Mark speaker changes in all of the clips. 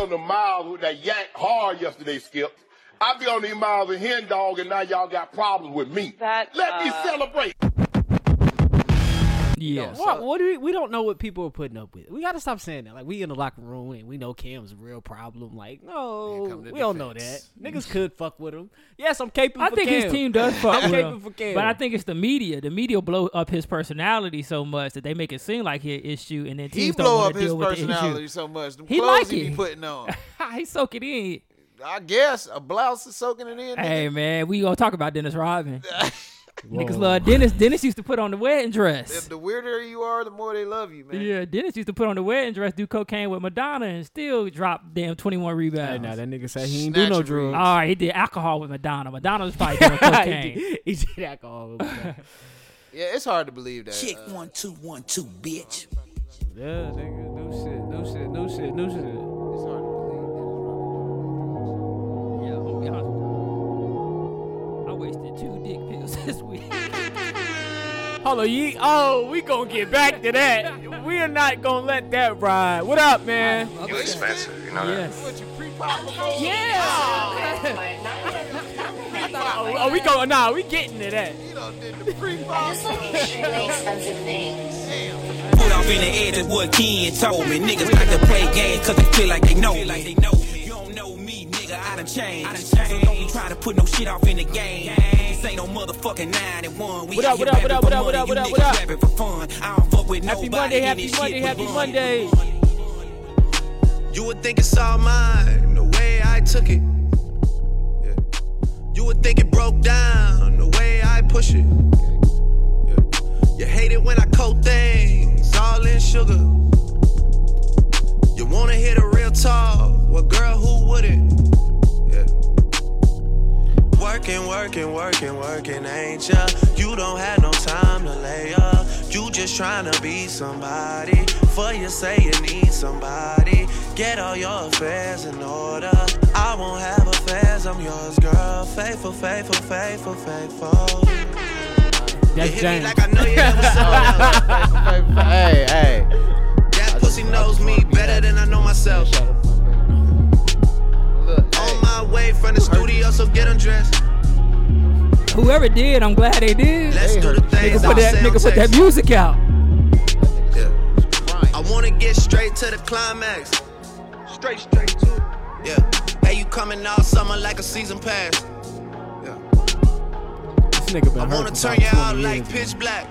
Speaker 1: on the miles with that yank hard yesterday, Skip. I be on these miles and hen dog, and now y'all got problems with me.
Speaker 2: That,
Speaker 1: Let me
Speaker 2: uh,
Speaker 1: celebrate.
Speaker 3: Yeah.
Speaker 4: What, what do we, we don't know what people are putting up with. We got to stop saying that. Like we in the locker room and we know Cam's a real problem. Like no,
Speaker 3: come
Speaker 4: we
Speaker 3: to
Speaker 4: don't know that.
Speaker 3: defense.
Speaker 4: Niggas could fuck with him. Yes, I'm capable.
Speaker 5: I
Speaker 4: for
Speaker 5: think
Speaker 4: Cam.
Speaker 5: his team does fuck
Speaker 4: I'm
Speaker 5: with
Speaker 4: caping
Speaker 5: him,
Speaker 4: for Cam.
Speaker 5: but I think it's the media. The media blow up his personality so much that they make it seem like his issue, and then teams
Speaker 3: He
Speaker 5: don't
Speaker 3: blow
Speaker 5: wanna
Speaker 3: up his
Speaker 5: deal with the issue.
Speaker 3: personality so much. Them
Speaker 5: He
Speaker 3: clothes
Speaker 5: like
Speaker 3: he be
Speaker 5: it.
Speaker 3: putting on.
Speaker 5: he soak it in.
Speaker 3: I guess a blouse is soaking it in.
Speaker 5: Hey man, we gonna talk about Dennis Rodman. Niggas
Speaker 4: Whoa.
Speaker 5: love Dennis. Dennis used to put on the wedding
Speaker 3: If
Speaker 5: dress.
Speaker 3: the weirder you are, the more they love you, man.
Speaker 5: Yeah, Dennis used to put on the wedding dress, do cocaine with Madonna, and still drop damn twenty one
Speaker 4: Hey,
Speaker 5: rebounds.
Speaker 4: now that nigga said he ain't do no
Speaker 3: Snatch
Speaker 4: drugs.
Speaker 5: All right, he did alcohol with Madonna. Madonna was probably doing
Speaker 4: he,
Speaker 5: cocaine.
Speaker 4: did, he did alcohol. with that.
Speaker 3: Yeah, it's hard to believe that.
Speaker 6: Chick
Speaker 3: uh,
Speaker 6: one two one two, bitch.
Speaker 4: yeah, nigga, new shit, new shit, new shit, new shit.
Speaker 3: it's hard to believe
Speaker 5: Yeah, I'm gonna be honest with you. I wasted two dick pills this week.
Speaker 4: Hold on, ye. Oh, we gonna get back to that. we are not gonna let that ride. What up, man?
Speaker 5: It was expensive, you know yes.
Speaker 3: that. What you pre-pop before?
Speaker 4: Yeah. oh, oh, we going? Nah, we getting to that.
Speaker 3: You done did the pre-pop.
Speaker 6: Put off in the air, that's what Ken told me. Niggas like to play games cause they feel like they know me. Like they know me. You don't know me, nigga, I done changed. I done changed. So don't you try to put no shit off in the game. This ain't no motherfucking 9 and 1. We
Speaker 4: What
Speaker 6: out
Speaker 4: up,
Speaker 6: here
Speaker 4: what up, what
Speaker 6: rapping
Speaker 4: up,
Speaker 6: for
Speaker 4: what up, what up,
Speaker 6: money.
Speaker 4: what
Speaker 6: You
Speaker 4: up, what
Speaker 6: niggas
Speaker 4: up?
Speaker 6: rapping for fun. I don't fuck with
Speaker 4: Happy
Speaker 6: nobody
Speaker 4: Monday,
Speaker 6: in
Speaker 4: happy
Speaker 6: this shit
Speaker 4: Monday,
Speaker 6: but
Speaker 4: happy
Speaker 6: Bun.
Speaker 4: Monday.
Speaker 7: You would think it's all mine the way I took it. Yeah. You would think it broke down the way I push it. Yeah. You hate it when I coat things all in sugar. You wanna hear the real talk? Well, girl, who wouldn't? Yeah. Working, working, working, working, ain't ya? You don't have no time to lay up. You just tryna be somebody. For you say you need somebody. Get all your affairs in order. I won't have affairs, I'm yours, girl. Faithful, faithful, faithful, faithful. You
Speaker 4: That's
Speaker 7: hit me
Speaker 4: James.
Speaker 7: like I know you never saw.
Speaker 3: hey, hey.
Speaker 7: That pussy knows me better than I know myself.
Speaker 3: Look,
Speaker 7: On my way from the studio, so get undressed.
Speaker 5: Whoever did, I'm glad they did.
Speaker 7: Let's do the
Speaker 5: Nigga
Speaker 7: things I
Speaker 5: put that
Speaker 7: say on
Speaker 5: nigga put that
Speaker 7: text.
Speaker 5: music out.
Speaker 7: Yeah. I wanna get straight to the climax. Straight, straight to it. Yeah. Hey, you coming all summer like a season pass. Yeah.
Speaker 4: This nigga been
Speaker 7: I wanna
Speaker 4: hurt for
Speaker 7: turn you
Speaker 4: about
Speaker 7: out
Speaker 4: 20
Speaker 7: like
Speaker 4: years.
Speaker 7: pitch black.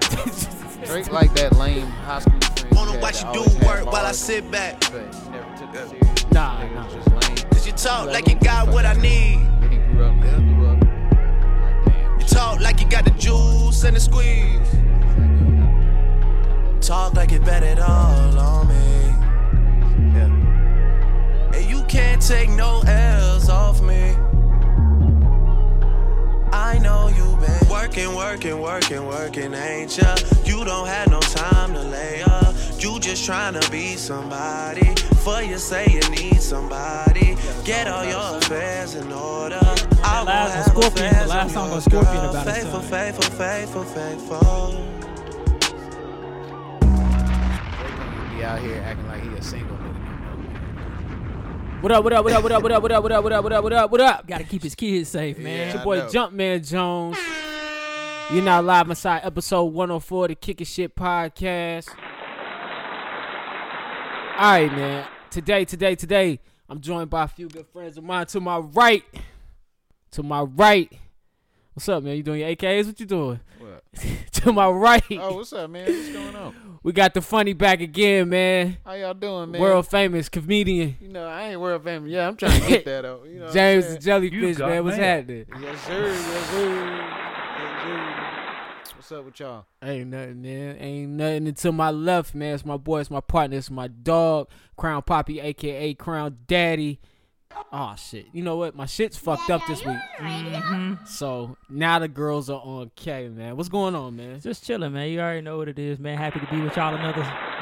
Speaker 3: Drake like that lame high school friend.
Speaker 7: Wanna watch you do work while I sit back.
Speaker 3: Never took
Speaker 7: it
Speaker 3: serious.
Speaker 4: Nah, nah.
Speaker 3: just lame.
Speaker 7: Cause you talk like you got what I need.
Speaker 3: Then he grew up. Then he grew up.
Speaker 7: You talk like you got the juice and the squeeze. Talk like you bet it all on me. Yeah. And you can't take no L's off me. I know you been working, working, working, working, ain't ya? You don't have no time to lay up. You just tryna be somebody. For you say you need somebody. Get all your affairs in order. I won't
Speaker 5: last one,
Speaker 7: have
Speaker 5: Scorpion, the
Speaker 7: affairs,
Speaker 5: last
Speaker 7: I'm
Speaker 5: song on
Speaker 7: yours,
Speaker 5: Scorpion
Speaker 7: girl.
Speaker 5: about his
Speaker 7: faithful,
Speaker 5: son.
Speaker 7: faithful, faithful, faithful.
Speaker 3: He out here acting like he a single nigga.
Speaker 4: What up? What up? What up? What up? What up? What up? What up? What up? What up? What up? What up?
Speaker 5: Gotta keep his kids safe, man.
Speaker 3: Yeah.
Speaker 4: It's your boy
Speaker 3: I know.
Speaker 4: Jumpman Jones. You're now live inside episode 104 of the Kickin' Shit Podcast. All right, man. Today, today, today, I'm joined by a few good friends of mine. To my right, to my right. What's up, man? You doing your AKs? What you doing?
Speaker 3: What?
Speaker 4: to my right,
Speaker 3: Oh, what's up, man? What's going on?
Speaker 4: we got the funny back again, man.
Speaker 3: How y'all doing, man?
Speaker 4: World famous comedian
Speaker 3: You know, I ain't world famous. Yeah, I'm trying to get that though. You know, what I'm
Speaker 4: James the
Speaker 3: saying?
Speaker 4: Jellyfish,
Speaker 8: got
Speaker 4: man. What's
Speaker 8: mail.
Speaker 4: happening?
Speaker 3: Yes, sir. Yes, sir. Yes, sir. What's up with y'all?
Speaker 4: Ain't nothing, man. Ain't nothing. And to my left, man, it's my boy, it's my partner, it's my dog, Crown Poppy, aka Crown Daddy. Oh shit! You know what? My shit's fucked up this week.
Speaker 8: Mm-hmm.
Speaker 4: So now the girls are on K, man. What's going on, man?
Speaker 5: Just chilling, man. You already know what it is, man. Happy to be with y'all another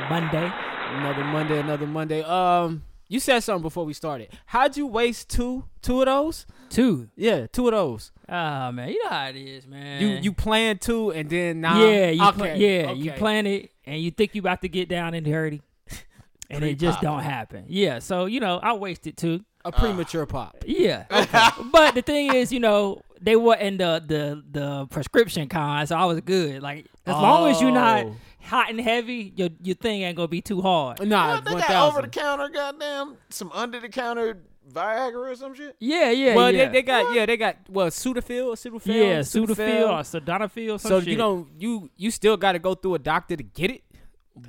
Speaker 5: Monday.
Speaker 4: Another Monday, another Monday. Um, you said something before we started. How'd you waste two, two of those?
Speaker 5: Two.
Speaker 4: Yeah, two of those.
Speaker 5: Ah man, you know how it is, man. Um,
Speaker 4: You you planned two, and then now
Speaker 5: yeah, you
Speaker 4: okay,
Speaker 5: pla- yeah, you
Speaker 4: okay.
Speaker 5: plan it and you think you about to get down and dirty. and it just don't happen. Yeah, so you know, I wasted too.
Speaker 4: A premature pop.
Speaker 5: Yeah, but the thing is, you know, they were in the the the prescription kind, so I was good. Like as long as you're not
Speaker 4: Oh.
Speaker 5: hot and heavy, your your thing ain't gonna be too hard.
Speaker 4: Nah,
Speaker 8: they
Speaker 4: one
Speaker 8: got over the
Speaker 4: thousand.
Speaker 8: counter, goddamn, some under the counter Viagra or some shit.
Speaker 5: Yeah, yeah,
Speaker 4: well,
Speaker 5: yeah.
Speaker 4: they, they got yeah, they got well Sudafil, Sudafil,
Speaker 5: yeah, Sudafil or Sildenafil, some
Speaker 4: So
Speaker 5: shit.
Speaker 4: you don't you you still got to go through a doctor to get it,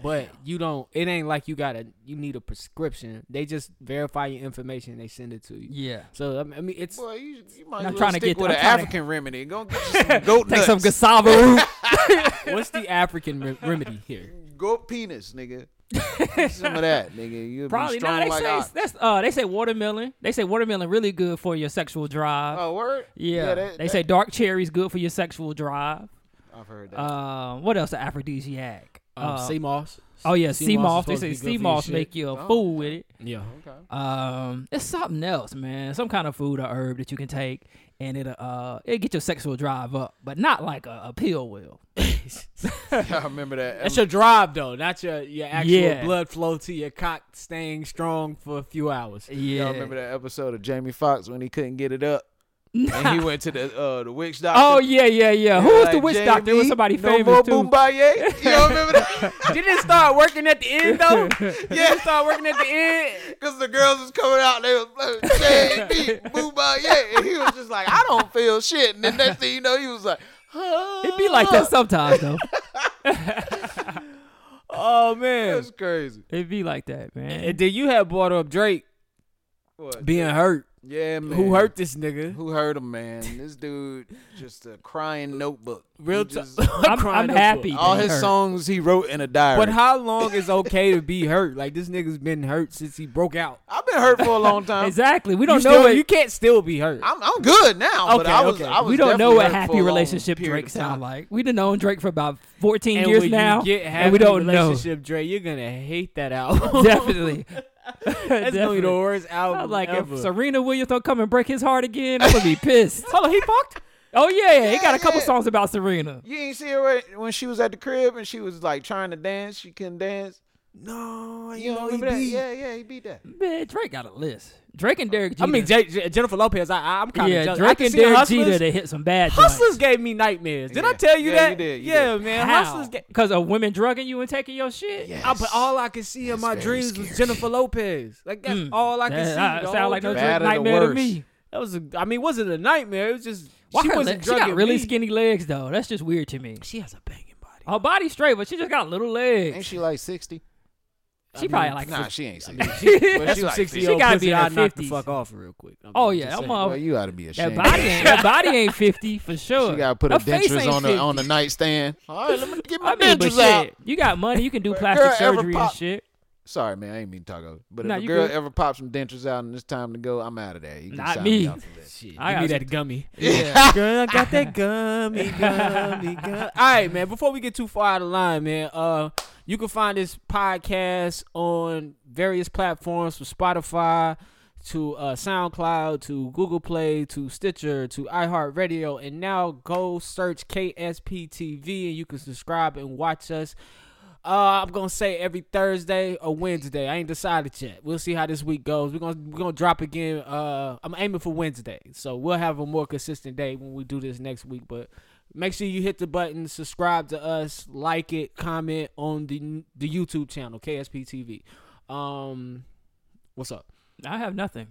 Speaker 4: but you don't. It ain't like you got to you need a prescription. They just verify your information. and They send it to you.
Speaker 5: Yeah.
Speaker 4: So I mean, I mean, it's
Speaker 8: Boy, you, you might
Speaker 5: I'm
Speaker 8: as well
Speaker 5: trying to
Speaker 8: stick
Speaker 5: get-
Speaker 8: with
Speaker 5: I'm
Speaker 8: an
Speaker 5: trying to-
Speaker 8: African remedy. Go get you some goat
Speaker 5: Take
Speaker 8: nuts.
Speaker 5: some cassava root.
Speaker 4: what's the African re- remedy here?
Speaker 8: goat penis, nigga. Get some of that, nigga. You'll
Speaker 5: Probably
Speaker 8: be strong
Speaker 5: not. They
Speaker 8: like
Speaker 5: say
Speaker 8: ox.
Speaker 5: that's uh, they say watermelon. They say watermelon really good for your sexual drive.
Speaker 8: Oh, word.
Speaker 5: yeah,
Speaker 8: that-
Speaker 5: they
Speaker 8: that-
Speaker 5: say dark cherries good for your sexual drive.
Speaker 8: I've heard that.
Speaker 5: Um, what else? An aphrodisiac.
Speaker 4: Um,
Speaker 5: Uh,
Speaker 4: sea moss.
Speaker 5: oh yeah,
Speaker 4: Sea
Speaker 5: sea
Speaker 4: moss
Speaker 5: moss.
Speaker 4: is
Speaker 5: They
Speaker 4: supposed to
Speaker 5: say
Speaker 4: be good
Speaker 5: sea
Speaker 4: for your
Speaker 5: moss
Speaker 4: shit. Oh,
Speaker 5: make you a fool with it.
Speaker 4: Yeah.
Speaker 5: Um, it's something else, man. Some kind of food or herb that you can take, and it'll uh, it'll get your sexual drive up, but not like a, a pill will.
Speaker 8: I remember that.
Speaker 4: That's your drive though, not your your actual
Speaker 5: Yeah.
Speaker 4: blood flow to your cock staying strong for a few hours.
Speaker 5: Yeah,
Speaker 8: Y'all remember that episode of Jamie Foxx when he couldn't get it up and
Speaker 5: Nah.
Speaker 8: he went to the uh, the witch doctor.
Speaker 5: Oh yeah, yeah, yeah. Who was the
Speaker 8: Like,
Speaker 5: witch doctor? It was
Speaker 8: "Jamie,
Speaker 5: somebody
Speaker 8: no
Speaker 5: famous
Speaker 8: more
Speaker 5: too.
Speaker 8: Boombaye? You don't remember that?
Speaker 4: Did it start working at the end though? yeah, it start working at the end.
Speaker 8: Because the girls was coming out, they was like, Jamie Boombaye, and he was just like, I don't feel shit. And then next thing you know, he was like, huh.
Speaker 5: It be like that sometimes though.
Speaker 4: Oh man.
Speaker 8: That's crazy.
Speaker 5: It be like that, man.
Speaker 4: And then you had brought up Drake
Speaker 8: What?
Speaker 4: being hurt.
Speaker 8: Yeah, man.
Speaker 4: Who hurt this nigga?
Speaker 8: Who hurt him, man? This dude just a crying notebook.
Speaker 4: Real
Speaker 8: He
Speaker 4: talk.
Speaker 8: just-
Speaker 5: I'm- I'm happy.
Speaker 8: all
Speaker 5: He
Speaker 8: his
Speaker 5: hurt.
Speaker 8: songs he wrote in a diary.
Speaker 4: But how long is okay to be hurt? Like this nigga's been hurt since he broke out.
Speaker 8: I've been hurt for a long time.
Speaker 5: exactly. We
Speaker 4: You
Speaker 5: don't know
Speaker 4: still-
Speaker 5: it.
Speaker 4: you can't still be hurt.
Speaker 8: I'm, I'm good now. but
Speaker 4: Okay,
Speaker 8: I was,
Speaker 4: okay.
Speaker 8: I was
Speaker 5: we don't know
Speaker 8: definitely
Speaker 5: what
Speaker 8: hurt for a
Speaker 5: happy
Speaker 8: long
Speaker 5: relationship
Speaker 8: period
Speaker 5: Drake
Speaker 8: of time.
Speaker 5: sound like. We've known Drake for about 14
Speaker 4: and
Speaker 5: years
Speaker 4: when
Speaker 5: now,
Speaker 4: you get happy
Speaker 5: and we don't know.
Speaker 4: relationship, Dre, you're gonna hate that album.
Speaker 5: Definitely.
Speaker 4: That's gonna be the
Speaker 5: Definitely.
Speaker 4: worst album
Speaker 5: I'm like,
Speaker 4: ever.
Speaker 5: if Serena Williams don't come and break his heart again, I'm gonna be pissed.
Speaker 4: Hold on, he fucked.
Speaker 5: oh yeah, yeah, he got a couple
Speaker 8: yeah.
Speaker 5: songs about Serena.
Speaker 8: You ain't see her when- when she was at the crib and she was like trying to dance. She couldn't dance.
Speaker 4: No,
Speaker 8: You don't remember that? Yeah, yeah, he beat that.
Speaker 5: Man, Drake got a list. Drake and Derek Jeter.
Speaker 4: I mean, J- J- Jennifer Lopez. I, I, I'm kind of
Speaker 5: yeah,
Speaker 4: jealous. I
Speaker 5: Drake
Speaker 4: can
Speaker 5: and
Speaker 4: see
Speaker 5: Derek
Speaker 4: Hustlers.
Speaker 5: Jeter. They hit some bad
Speaker 4: Hustlers
Speaker 5: joints.
Speaker 4: gave me nightmares. Did I
Speaker 8: Yeah.
Speaker 4: tell you
Speaker 8: Yeah, you
Speaker 4: that?
Speaker 8: did, you
Speaker 4: yeah,
Speaker 8: did.
Speaker 4: man. Hustlers.
Speaker 5: How?
Speaker 4: Ga-
Speaker 5: Because of women drugging you and taking your shit.
Speaker 4: I, but all I could see in my dreams was Jennifer Lopez. Like that's all I could
Speaker 5: Mm. That-
Speaker 4: see.
Speaker 5: I-
Speaker 4: the whole
Speaker 5: sound like no
Speaker 4: dream.
Speaker 5: Drake
Speaker 8: Bad or the
Speaker 5: nightmare to
Speaker 8: worst.
Speaker 5: me.
Speaker 4: That was. A, I mean, it wasn't a nightmare. It was just
Speaker 5: Why
Speaker 4: she
Speaker 5: her
Speaker 4: wasn't
Speaker 5: le- she
Speaker 4: drugging
Speaker 5: got really
Speaker 4: me.
Speaker 5: skinny legs though. That's just weird to me.
Speaker 4: She has a banging body.
Speaker 5: Her body's straight, but she just got little legs.
Speaker 8: Ain't she like sixty?
Speaker 5: She probably like
Speaker 8: Nah, she ain't sixty.
Speaker 5: she,
Speaker 8: But
Speaker 4: That's
Speaker 8: she
Speaker 4: some
Speaker 8: like
Speaker 4: sixty
Speaker 5: She
Speaker 4: year old
Speaker 5: gotta
Speaker 4: pussy.
Speaker 5: be in her
Speaker 4: I'd knock the
Speaker 5: 50s.
Speaker 4: fuck off real quick. I'm
Speaker 5: Oh,
Speaker 4: just
Speaker 5: yeah, that
Speaker 4: saying.
Speaker 5: mother-
Speaker 8: Well, you ought to be
Speaker 5: that
Speaker 8: ashamed.
Speaker 5: body ain't that body ain't fifty for sure.
Speaker 8: She got to put
Speaker 5: her
Speaker 8: her
Speaker 5: face
Speaker 8: dentures
Speaker 5: ain't
Speaker 8: on the
Speaker 5: 50.
Speaker 8: on the nightstand. All right, let me get my
Speaker 5: I mean, but
Speaker 8: dentures out.
Speaker 5: shit, you got money, you can do
Speaker 8: Girl,
Speaker 5: plastic
Speaker 8: ever
Speaker 5: surgery and
Speaker 8: pop-
Speaker 5: shit.
Speaker 8: Sorry, man, I ain't mean to talk over. But
Speaker 5: Nah,
Speaker 8: if
Speaker 5: you
Speaker 8: a girl
Speaker 5: good.
Speaker 8: ever pops some dentures out and it's time to go, I'm out of there. You can
Speaker 5: Not
Speaker 8: sign
Speaker 5: me.
Speaker 8: off of this.
Speaker 4: Shit,
Speaker 5: I
Speaker 4: give me
Speaker 5: got
Speaker 4: that gummy.
Speaker 5: Yeah.
Speaker 4: Girl, I got that gummy, gummy, gummy. All right, man. Before we get too far out of line, man, uh, you can find this podcast on various platforms from Spotify to uh, SoundCloud to Google Play to Stitcher to iHeartRadio. And now go search KSPTV and you can subscribe and watch us. Uh, I'm gonna say every Thursday or Wednesday. I ain't decided yet. We'll see how this week goes. We're gonna we're gonna drop again. Uh, I'm aiming for Wednesday, so we'll have a more consistent day when we do this next week. But make sure you hit the button, subscribe to us, like it, comment on the the YouTube channel KSP TV. Um, what's up?
Speaker 5: I have nothing.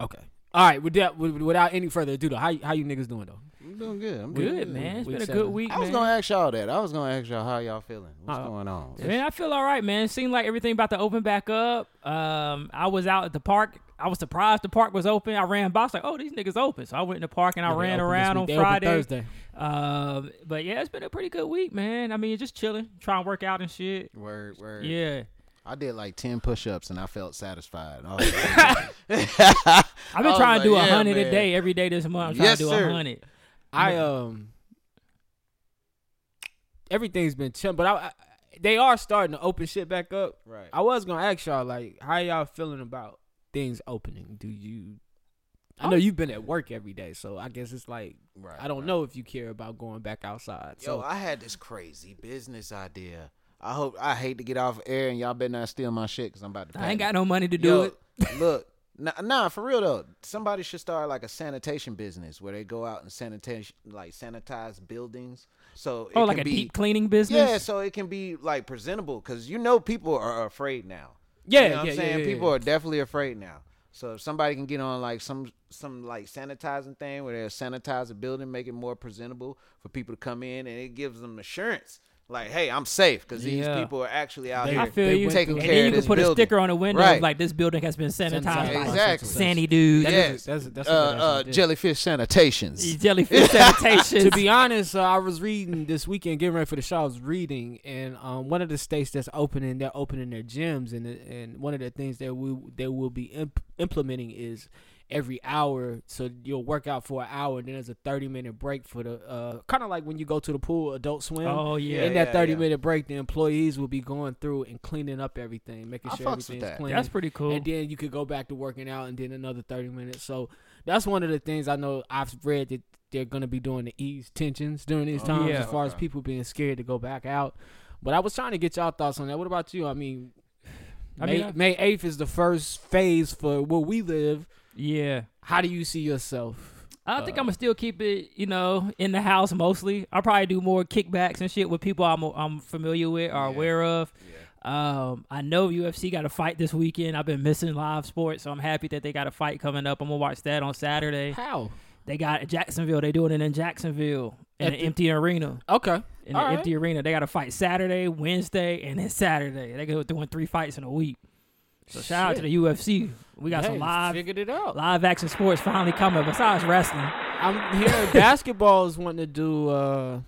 Speaker 4: Okay. All right. Without without any further ado, though, how how you niggas doing though?
Speaker 8: I'm doing good. I'm doing
Speaker 5: Good man, it's
Speaker 4: week
Speaker 5: been a good
Speaker 4: seven.
Speaker 5: week.
Speaker 8: I was
Speaker 5: man.
Speaker 8: gonna ask y'all that. I was gonna ask y'all how y'all feeling. What's
Speaker 5: Uh,
Speaker 8: going on?
Speaker 5: Man, I feel all right, man. It seemed like everything about to open back up. Um, I was out at the park. I was surprised the park was open. I ran by. I was like, oh, these niggas open. So I went in the park and I
Speaker 4: Yeah,
Speaker 5: ran
Speaker 4: they open this
Speaker 5: around
Speaker 4: week.
Speaker 5: on
Speaker 4: They open
Speaker 5: Friday.
Speaker 4: Thursday.
Speaker 5: Um, but yeah, it's been a pretty good week, man. I mean, just chilling, trying to work out and shit.
Speaker 8: Word, word.
Speaker 5: Yeah.
Speaker 8: I did like ten push-ups and I felt satisfied. Oh,
Speaker 5: I've been
Speaker 8: was
Speaker 5: trying to do a
Speaker 8: like, yeah,
Speaker 5: hundred a
Speaker 8: man.
Speaker 5: day every day this month. I'm trying
Speaker 8: Yes,
Speaker 5: to do
Speaker 8: sir.
Speaker 5: a hundred.
Speaker 4: I um everything's been chill, but I, I they are starting to open shit back up.
Speaker 8: Right.
Speaker 4: I was gonna ask y'all like how y'all feeling about things opening. Do you? I know you've been at work every day, so I guess it's like
Speaker 8: Oh. Right,
Speaker 4: I don't
Speaker 8: right.
Speaker 4: know if you care about going back outside. So
Speaker 8: Yo, I had this crazy business idea. I hope I hate to get off air and y'all better not steal my shit because I'm about to.
Speaker 5: I ain't
Speaker 8: patent
Speaker 5: got no money to do
Speaker 8: Yo,
Speaker 5: it.
Speaker 8: look, nah, nah, for real though, somebody should start like a sanitation business where they go out and sanitation like sanitize buildings. So it
Speaker 5: Oh, like
Speaker 8: can
Speaker 5: a
Speaker 8: be,
Speaker 5: deep cleaning business.
Speaker 8: yeah, so it can be like presentable because you know people are afraid now.
Speaker 4: Yeah,
Speaker 8: you know what
Speaker 4: yeah,
Speaker 8: I'm
Speaker 4: yeah,
Speaker 8: saying
Speaker 4: yeah,
Speaker 8: people
Speaker 4: yeah.
Speaker 8: are definitely afraid now. So if somebody can get on like some some like sanitizing thing where they sanitize the building, make it more presentable for people to come in, and it gives them assurance. Like, hey, I'm safe because these
Speaker 5: Yeah.
Speaker 8: people are actually out
Speaker 4: They-
Speaker 8: here
Speaker 5: I feel
Speaker 4: They
Speaker 5: you.
Speaker 4: went
Speaker 8: taking
Speaker 5: and
Speaker 4: through-
Speaker 8: care
Speaker 5: then
Speaker 8: of
Speaker 5: you can
Speaker 8: this
Speaker 5: put a
Speaker 8: building.
Speaker 5: sticker on a window
Speaker 8: Right.
Speaker 5: like this building has been sanitized by
Speaker 8: Exactly.
Speaker 5: sandy dudes.
Speaker 4: That
Speaker 8: Yes.
Speaker 4: is a- that's a- Uh, that's a good
Speaker 8: uh,
Speaker 4: answer
Speaker 8: uh,
Speaker 4: there.
Speaker 8: jellyfish sanitations.
Speaker 5: These Jellyfish sanitation.
Speaker 4: to be honest, uh, I was reading this weekend, getting ready for the show. I was reading, and um, one of the states that's opening, they're opening their gyms, and and one of the things that we they will be imp- implementing is every hour. So you'll work out for an hour, and then there's a thirty minute break for the uh, kind of like when you go to the pool, adult swim.
Speaker 5: Oh, yeah.
Speaker 4: In
Speaker 8: Yeah,
Speaker 4: that thirty
Speaker 8: yeah.
Speaker 4: minute break, the employees will be going through and cleaning up everything, making
Speaker 8: I
Speaker 4: sure
Speaker 8: fucks with
Speaker 4: everything's
Speaker 8: that.
Speaker 4: clean.
Speaker 5: That's pretty cool.
Speaker 4: And then you could go back to working out and then another 30 minutes. So that's one of the things I know I've read that they're going to be doing to ease tensions during these times
Speaker 5: Oh, yeah.
Speaker 4: as far as people being scared to go back out. But I was trying to get y'all thoughts on that. What about you? I mean,
Speaker 5: I
Speaker 4: May,
Speaker 5: mean, I-
Speaker 4: May 8th is the first phase for where we live.
Speaker 5: yeah.
Speaker 4: How do you see yourself?
Speaker 5: I
Speaker 4: Uh,
Speaker 5: think I'm gonna still keep it, you know, in the house mostly. I'll probably do more kickbacks and shit with people I'm I'm familiar with or aware of. Um, I know UFC got a fight this weekend. I've been missing live sports, so I'm happy that they got a fight coming up. I'm gonna watch that on Saturday.
Speaker 4: How?
Speaker 5: They got Jacksonville. They doing it in Jacksonville in
Speaker 4: At
Speaker 5: an
Speaker 4: the-
Speaker 5: empty arena.
Speaker 4: Okay.
Speaker 5: In
Speaker 4: All
Speaker 5: an
Speaker 4: right.
Speaker 5: empty arena, they got a fight Saturday, Wednesday, and then Saturday. They go doing three fights in a week. So shout out to
Speaker 4: Shit.
Speaker 5: the UFC. We got
Speaker 4: Hey,
Speaker 5: some live
Speaker 4: Figured it out.
Speaker 5: live action sports finally coming. Besides wrestling.
Speaker 4: I'm hearing basketball is wanting to do uh,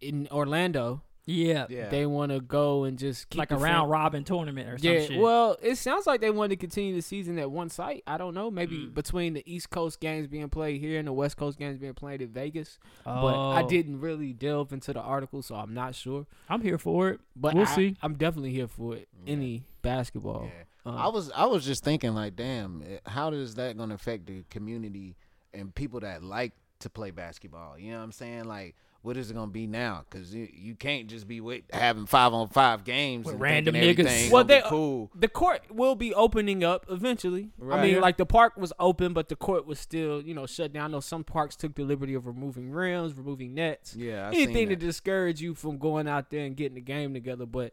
Speaker 4: in Orlando.
Speaker 5: Yeah.
Speaker 8: Yeah.
Speaker 4: They want to go and just keep
Speaker 5: like
Speaker 4: the
Speaker 5: a
Speaker 4: fran-
Speaker 5: round robin tournament or some
Speaker 4: Yeah,
Speaker 5: shit.
Speaker 4: well, it sounds like they wanted to continue the season at one site. I don't know. Maybe
Speaker 5: Mm.
Speaker 4: between the East Coast games being played here and the West Coast games being played in Vegas. But I
Speaker 5: Oh.
Speaker 4: didn't really delve into the article, so I'm not sure.
Speaker 5: I'm here for it.
Speaker 4: But
Speaker 5: we'll
Speaker 4: I-
Speaker 5: see.
Speaker 4: I'm definitely here for it. Any basketball. Uh,
Speaker 8: I was I was just thinking like, damn, eh, how is that gonna affect the community and people that like to play basketball? You know what I'm saying? Like, what is it gonna be now? Because you, you can't just be with having five on five games
Speaker 5: With
Speaker 8: and
Speaker 5: random
Speaker 8: thinking
Speaker 5: niggas. uh,
Speaker 8: everything
Speaker 4: well,
Speaker 8: gonna
Speaker 4: they uh,
Speaker 8: be cool.
Speaker 4: the court will be opening up eventually. I
Speaker 8: Right.
Speaker 4: mean, like the park was open, but the court was still, you know, shut down. I know some parks took the liberty of removing rims, removing nets.
Speaker 8: Yeah, I seen
Speaker 4: anything to
Speaker 8: that.
Speaker 4: discourage you from going out there and getting the game together. But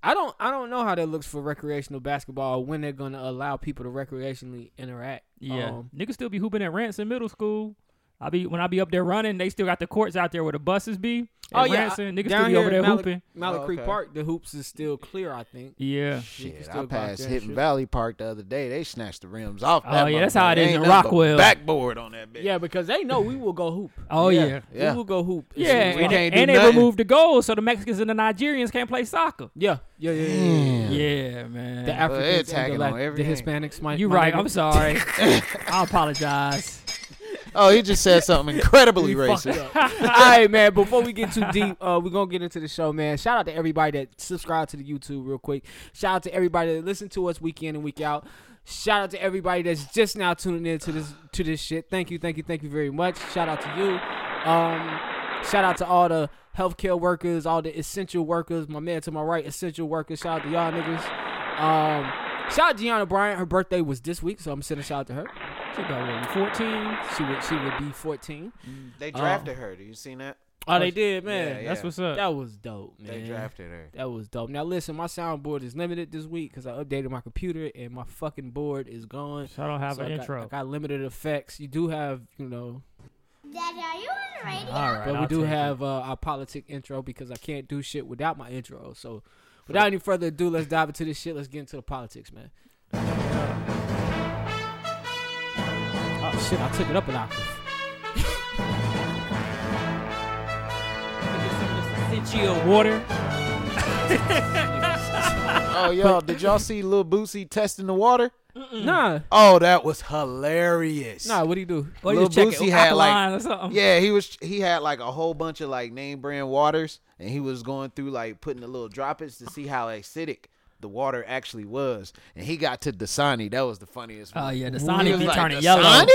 Speaker 4: I don't, I don't know how that looks for recreational basketball when they're gonna allow people to recreationally interact.
Speaker 5: Yeah.
Speaker 4: Um,
Speaker 5: Niggas still be hooping at Ransom Middle School. I be when I be up there running, they still got the courts out there where the buses be. At
Speaker 4: oh yeah,
Speaker 5: Ransom.
Speaker 4: I-
Speaker 5: niggas
Speaker 4: down
Speaker 5: still be
Speaker 4: here
Speaker 5: over there
Speaker 4: at Mallard-
Speaker 5: hooping.
Speaker 4: Mallard
Speaker 8: Oh,
Speaker 4: Creek
Speaker 8: okay.
Speaker 4: Park, the hoops is still clear. I think.
Speaker 5: Yeah.
Speaker 4: can
Speaker 8: Shit,
Speaker 4: still
Speaker 8: I
Speaker 4: go out there
Speaker 8: passed
Speaker 4: and
Speaker 8: Hitting
Speaker 4: shoot.
Speaker 8: Valley Park the other day. They snatched the rims off.
Speaker 5: Oh,
Speaker 8: that
Speaker 5: yeah, that's how it
Speaker 8: motherfucker.
Speaker 5: is
Speaker 8: Ain't
Speaker 5: in
Speaker 8: nothing but
Speaker 5: Rockwell.
Speaker 8: Backboard on that bitch.
Speaker 4: Yeah, because they know we will go hoop.
Speaker 5: Oh yeah. Yeah.
Speaker 8: Yeah.
Speaker 4: We will go hoop. as
Speaker 5: Yeah,
Speaker 4: soon as
Speaker 5: and,
Speaker 4: possible.
Speaker 5: they-
Speaker 8: can't do
Speaker 5: and they
Speaker 8: nothing.
Speaker 5: removed the goals, so the Mexicans and the Nigerians can't play soccer.
Speaker 4: yeah, yeah, yeah, yeah, yeah.
Speaker 5: Yeah, man.
Speaker 4: The Africans,
Speaker 8: they're
Speaker 4: and the
Speaker 8: tagging on
Speaker 4: Lat-
Speaker 8: everything.
Speaker 4: the Hispanics. My,
Speaker 5: you
Speaker 4: my
Speaker 5: right.
Speaker 4: nigga.
Speaker 5: I'm sorry. I apologize.
Speaker 8: Oh, he just said something incredibly racist.
Speaker 4: All right, man. Before we get too deep, uh, we're gonna get into the show, man. Shout out to everybody that subscribed to the YouTube real quick. Shout out to everybody that listened to us week in and week out. Shout out to everybody that's just now tuning in to this to this shit. Thank you, thank you, thank you very much. Shout out to you. Um, shout out to all the healthcare workers, all the essential workers. My man to my right, essential workers. Shout out to y'all niggas. Um, shout out to Gianna Bryant. Her birthday was this week, so I'm sending a shout out to her.
Speaker 5: She about what, 14.
Speaker 4: She would she would be 14.
Speaker 8: They drafted her. Do you seen that?
Speaker 4: Oh, they did, man.
Speaker 5: That's what's up.
Speaker 4: That was dope, man.
Speaker 8: They drafted her.
Speaker 4: That was dope. Now listen, my soundboard is limited this week because I updated my computer and my fucking board is gone.
Speaker 5: So I don't have
Speaker 4: So
Speaker 5: an
Speaker 4: I got-
Speaker 5: intro.
Speaker 4: I got limited effects. You do have, you know,
Speaker 2: Daddy, are you on the radio?
Speaker 5: All right,
Speaker 4: but we
Speaker 5: I'll
Speaker 4: do
Speaker 5: take it.
Speaker 4: have uh, our politic intro because I can't do shit without my intro. So without any further ado, let's dive into this shit. Let's get into the politics, man. Oh shit! I took it up an octave.
Speaker 5: Essential water.
Speaker 8: Oh, y'all, did y'all see Lil Boosie testing the water?
Speaker 5: Mm.
Speaker 4: Nah,
Speaker 8: Oh, that was hilarious.
Speaker 4: nah. What do you do?
Speaker 5: Or you
Speaker 8: Lil
Speaker 5: just check
Speaker 8: Boosie
Speaker 5: it,
Speaker 8: had,
Speaker 5: alkaline
Speaker 8: like-
Speaker 5: or something.
Speaker 8: Yeah, he was. He had like a whole bunch of like name brand waters, and he was going through like putting the little droplets to see how acidic
Speaker 3: the water actually was. And he got to Dasani. That was the funniest
Speaker 5: Oh
Speaker 3: one.
Speaker 5: yeah, the
Speaker 3: He
Speaker 5: Sonic
Speaker 3: was
Speaker 5: be
Speaker 3: like,
Speaker 5: turning
Speaker 3: "Dasani?"
Speaker 5: yellow.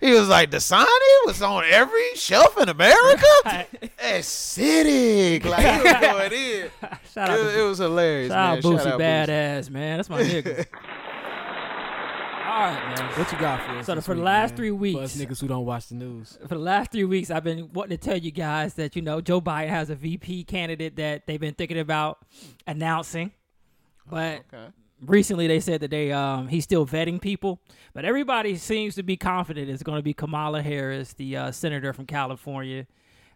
Speaker 3: He was like, Dasani was on every shelf in America?
Speaker 5: Right.
Speaker 3: Acidic. Like, he was going in.
Speaker 5: Shout
Speaker 3: It,
Speaker 5: out
Speaker 3: was-
Speaker 5: to
Speaker 3: it was hilarious,
Speaker 5: shout out
Speaker 3: man.
Speaker 5: Boosie
Speaker 3: Shout out Boosie.
Speaker 5: Badass, man. That's my nigga. All right, man.
Speaker 4: What you got for us?
Speaker 5: So
Speaker 4: this
Speaker 5: for the
Speaker 4: week,
Speaker 5: last
Speaker 4: man?
Speaker 5: three
Speaker 4: for
Speaker 5: weeks,
Speaker 4: us niggas who don't watch the news,
Speaker 5: for the last three weeks, I've been wanting to tell you guys that you know Joe Biden has a VP candidate that they've been thinking about announcing, but
Speaker 3: okay.
Speaker 5: recently they said that they um he's still vetting people, but everybody seems to be confident it's going to be Kamala Harris, the uh, senator from California,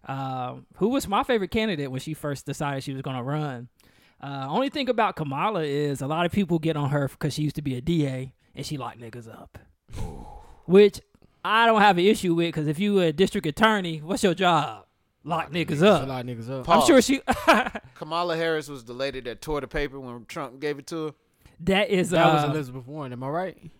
Speaker 5: um, who was my favorite candidate when she first decided she was going to run. Uh, only thing about Kamala is a lot of people get on her because she used to be a DA and she locked niggas up, which I don't have an issue with because if you were a district attorney, what's your job? Lock, niggas
Speaker 4: a
Speaker 5: up.
Speaker 4: lot of niggas up.
Speaker 5: I'm
Speaker 3: Pause.
Speaker 5: sure she.
Speaker 3: Kamala Harris was the lady that tore the paper when Trump gave it to her.
Speaker 5: that is
Speaker 4: that was
Speaker 5: uh,
Speaker 4: Elizabeth Warren. Am I right?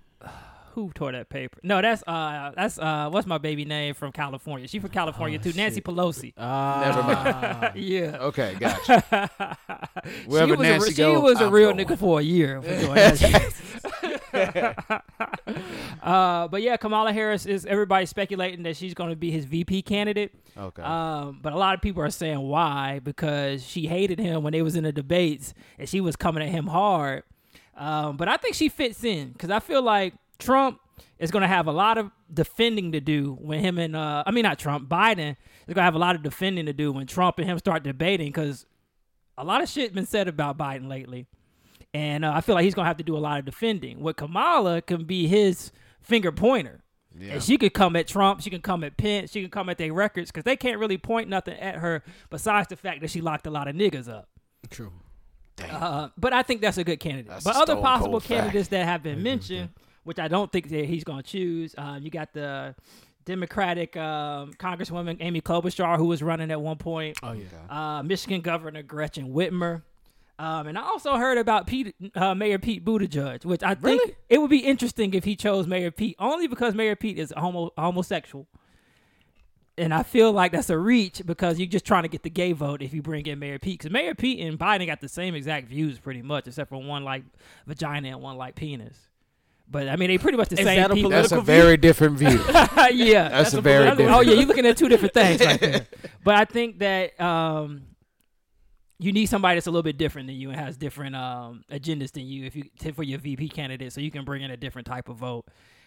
Speaker 5: who tore that paper? No, that's uh that's uh what's my baby name from California? She from
Speaker 3: Oh,
Speaker 5: California too. Nancy Pelosi.
Speaker 3: Never mind.
Speaker 5: yeah.
Speaker 3: Okay, gotcha. Wherever
Speaker 5: she was,
Speaker 3: Nancy
Speaker 5: a, she
Speaker 3: go,
Speaker 5: was a
Speaker 3: I'm
Speaker 5: real
Speaker 3: going.
Speaker 5: nigga for a year. for doing that shit. uh, but yeah, Kamala Harris is everybody speculating that she's going to be his VP candidate.
Speaker 3: Okay.
Speaker 5: Um, but a lot of people are saying why because she hated him when they was in the debates and she was coming at him hard. Um, but I think she fits in because I feel like Trump is going to have a lot of defending to do when him and uh, I mean not Trump, Biden is going to have a lot of defending to do when Trump and him start debating because a lot of shit been said about Biden lately, and uh, I feel like he's going to have to do a lot of defending. With Kamala can be his finger pointer. And she could come at Trump. She can come at Pence. She can come at their records because they can't really point nothing at her besides the fact that she locked a lot of niggas up.
Speaker 4: True.
Speaker 5: Uh, but I think that's a good candidate.
Speaker 3: That's
Speaker 5: but
Speaker 3: a
Speaker 5: other
Speaker 3: stone
Speaker 5: possible
Speaker 3: cold fact. Mm-hmm.
Speaker 5: candidates that have been mentioned, which I don't think that he's going to choose, uh, you got the Democratic um, Congresswoman Amy Klobuchar, who was running at one point.
Speaker 4: Oh yeah.
Speaker 5: Uh, Michigan Governor Gretchen Whitmer. Um, and I also heard about Pete, uh, Mayor Pete Buttigieg, which I think it would be interesting if he chose Mayor Pete, only because Mayor Pete is homo- homosexual. And I feel like that's a reach because you're just trying to get the gay vote if you bring in Mayor Pete. Because Mayor Pete and Biden got the same exact views pretty much, except for one like vagina and one like penis. But I mean, they pretty much the
Speaker 4: Is
Speaker 5: same
Speaker 4: that a
Speaker 5: people.
Speaker 3: That's a
Speaker 4: political
Speaker 3: very different view.
Speaker 5: yeah,
Speaker 3: That's a very
Speaker 5: that's-
Speaker 3: different-
Speaker 5: Oh yeah, you're looking at two different things right there. But I think that um, you need somebody that's a little bit different than you and has different um, agendas than you if you to- for your VP candidate, so you can bring in a different type of vote.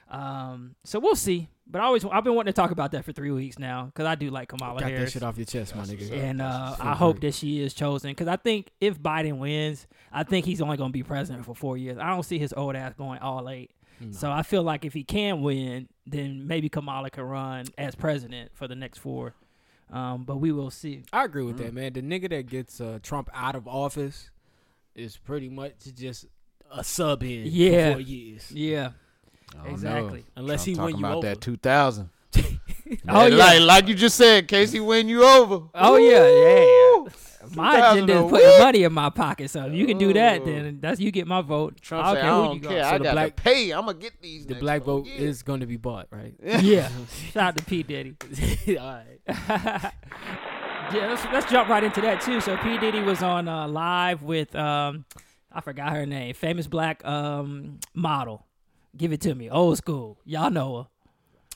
Speaker 5: Um, so we'll see. But I always I've been wanting to talk about that for three weeks now because I do like Kamala
Speaker 4: Got that
Speaker 5: Harris.
Speaker 4: shit off your chest, my nigga.
Speaker 5: And uh, I hope that she is chosen because I think if Biden wins, I think he's only going to be president for four years. I don't see his old ass going all eight. So I feel like if he can win, then maybe Kamala can run as president for the next four. Um, but we will see.
Speaker 4: I agree with
Speaker 5: Mm.
Speaker 4: that, man. The nigga that gets uh, Trump out of office is pretty much just a sub in
Speaker 5: Yeah.
Speaker 4: for four years.
Speaker 5: Yeah.
Speaker 3: I don't
Speaker 5: Exactly.
Speaker 3: know.
Speaker 4: Unless
Speaker 3: I'm
Speaker 4: he win
Speaker 3: talking
Speaker 4: you
Speaker 3: about
Speaker 4: over.
Speaker 3: that 2000.
Speaker 5: Oh
Speaker 3: And
Speaker 5: yeah.
Speaker 3: like, like you just said, Casey, win you over.
Speaker 5: oh yeah.
Speaker 3: Woo!
Speaker 5: Yeah. My agenda is
Speaker 3: 2001.
Speaker 5: putting money in my pocket, so if you can do that,
Speaker 3: Ooh.
Speaker 5: then that's you get my vote.
Speaker 3: Trump
Speaker 5: I
Speaker 3: said,
Speaker 5: care
Speaker 3: I
Speaker 5: who
Speaker 3: don't
Speaker 5: you
Speaker 3: care.
Speaker 5: got.
Speaker 3: I
Speaker 4: the
Speaker 3: got
Speaker 4: black-
Speaker 3: to pay. I'm going to get these.
Speaker 4: The
Speaker 3: next
Speaker 4: black
Speaker 3: four
Speaker 4: vote
Speaker 3: years.
Speaker 4: is going to be bought, right?
Speaker 5: Yeah. Shout out to P Diddy.
Speaker 4: All right.
Speaker 5: Yeah, let's, let's jump right into that too. So P Diddy was on uh, live with um, I forgot her name, famous black um model. Give it to me, old school. Y'all know her.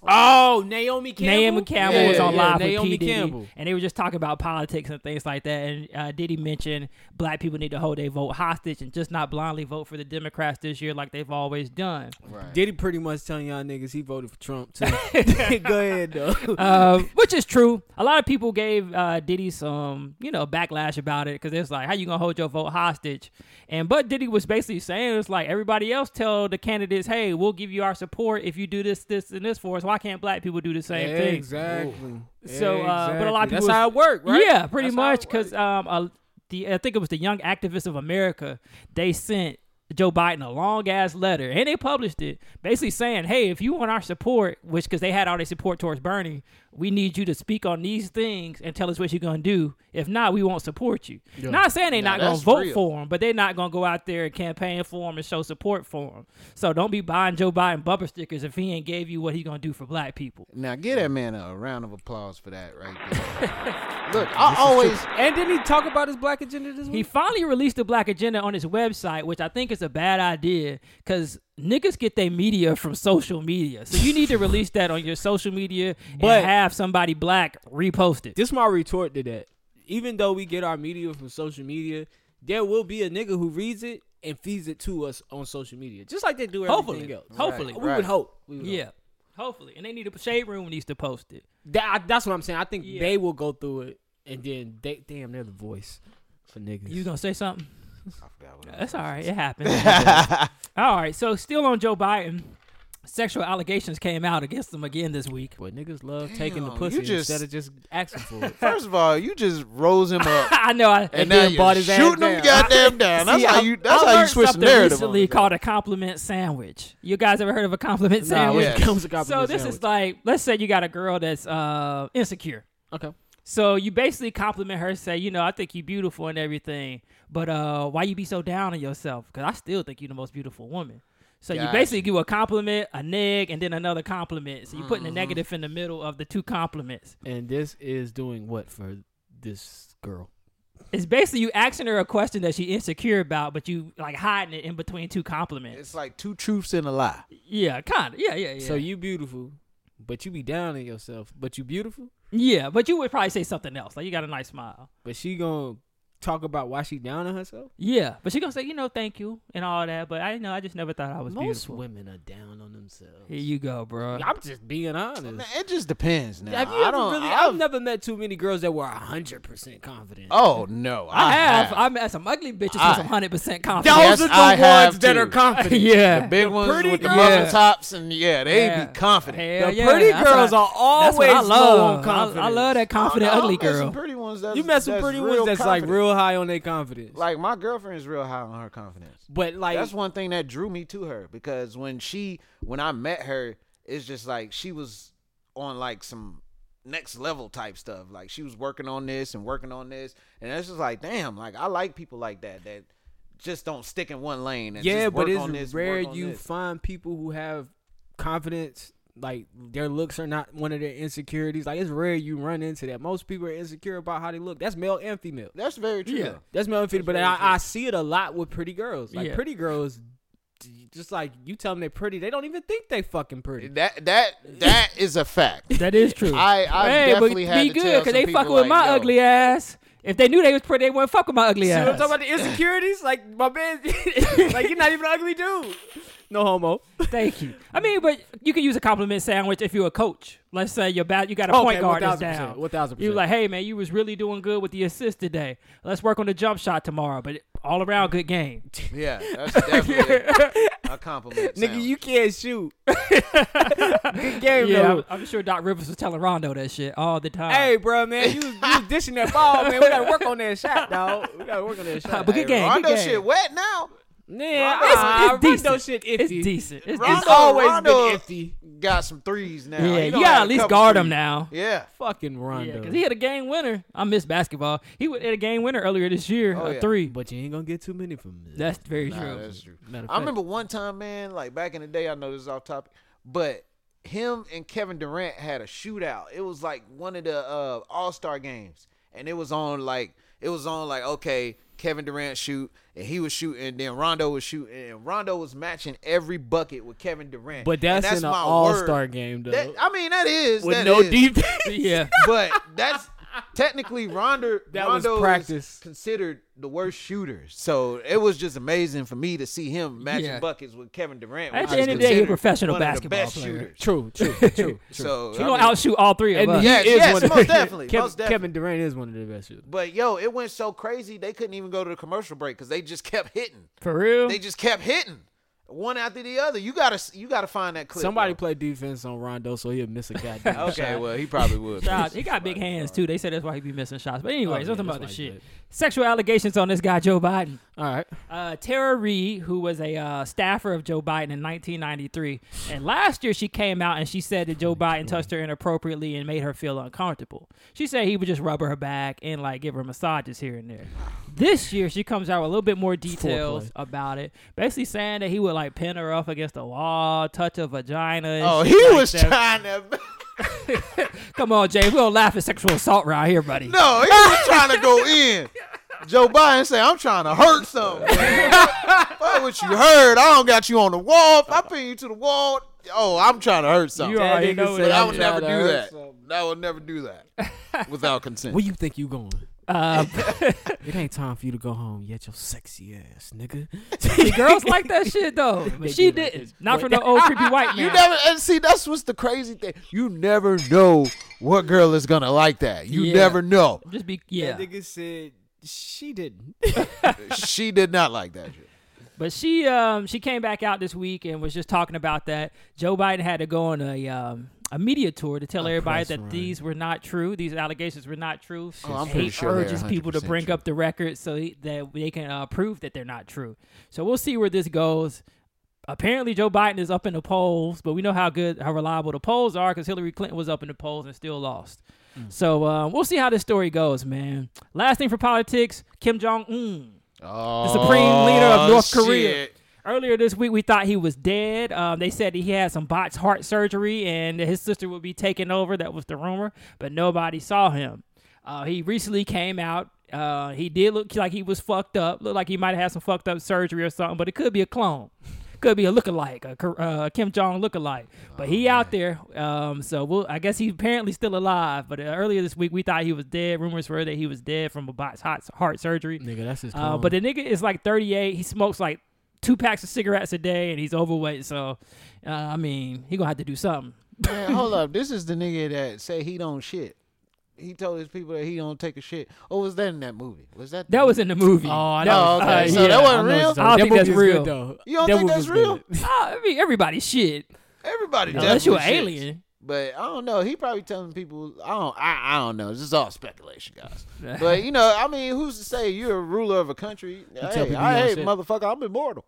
Speaker 4: Oh, Naomi Campbell.
Speaker 5: Naomi Campbell was
Speaker 3: Yeah,
Speaker 5: on
Speaker 3: yeah,
Speaker 5: live
Speaker 4: Naomi
Speaker 5: with P Diddy,
Speaker 4: Campbell.
Speaker 5: and they were just talking about politics and things like that. And uh, Diddy mentioned black people need to hold their vote hostage and just not blindly vote for the Democrats this year like they've always done.
Speaker 4: Diddy pretty much telling y'all niggas he voted for Trump too. Go ahead though.
Speaker 5: um, which is true. A lot of people gave uh, Diddy some, you know, backlash about it because it's like, how you gonna hold your vote hostage? And but Diddy was basically saying it's like everybody else tell the candidates, hey, we'll give you our support if you do this, this, and this for us. Why can't black people do the same thing?
Speaker 4: exactly.
Speaker 5: So, uh, but a lot of
Speaker 4: Exactly.
Speaker 5: people
Speaker 4: That's how it worked, right?
Speaker 5: Yeah, pretty
Speaker 4: That's how
Speaker 5: much
Speaker 4: it worked.
Speaker 5: because um, uh, the I think it was the Young Activists of America. They sent Joe Biden a long ass letter, and they published it, basically saying, "Hey, if you want our support, which because they had all their support towards Bernie, we need you to speak on these things and tell us what you're gonna do. If not, we won't support you." Not saying they're
Speaker 3: Now
Speaker 5: not gonna
Speaker 3: that's
Speaker 5: vote
Speaker 3: real.
Speaker 5: for him, but they're not gonna go out there and campaign for him and show support for him. So don't be buying Joe Biden bumper stickers if he ain't gave you what he gonna do for black people.
Speaker 3: Now, give that man a round of applause for that right there.
Speaker 8: Look, I always
Speaker 4: And didn't he talk about his black agenda this
Speaker 5: He
Speaker 4: week?
Speaker 5: finally released the Black Agenda on his website, which I think is a bad idea because niggas get their media from social media. So you need to release that on your social media
Speaker 4: But-
Speaker 5: and have somebody black repost it.
Speaker 4: this my retort to that. Even though we get our media from social media, there will be a nigga who reads it and feeds it to us on social media, just like they do everything
Speaker 5: Hopefully.
Speaker 4: else.
Speaker 5: Hopefully.
Speaker 4: we would hope. We would
Speaker 5: Yeah. Hopefully. And they need to, Shade Room needs to post it.
Speaker 4: That, I, that's what I'm saying. I think they will go through it, and then they damn, they're the voice for niggas.
Speaker 5: You gonna say something?
Speaker 8: forgot what I
Speaker 5: That's all right. It happened. all right. So still on Joe Biden, sexual allegations came out against him again this week.
Speaker 4: but niggas love taking the
Speaker 8: Damn,
Speaker 4: pussy
Speaker 8: you just-
Speaker 4: instead of just asking for it.
Speaker 8: First of all, you just rose him up.
Speaker 5: I know. I
Speaker 8: And
Speaker 5: I
Speaker 8: now
Speaker 5: did
Speaker 8: you're
Speaker 5: bought his ass
Speaker 8: shooting him
Speaker 5: down.
Speaker 8: goddamn down. That's
Speaker 5: See,
Speaker 8: how
Speaker 5: I-
Speaker 8: you. That's
Speaker 5: I
Speaker 8: how you
Speaker 5: learned
Speaker 8: switch the
Speaker 5: something
Speaker 8: narrative.
Speaker 5: Recently
Speaker 8: on that.
Speaker 5: called a compliment sandwich. You guys ever heard of a compliment
Speaker 4: nah,
Speaker 5: sandwich?
Speaker 4: when it
Speaker 8: Yeah.
Speaker 4: comes to compliment
Speaker 5: So this
Speaker 4: sandwich.
Speaker 5: is like, let's say you got a girl that's uh, insecure.
Speaker 4: okay.
Speaker 5: So you basically compliment her, say, you know, I think you beautiful and everything, but uh, why you be so down on yourself? Because I still think you the most beautiful woman. So you
Speaker 8: Gotcha.
Speaker 5: basically give a compliment, a neg, and then another compliment. So you're putting
Speaker 4: Mm-hmm.
Speaker 5: a negative in the middle of the two compliments.
Speaker 4: And this is doing what for this girl?
Speaker 5: It's basically you asking her a question that she insecure about, but you like hiding it in between two compliments.
Speaker 8: It's like two truths and a lie.
Speaker 5: Yeah, kind of. Yeah, yeah, yeah.
Speaker 4: So you beautiful, but you be down on yourself. But you beautiful,
Speaker 5: Yeah, but you would probably say something else. Like you got a nice smile.
Speaker 4: but she gonna talk about why she down on herself.
Speaker 5: Yeah, but she gonna say, you know, thank you and all that. But I know I just never thought I was
Speaker 4: Most
Speaker 5: beautiful.
Speaker 4: women are down on themselves.
Speaker 5: Here you go, bro.
Speaker 4: I'm just being honest.
Speaker 8: Man, it just depends. Now
Speaker 4: Have you
Speaker 8: I
Speaker 4: ever
Speaker 8: don't.
Speaker 4: really?
Speaker 8: I've,
Speaker 4: I've, never met too many girls that were hundred percent confident.
Speaker 8: Oh no, I,
Speaker 5: I have.
Speaker 8: have.
Speaker 5: I met some ugly bitches
Speaker 8: I-
Speaker 5: with some hundred percent
Speaker 4: Those
Speaker 5: confidence.
Speaker 8: Yes,
Speaker 4: are the
Speaker 8: I have
Speaker 4: ones that
Speaker 8: too.
Speaker 4: are confident.
Speaker 5: yeah,
Speaker 8: the big ones
Speaker 4: pretty
Speaker 8: with the
Speaker 4: girls-
Speaker 8: mother
Speaker 5: Yeah.
Speaker 8: tops and yeah, they
Speaker 5: Yeah.
Speaker 8: be confident.
Speaker 5: Hell
Speaker 4: The
Speaker 5: yeah,
Speaker 4: pretty
Speaker 5: that's what
Speaker 4: girls are
Speaker 5: that's what
Speaker 4: always
Speaker 5: I
Speaker 4: low
Speaker 5: love.
Speaker 4: on
Speaker 5: I- I,
Speaker 4: confidence.
Speaker 5: love that confident
Speaker 8: I don't know,
Speaker 5: ugly
Speaker 8: I met Some
Speaker 5: girl.
Speaker 8: pretty ones that's,
Speaker 4: You met some
Speaker 8: that's
Speaker 4: pretty
Speaker 8: real
Speaker 4: ones that's
Speaker 8: confident.
Speaker 4: like real high on their confidence.
Speaker 8: Like my girlfriend's real high on her confidence.
Speaker 4: but like
Speaker 8: That's one thing that drew me to her because when she when I met her, it's just like she was on like some next level type stuff. Like she was working on this and working on this, and it's just like, damn, like I like people like that that just don't stick in one lane. And
Speaker 4: yeah,
Speaker 8: just
Speaker 4: but
Speaker 8: work
Speaker 4: it's
Speaker 8: on this,
Speaker 4: rare
Speaker 8: work on
Speaker 4: you
Speaker 8: this.
Speaker 4: find people who have confidence. Like their looks are not one of their insecurities. Like it's rare you run into that. Most people are insecure about how they look. That's male and female.
Speaker 8: That's very true. though.
Speaker 4: That's male and female. But I, I see it a lot with pretty girls. Like
Speaker 5: Yeah.
Speaker 4: pretty girls, d- just like you tell them they're pretty, they don't even think they fucking pretty.
Speaker 8: That that that is a fact.
Speaker 5: That is true.
Speaker 8: I I
Speaker 5: hey, but
Speaker 8: definitely
Speaker 5: be
Speaker 8: had to
Speaker 5: good
Speaker 8: tell some
Speaker 5: they
Speaker 8: people,
Speaker 5: fucking with
Speaker 8: like,
Speaker 5: my
Speaker 8: yo,
Speaker 5: ugly ass. If they knew they was pretty, they wouldn't fuck with my ugly
Speaker 4: You know what I'm
Speaker 5: ass.
Speaker 4: talking about? The insecurities? Like, my man, like, you're not even an ugly dude. No homo.
Speaker 5: Thank you. I mean, but you can use a compliment sandwich if you're a coach. Let's say you're bad, you got a
Speaker 4: Okay,
Speaker 5: point guard that's
Speaker 4: 1000%,
Speaker 5: down.
Speaker 4: 1000%.
Speaker 5: You like, hey man, you was really doing good with the assist today. Let's work on the jump shot tomorrow. But all around, good game.
Speaker 8: Yeah, that's definitely a, a compliment.
Speaker 4: Nigga,
Speaker 8: sound.
Speaker 4: you can't shoot. Good game,
Speaker 5: Yeah, I'm,
Speaker 4: though.
Speaker 5: I'm sure Doc Rivers was telling Rondo that shit all the time.
Speaker 4: Hey, bro, man, you, was- you was dishing that ball, man. We gotta work on that shot, dog. We gotta work on that shot.
Speaker 5: but good game.
Speaker 8: Rondo
Speaker 5: good game.
Speaker 8: shit wet now.
Speaker 4: yeah,
Speaker 8: Rondo-
Speaker 4: uh,
Speaker 5: It's, it's
Speaker 4: Rondo
Speaker 5: decent.
Speaker 4: shit
Speaker 5: it's
Speaker 4: iffy.
Speaker 5: decent. It's
Speaker 8: Rondo-
Speaker 4: It's
Speaker 5: decent.
Speaker 4: always
Speaker 8: Rondo-
Speaker 4: been iffy.
Speaker 8: Got some threes now.
Speaker 5: Yeah,
Speaker 8: He
Speaker 5: you
Speaker 8: done
Speaker 5: gotta
Speaker 8: had a
Speaker 5: at least
Speaker 8: couple
Speaker 5: guard
Speaker 8: threes.
Speaker 5: him now.
Speaker 8: Yeah.
Speaker 4: Fucking
Speaker 5: Yeah,
Speaker 4: Rondo.
Speaker 5: because he had a game winner. I miss basketball. He hit a game winner earlier this year,
Speaker 8: Oh,
Speaker 5: a
Speaker 8: yeah.
Speaker 5: three. But
Speaker 4: but you ain't gonna get too many from this.
Speaker 5: that's very
Speaker 8: Nah,
Speaker 5: true.
Speaker 8: that's true.
Speaker 4: Matter of
Speaker 8: I
Speaker 4: fact.
Speaker 8: remember one time, man, like back in the day, I know this is off topic, but him and Kevin Durant had a shootout. It was like one of the uh, All Star games, and it was on like it was on like okay, Kevin Durant shoot, and he was shooting, and then Rondo was shooting, and Rondo was matching every bucket with Kevin Durant.
Speaker 4: But
Speaker 8: And
Speaker 4: that's, in an
Speaker 8: my
Speaker 4: all star
Speaker 8: word.
Speaker 4: game, though.
Speaker 8: That, I mean, that is
Speaker 4: with
Speaker 8: that
Speaker 4: no
Speaker 8: is.
Speaker 4: defense.
Speaker 5: yeah.
Speaker 8: but that's technically Rondo.
Speaker 4: That was
Speaker 8: Rondo is
Speaker 4: practice.
Speaker 8: considered the worst shooter, so it was just amazing for me to see him matching
Speaker 5: Yeah.
Speaker 8: buckets with Kevin Durant.
Speaker 5: At
Speaker 8: which
Speaker 5: the
Speaker 8: is
Speaker 5: end of the day, he a
Speaker 8: considered
Speaker 5: professional
Speaker 8: one of the
Speaker 5: basketball
Speaker 8: best
Speaker 5: player.
Speaker 8: shooters.
Speaker 4: True, true, true. true.
Speaker 8: So
Speaker 5: He
Speaker 8: I
Speaker 5: gonna
Speaker 8: mean,
Speaker 5: outshoot all three of
Speaker 4: And
Speaker 5: us.
Speaker 4: he
Speaker 8: Yes,
Speaker 4: is
Speaker 8: yes,
Speaker 4: one of the
Speaker 8: most definitely,
Speaker 4: Kev-
Speaker 8: most definitely.
Speaker 4: Kevin Durant is one of the best shooters.
Speaker 8: But yo, it went so crazy they couldn't even go to the commercial break because they just kept hitting.
Speaker 5: For real?
Speaker 8: They just kept hitting one after the other. You gotta you gotta find that clip.
Speaker 4: Somebody
Speaker 8: bro.
Speaker 4: play defense on Rondo, so he'll miss a goddamn
Speaker 8: Okay,
Speaker 4: shot.
Speaker 8: well he probably would.
Speaker 5: Shots. He got big hands too. They said that's why he be missing shots. But
Speaker 8: Oh,
Speaker 5: anyways,
Speaker 4: yeah,
Speaker 5: nothing about the
Speaker 4: that's why he
Speaker 5: shit.
Speaker 4: did.
Speaker 5: Sexual allegations on this guy Joe Biden.
Speaker 4: All right.
Speaker 5: Uh, Tara Reid, who was a uh, staffer of Joe Biden in 1993, and last year she came out and she said that Joe Biden touched her inappropriately and made her feel uncomfortable. She said he would just rub her back and like give her massages here and there. This year she comes out with a little bit more details
Speaker 4: Foreplay.
Speaker 5: about it, basically saying that he would like pin her up against the wall, touch her vagina. and
Speaker 8: oh,
Speaker 5: shit
Speaker 8: he
Speaker 5: like
Speaker 8: was
Speaker 5: that.
Speaker 8: trying to.
Speaker 5: Come on, James. We don't laugh at sexual assault around here, buddy.
Speaker 8: No, he was trying to go in. Joe Biden say, I'm trying to hurt something. Fuck what you heard. I don't got you on the wall. If I pin you to the wall, oh, I'm trying to hurt something.
Speaker 5: You already
Speaker 4: nigga
Speaker 5: know
Speaker 4: said
Speaker 5: it.
Speaker 8: But I would
Speaker 4: I'm
Speaker 8: never
Speaker 4: trying to
Speaker 8: do
Speaker 4: hurt
Speaker 8: that. I would never do that without consent.
Speaker 4: Where you think you going?
Speaker 5: Uh,
Speaker 4: It ain't time for you to go home yet, your sexy ass nigga.
Speaker 5: the girls like that shit though, but
Speaker 4: They
Speaker 5: she
Speaker 4: do like
Speaker 5: didn't.
Speaker 4: this.
Speaker 5: Not
Speaker 4: Wait.
Speaker 5: from the old creepy white
Speaker 8: You
Speaker 5: man.
Speaker 8: never and see that's what's the crazy thing. You never know what girl is gonna like that. You
Speaker 5: Yeah.
Speaker 8: never know.
Speaker 5: Just be yeah.
Speaker 4: nigga said she didn't.
Speaker 8: She did not like that shit.
Speaker 5: But she um she came back out this week and was just talking about that Joe Biden had to go on a um a media tour to tell everybody
Speaker 4: press
Speaker 5: that
Speaker 4: run.
Speaker 5: these were not true. These allegations were not true.
Speaker 8: Oh, I'm
Speaker 5: And
Speaker 8: pretty
Speaker 5: he
Speaker 8: sure they're
Speaker 5: urges people to
Speaker 8: 100%
Speaker 5: bring
Speaker 8: true.
Speaker 5: up the record so he, that they can uh, prove that they're not true. So we'll see where this goes. Apparently, Joe Biden is up in the polls, but we know how good, how reliable the polls are because Hillary Clinton was up in the polls and still lost.
Speaker 4: Hmm.
Speaker 5: So uh, we'll see how this story goes, man. Last thing for politics: Kim Jong Un.
Speaker 8: Oh,
Speaker 5: Supreme Leader of North Korea.
Speaker 8: shit.
Speaker 5: Earlier this week, we thought he was dead. Um, they said that he had some botched heart surgery and that his sister would be taking over. That was the rumor, but nobody saw him. Uh, he recently came out. Uh, he did look like he was fucked up. Looked like he might have had some fucked up surgery or something, but it could be a clone. Could be a lookalike, a Kor- uh, Kim Jong lookalike. But he out there. Um, so we'll, I guess he's apparently still alive. But uh, earlier this week, we thought he was dead. Rumors were that he was dead from a botched heart, heart surgery.
Speaker 4: nigga, that's his
Speaker 5: Uh, but the nigga is like 38. He smokes like two packs of cigarettes a day, and he's overweight. So, uh, I mean, he gonna have to do something.
Speaker 3: Man, hold up. This is the nigga that say he don't shit. He told his people that he don't take a shit. Or was that in that movie? Was that
Speaker 5: That was in the movie.
Speaker 4: I
Speaker 5: That
Speaker 8: know.
Speaker 5: was-
Speaker 8: Okay, so that wasn't real?
Speaker 5: I don't think that's real.
Speaker 4: though.
Speaker 8: You don't
Speaker 4: That
Speaker 8: think
Speaker 4: movie was
Speaker 8: that's
Speaker 4: good.
Speaker 8: real?
Speaker 5: uh, I mean, everybody shit.
Speaker 8: Everybody
Speaker 5: Unless you an
Speaker 8: definitely shits.
Speaker 5: alien.
Speaker 8: But I don't know. He probably telling people. I don't. I, I don't know. This is all speculation, guys. but you know, I mean, who's to say you're a ruler of a country?
Speaker 4: tell
Speaker 8: Hey,
Speaker 4: people
Speaker 8: I
Speaker 4: you don't
Speaker 8: hey,
Speaker 4: shit.
Speaker 8: motherfucker, I'm immortal.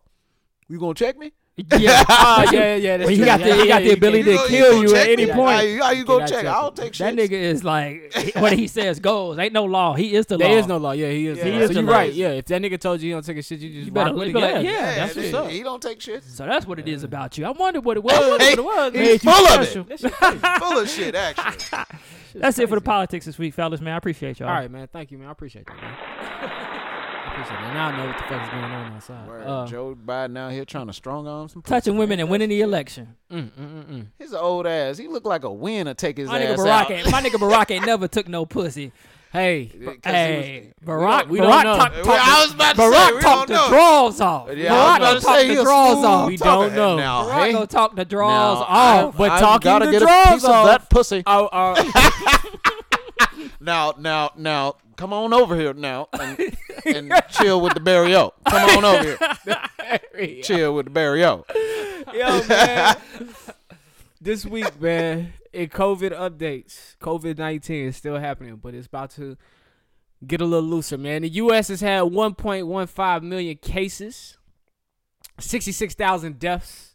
Speaker 8: You gonna check me?
Speaker 5: Yeah.
Speaker 4: Ah, yeah, yeah, yeah. That's
Speaker 5: Well, he
Speaker 4: true.
Speaker 5: got the-
Speaker 4: Yeah,
Speaker 5: he got
Speaker 4: yeah,
Speaker 5: the
Speaker 4: yeah,
Speaker 5: ability
Speaker 4: yeah.
Speaker 5: to
Speaker 8: gonna-
Speaker 5: kill
Speaker 8: gonna
Speaker 5: you at
Speaker 8: check
Speaker 5: any
Speaker 8: me?
Speaker 5: point.
Speaker 8: How you, how you gonna
Speaker 4: cannot
Speaker 8: check?
Speaker 4: check
Speaker 8: I don't
Speaker 4: him.
Speaker 8: take
Speaker 5: that
Speaker 8: shit.
Speaker 5: nigga is like what he says goes. Ain't no law. He is the law.
Speaker 4: There is no law. Yeah, he is.
Speaker 8: Yeah.
Speaker 4: the
Speaker 8: He
Speaker 4: law.
Speaker 8: is
Speaker 4: so
Speaker 5: the
Speaker 4: you're
Speaker 5: law.
Speaker 4: right. Yeah, if that nigga told you he don't take a shit, you just
Speaker 5: You
Speaker 4: rock
Speaker 5: better
Speaker 4: with
Speaker 5: be
Speaker 4: it.
Speaker 5: like,
Speaker 4: yeah.
Speaker 5: yeah, that's
Speaker 8: that
Speaker 5: what's
Speaker 8: nigga,
Speaker 5: up.
Speaker 8: He don't take shit.
Speaker 5: So that's what it is about you. I wonder what it was. what it was
Speaker 8: Hey,
Speaker 5: made
Speaker 8: he's
Speaker 5: you
Speaker 8: full of it.
Speaker 5: special.
Speaker 8: Full of shit, actually.
Speaker 5: That's it for the politics this week, fellas. Man, I appreciate y'all.
Speaker 4: All right, man. Thank you, man. I appreciate that. Man. I appreciate that. Now I know what the fuck is going on outside.
Speaker 3: Word.
Speaker 5: Uh,
Speaker 3: Joe Biden out here trying to strong arm some.
Speaker 5: Touching women and winning the election.
Speaker 4: Mm, mm, mm, mm.
Speaker 3: His old ass. He looked like a win to take his
Speaker 5: My nigga
Speaker 3: ass
Speaker 5: Barack
Speaker 3: out.
Speaker 5: ain't my nigga Barack ain't never took no pussy.
Speaker 4: Hey,
Speaker 5: Hey,
Speaker 4: don't-
Speaker 5: Barack,
Speaker 4: we don't
Speaker 5: Barack
Speaker 4: know.
Speaker 5: talk,
Speaker 4: Well,
Speaker 5: talk
Speaker 8: I was about to
Speaker 5: Barack
Speaker 8: say, we
Speaker 5: talk
Speaker 8: don't
Speaker 5: the
Speaker 8: know.
Speaker 5: draws off.
Speaker 8: Yeah,
Speaker 5: Barack
Speaker 8: I was about
Speaker 5: gonna
Speaker 8: to
Speaker 5: talk
Speaker 8: say, he
Speaker 5: the
Speaker 8: a
Speaker 5: draws
Speaker 8: smooth
Speaker 5: off.
Speaker 4: We don't
Speaker 8: talker.
Speaker 4: know.
Speaker 8: Now,
Speaker 5: Barack
Speaker 8: hey,
Speaker 5: gonna talk the draws
Speaker 8: now,
Speaker 5: off.
Speaker 8: I-
Speaker 4: But
Speaker 8: I
Speaker 4: talking
Speaker 8: gotta
Speaker 4: the
Speaker 8: get
Speaker 4: draws
Speaker 8: a piece
Speaker 4: off-
Speaker 8: of that pussy.
Speaker 4: Oh, uh,
Speaker 8: Now, now, now, come on over here now and, and chill with the barrio. Come on over here. Chill with the barrio.
Speaker 4: yo, man. this week, man, in COVID updates, COVID nineteen is still happening, but it's about to get a little looser, man. The U.S. has had 1.15 million cases, 66,000 deaths.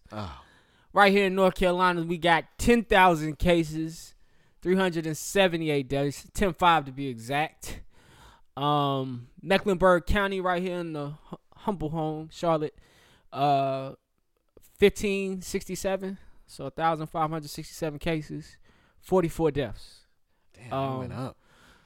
Speaker 4: Right here in North Carolina, we got 10,000 cases, 378 deaths, 10.5 to be exact. Um, Mecklenburg County, right here in the hu- humble home, Charlotte, uh, 1567, so 1,567 cases, 44 deaths.
Speaker 3: Damn, he went
Speaker 4: Um,
Speaker 3: up.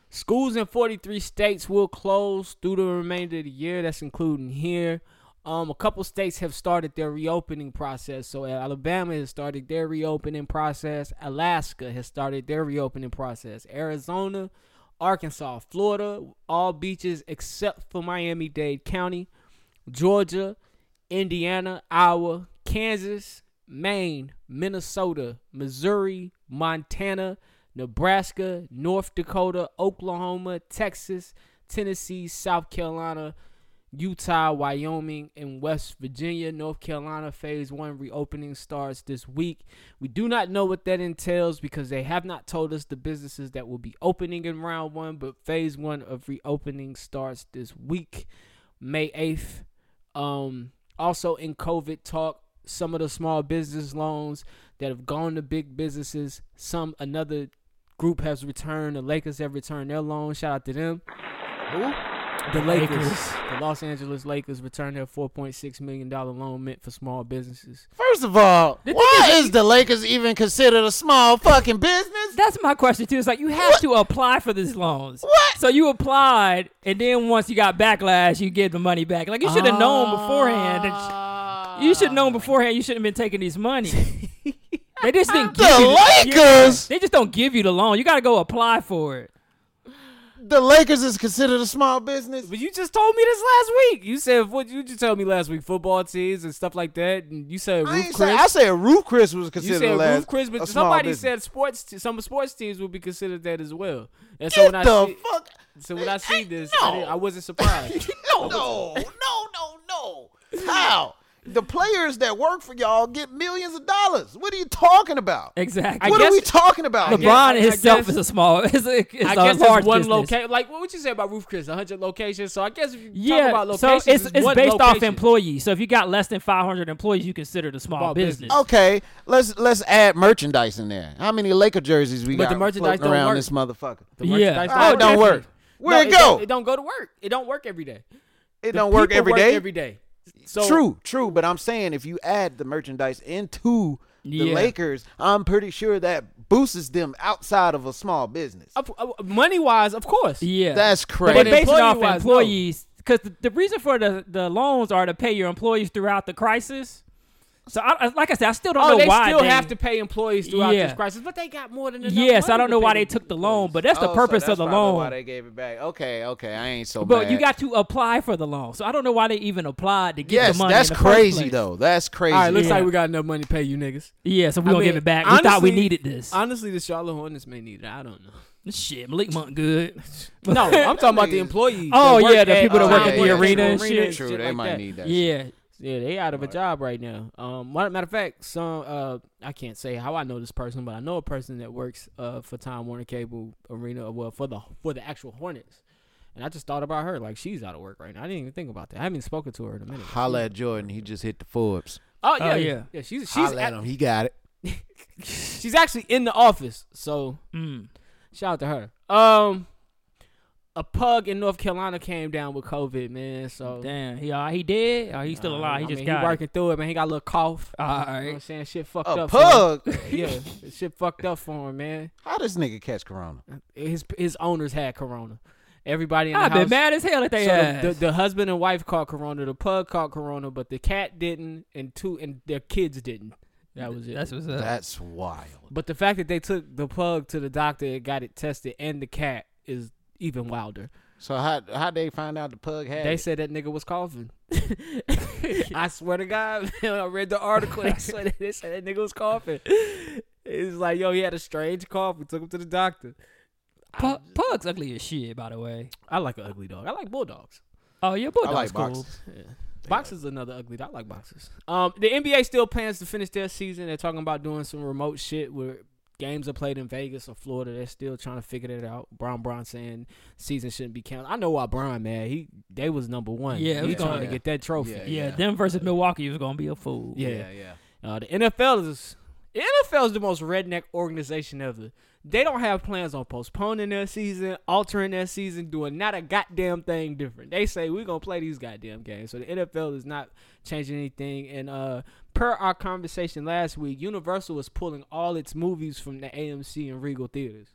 Speaker 4: Schools in 43 states will close through the remainder of the year. That's including here. Um, a couple states have started their reopening process. So Alabama has started their reopening process. Alaska has started their reopening process. Arizona, Arkansas, Florida, all beaches except for Miami Dade County, Georgia, Indiana, Iowa, Kansas, Maine, Minnesota, Missouri, Montana, Nebraska, North Dakota, Oklahoma, Texas, Tennessee, South Carolina, Utah, Wyoming, and West Virginia. North Carolina phase one reopening starts this week. We do not know what that entails because they have not told us the businesses that will be opening in round one, but phase one of reopening starts this week, May 8th. Um, also, in COVID talk, some of the small business loans that have gone to big businesses, some another group has returned. The Lakers have returned their loan. Shout out to them. The Lakers,
Speaker 5: Lakers.
Speaker 4: the Los Angeles Lakers, returned their four point six million dollar loan meant for small businesses.
Speaker 8: First of all, why is the Lakers even considered a small fucking business?
Speaker 5: That's my question too. It's like you have to apply for these loans.
Speaker 8: What?
Speaker 5: So you applied, and then once you got backlash, you get the money back. Like you should have known beforehand. That you should have known beforehand. You shouldn't have been taking these money. they just didn't give you
Speaker 8: The Lakers,
Speaker 5: They just don't give you the loan. You got to go apply for it.
Speaker 8: the Lakers is considered a small business.
Speaker 4: But you just told me this last week. You said what you just told me last week, football teams and stuff like that. And you said
Speaker 8: I,
Speaker 4: roof
Speaker 8: ain't say,
Speaker 4: Chris.
Speaker 8: I said Roof Chris was
Speaker 4: you
Speaker 8: considered
Speaker 4: said
Speaker 8: a la-
Speaker 4: roof Chris,
Speaker 8: a
Speaker 4: but
Speaker 8: small
Speaker 4: somebody
Speaker 8: business.
Speaker 4: said sports. Te- some sports teams would be considered that as well. And so
Speaker 8: Get
Speaker 4: when I
Speaker 8: the
Speaker 4: see,
Speaker 8: fuck.
Speaker 4: so when I see
Speaker 8: Hey,
Speaker 4: this,
Speaker 8: no.
Speaker 4: I, didn't- I wasn't surprised.
Speaker 8: No, no, no, no, no. How? The players that work for y'all get millions of dollars. What are you talking about?
Speaker 5: Exactly.
Speaker 8: What
Speaker 4: guess-
Speaker 8: are we talking about?
Speaker 5: LeBron
Speaker 8: here?
Speaker 4: I- I
Speaker 5: himself
Speaker 4: guess-
Speaker 5: is a small. Is a, is
Speaker 4: I
Speaker 5: a
Speaker 4: guess
Speaker 5: large
Speaker 4: it's one
Speaker 5: business.
Speaker 4: location. Like what would you say about Roof Chris? hundred locations. So I guess if you
Speaker 5: Yeah,
Speaker 4: talk about
Speaker 5: so
Speaker 4: locations,
Speaker 5: it's, it's
Speaker 4: one
Speaker 5: based off
Speaker 4: location.
Speaker 5: employees. So if you got less than 500 employees, you consider the small,
Speaker 4: Small business.
Speaker 5: business.
Speaker 8: Okay, let's let's add merchandise in there. How many Laker jerseys we
Speaker 4: But
Speaker 8: got
Speaker 4: the merchandise
Speaker 8: floating
Speaker 4: don't
Speaker 8: around
Speaker 4: work.
Speaker 8: this motherfucker?
Speaker 4: The
Speaker 5: Yeah.
Speaker 4: merchandise
Speaker 5: Oh,
Speaker 8: Oh, it don't
Speaker 5: definitely.
Speaker 8: work.
Speaker 4: No,
Speaker 8: Where it
Speaker 4: don't-
Speaker 8: go?
Speaker 4: It don't go to work. It don't work every day. The
Speaker 8: It don't work
Speaker 4: people
Speaker 8: every day.
Speaker 4: Every day. So
Speaker 8: true, true. But I'm saying if you add the merchandise into the
Speaker 5: Yeah.
Speaker 8: Lakers, I'm pretty sure that boosts them outside of a small business.
Speaker 4: uh, money wise, of course.
Speaker 5: Oh, Yeah,
Speaker 8: That's
Speaker 5: But they
Speaker 8: crazy.
Speaker 5: based it off
Speaker 4: employee-wise,
Speaker 5: employees because the, the reason for the, the loans are to pay your employees throughout the crisis. So, I, like I said, I still don't
Speaker 4: Oh,
Speaker 5: know
Speaker 4: they
Speaker 5: why
Speaker 4: still
Speaker 5: they,
Speaker 4: have to pay employees throughout
Speaker 5: Yeah.
Speaker 4: this crisis, but they got more than enough.
Speaker 5: Yes, I
Speaker 4: money
Speaker 5: don't
Speaker 4: to
Speaker 5: know
Speaker 4: pay
Speaker 5: why
Speaker 4: them
Speaker 5: they took the
Speaker 4: employees.
Speaker 5: loan, but that's the
Speaker 8: Oh, so
Speaker 5: purpose of
Speaker 8: that's
Speaker 5: the
Speaker 8: probably
Speaker 5: loan.
Speaker 8: Why they gave it back? Okay, okay. I ain't so.
Speaker 5: But you
Speaker 8: mad.
Speaker 5: got to apply for the loan. So I don't know why they even applied to get the
Speaker 8: Yes,
Speaker 5: money.
Speaker 8: that's
Speaker 5: in the first
Speaker 8: crazy
Speaker 5: place.
Speaker 8: though. That's crazy.
Speaker 4: All right, looks
Speaker 5: Yeah.
Speaker 4: like we got enough money to pay you niggas.
Speaker 5: Yeah, so we
Speaker 4: I
Speaker 5: don't
Speaker 4: mean,
Speaker 5: give it back. we thought we
Speaker 4: honestly-
Speaker 5: needed this.
Speaker 4: Honestly, the Charlotte Hornets may need it. I don't know.
Speaker 5: Shit, Malik Monk good.
Speaker 4: No, I'm talking about the
Speaker 8: Niggas.
Speaker 4: employees.
Speaker 5: Oh,
Speaker 4: that work
Speaker 5: yeah, the
Speaker 4: at uh,
Speaker 5: people that
Speaker 4: Time
Speaker 5: work at the
Speaker 4: Warner
Speaker 5: arena
Speaker 4: Center
Speaker 5: and shit.
Speaker 4: True,
Speaker 8: True, they
Speaker 4: like
Speaker 8: might
Speaker 4: that.
Speaker 8: need that. shit.
Speaker 5: yeah,
Speaker 4: Yeah, they out of a job right now. Um, ma- matter of fact, some uh, I can't say how I know this person, but I know a person that works uh for Time Warner Cable Arena, well for the for the actual Hornets. And I just thought about her, like she's out of work right now. I didn't even think about that. I haven't spoken to her in a minute.
Speaker 3: Holla at Jordan. He just hit the Forbes.
Speaker 4: Oh yeah,
Speaker 5: Oh,
Speaker 4: yeah,
Speaker 5: yeah.
Speaker 4: yeah. She's she's
Speaker 3: Holla at
Speaker 4: at,
Speaker 3: him. He got it.
Speaker 4: she's actually in the office. So
Speaker 5: Mm.
Speaker 4: shout out to her. Um, a pug in North Carolina came down with COVID, man. So
Speaker 5: damn. He all right, he dead. Oh, he's still alive. He
Speaker 4: I
Speaker 5: just
Speaker 4: mean,
Speaker 5: got
Speaker 4: he
Speaker 5: it.
Speaker 4: working through it, man. He got a little cough.
Speaker 5: All
Speaker 4: You know what I'm
Speaker 5: right.
Speaker 4: saying shit fucked
Speaker 8: A
Speaker 4: up. for him.
Speaker 8: pug.
Speaker 4: yeah, shit fucked up for him, man.
Speaker 8: How does nigga catch corona?
Speaker 4: His his owners had corona. Everybody in the
Speaker 5: I've
Speaker 4: house.
Speaker 5: been mad as hell at they
Speaker 4: so
Speaker 5: ass.
Speaker 4: the, the, the husband and wife caught corona. The pug caught corona, but the cat didn't, and two and their kids didn't. That was it.
Speaker 5: That's what's up.
Speaker 3: That's wild.
Speaker 4: but the fact that they took the pug to the doctor and got it tested, and the cat is even wilder.
Speaker 3: So how how they find out the pug had?
Speaker 4: They
Speaker 3: it?
Speaker 4: said that nigga was coughing. I swear to God, man, I read the article. They said that, they said that nigga was coughing. It's like, yo, he had a strange cough. We took him to the doctor.
Speaker 5: Pu- Pug's ugly as shit, by the way.
Speaker 4: I like an ugly dog. I like bulldogs.
Speaker 5: Oh, your
Speaker 8: I
Speaker 5: bulldog's
Speaker 8: like
Speaker 5: cool.
Speaker 8: boxes.
Speaker 4: Boxers another ugly. dog. I like boxers. Um, the NBA still plans to finish their season. They're talking about doing some remote shit where games are played in Vegas or Florida. They're still trying to figure that out. Bron Bron saying season shouldn't be counted. I know why Bron man. He they was number one.
Speaker 5: Yeah,
Speaker 4: he
Speaker 5: we
Speaker 4: trying
Speaker 5: gonna-
Speaker 4: to get that trophy.
Speaker 3: Yeah,
Speaker 5: Yeah, them versus Milwaukee was gonna be a fool.
Speaker 4: Yeah.
Speaker 3: Yeah, yeah.
Speaker 4: Uh, the NFL is the NFL is the most redneck organization ever. They don't have plans on postponing their season, altering their season, doing not a goddamn thing different. They say we're gonna play these goddamn games. So the NFL is not changing anything. And uh, per our conversation last week, Universal is pulling all its movies from the AMC and Regal theaters.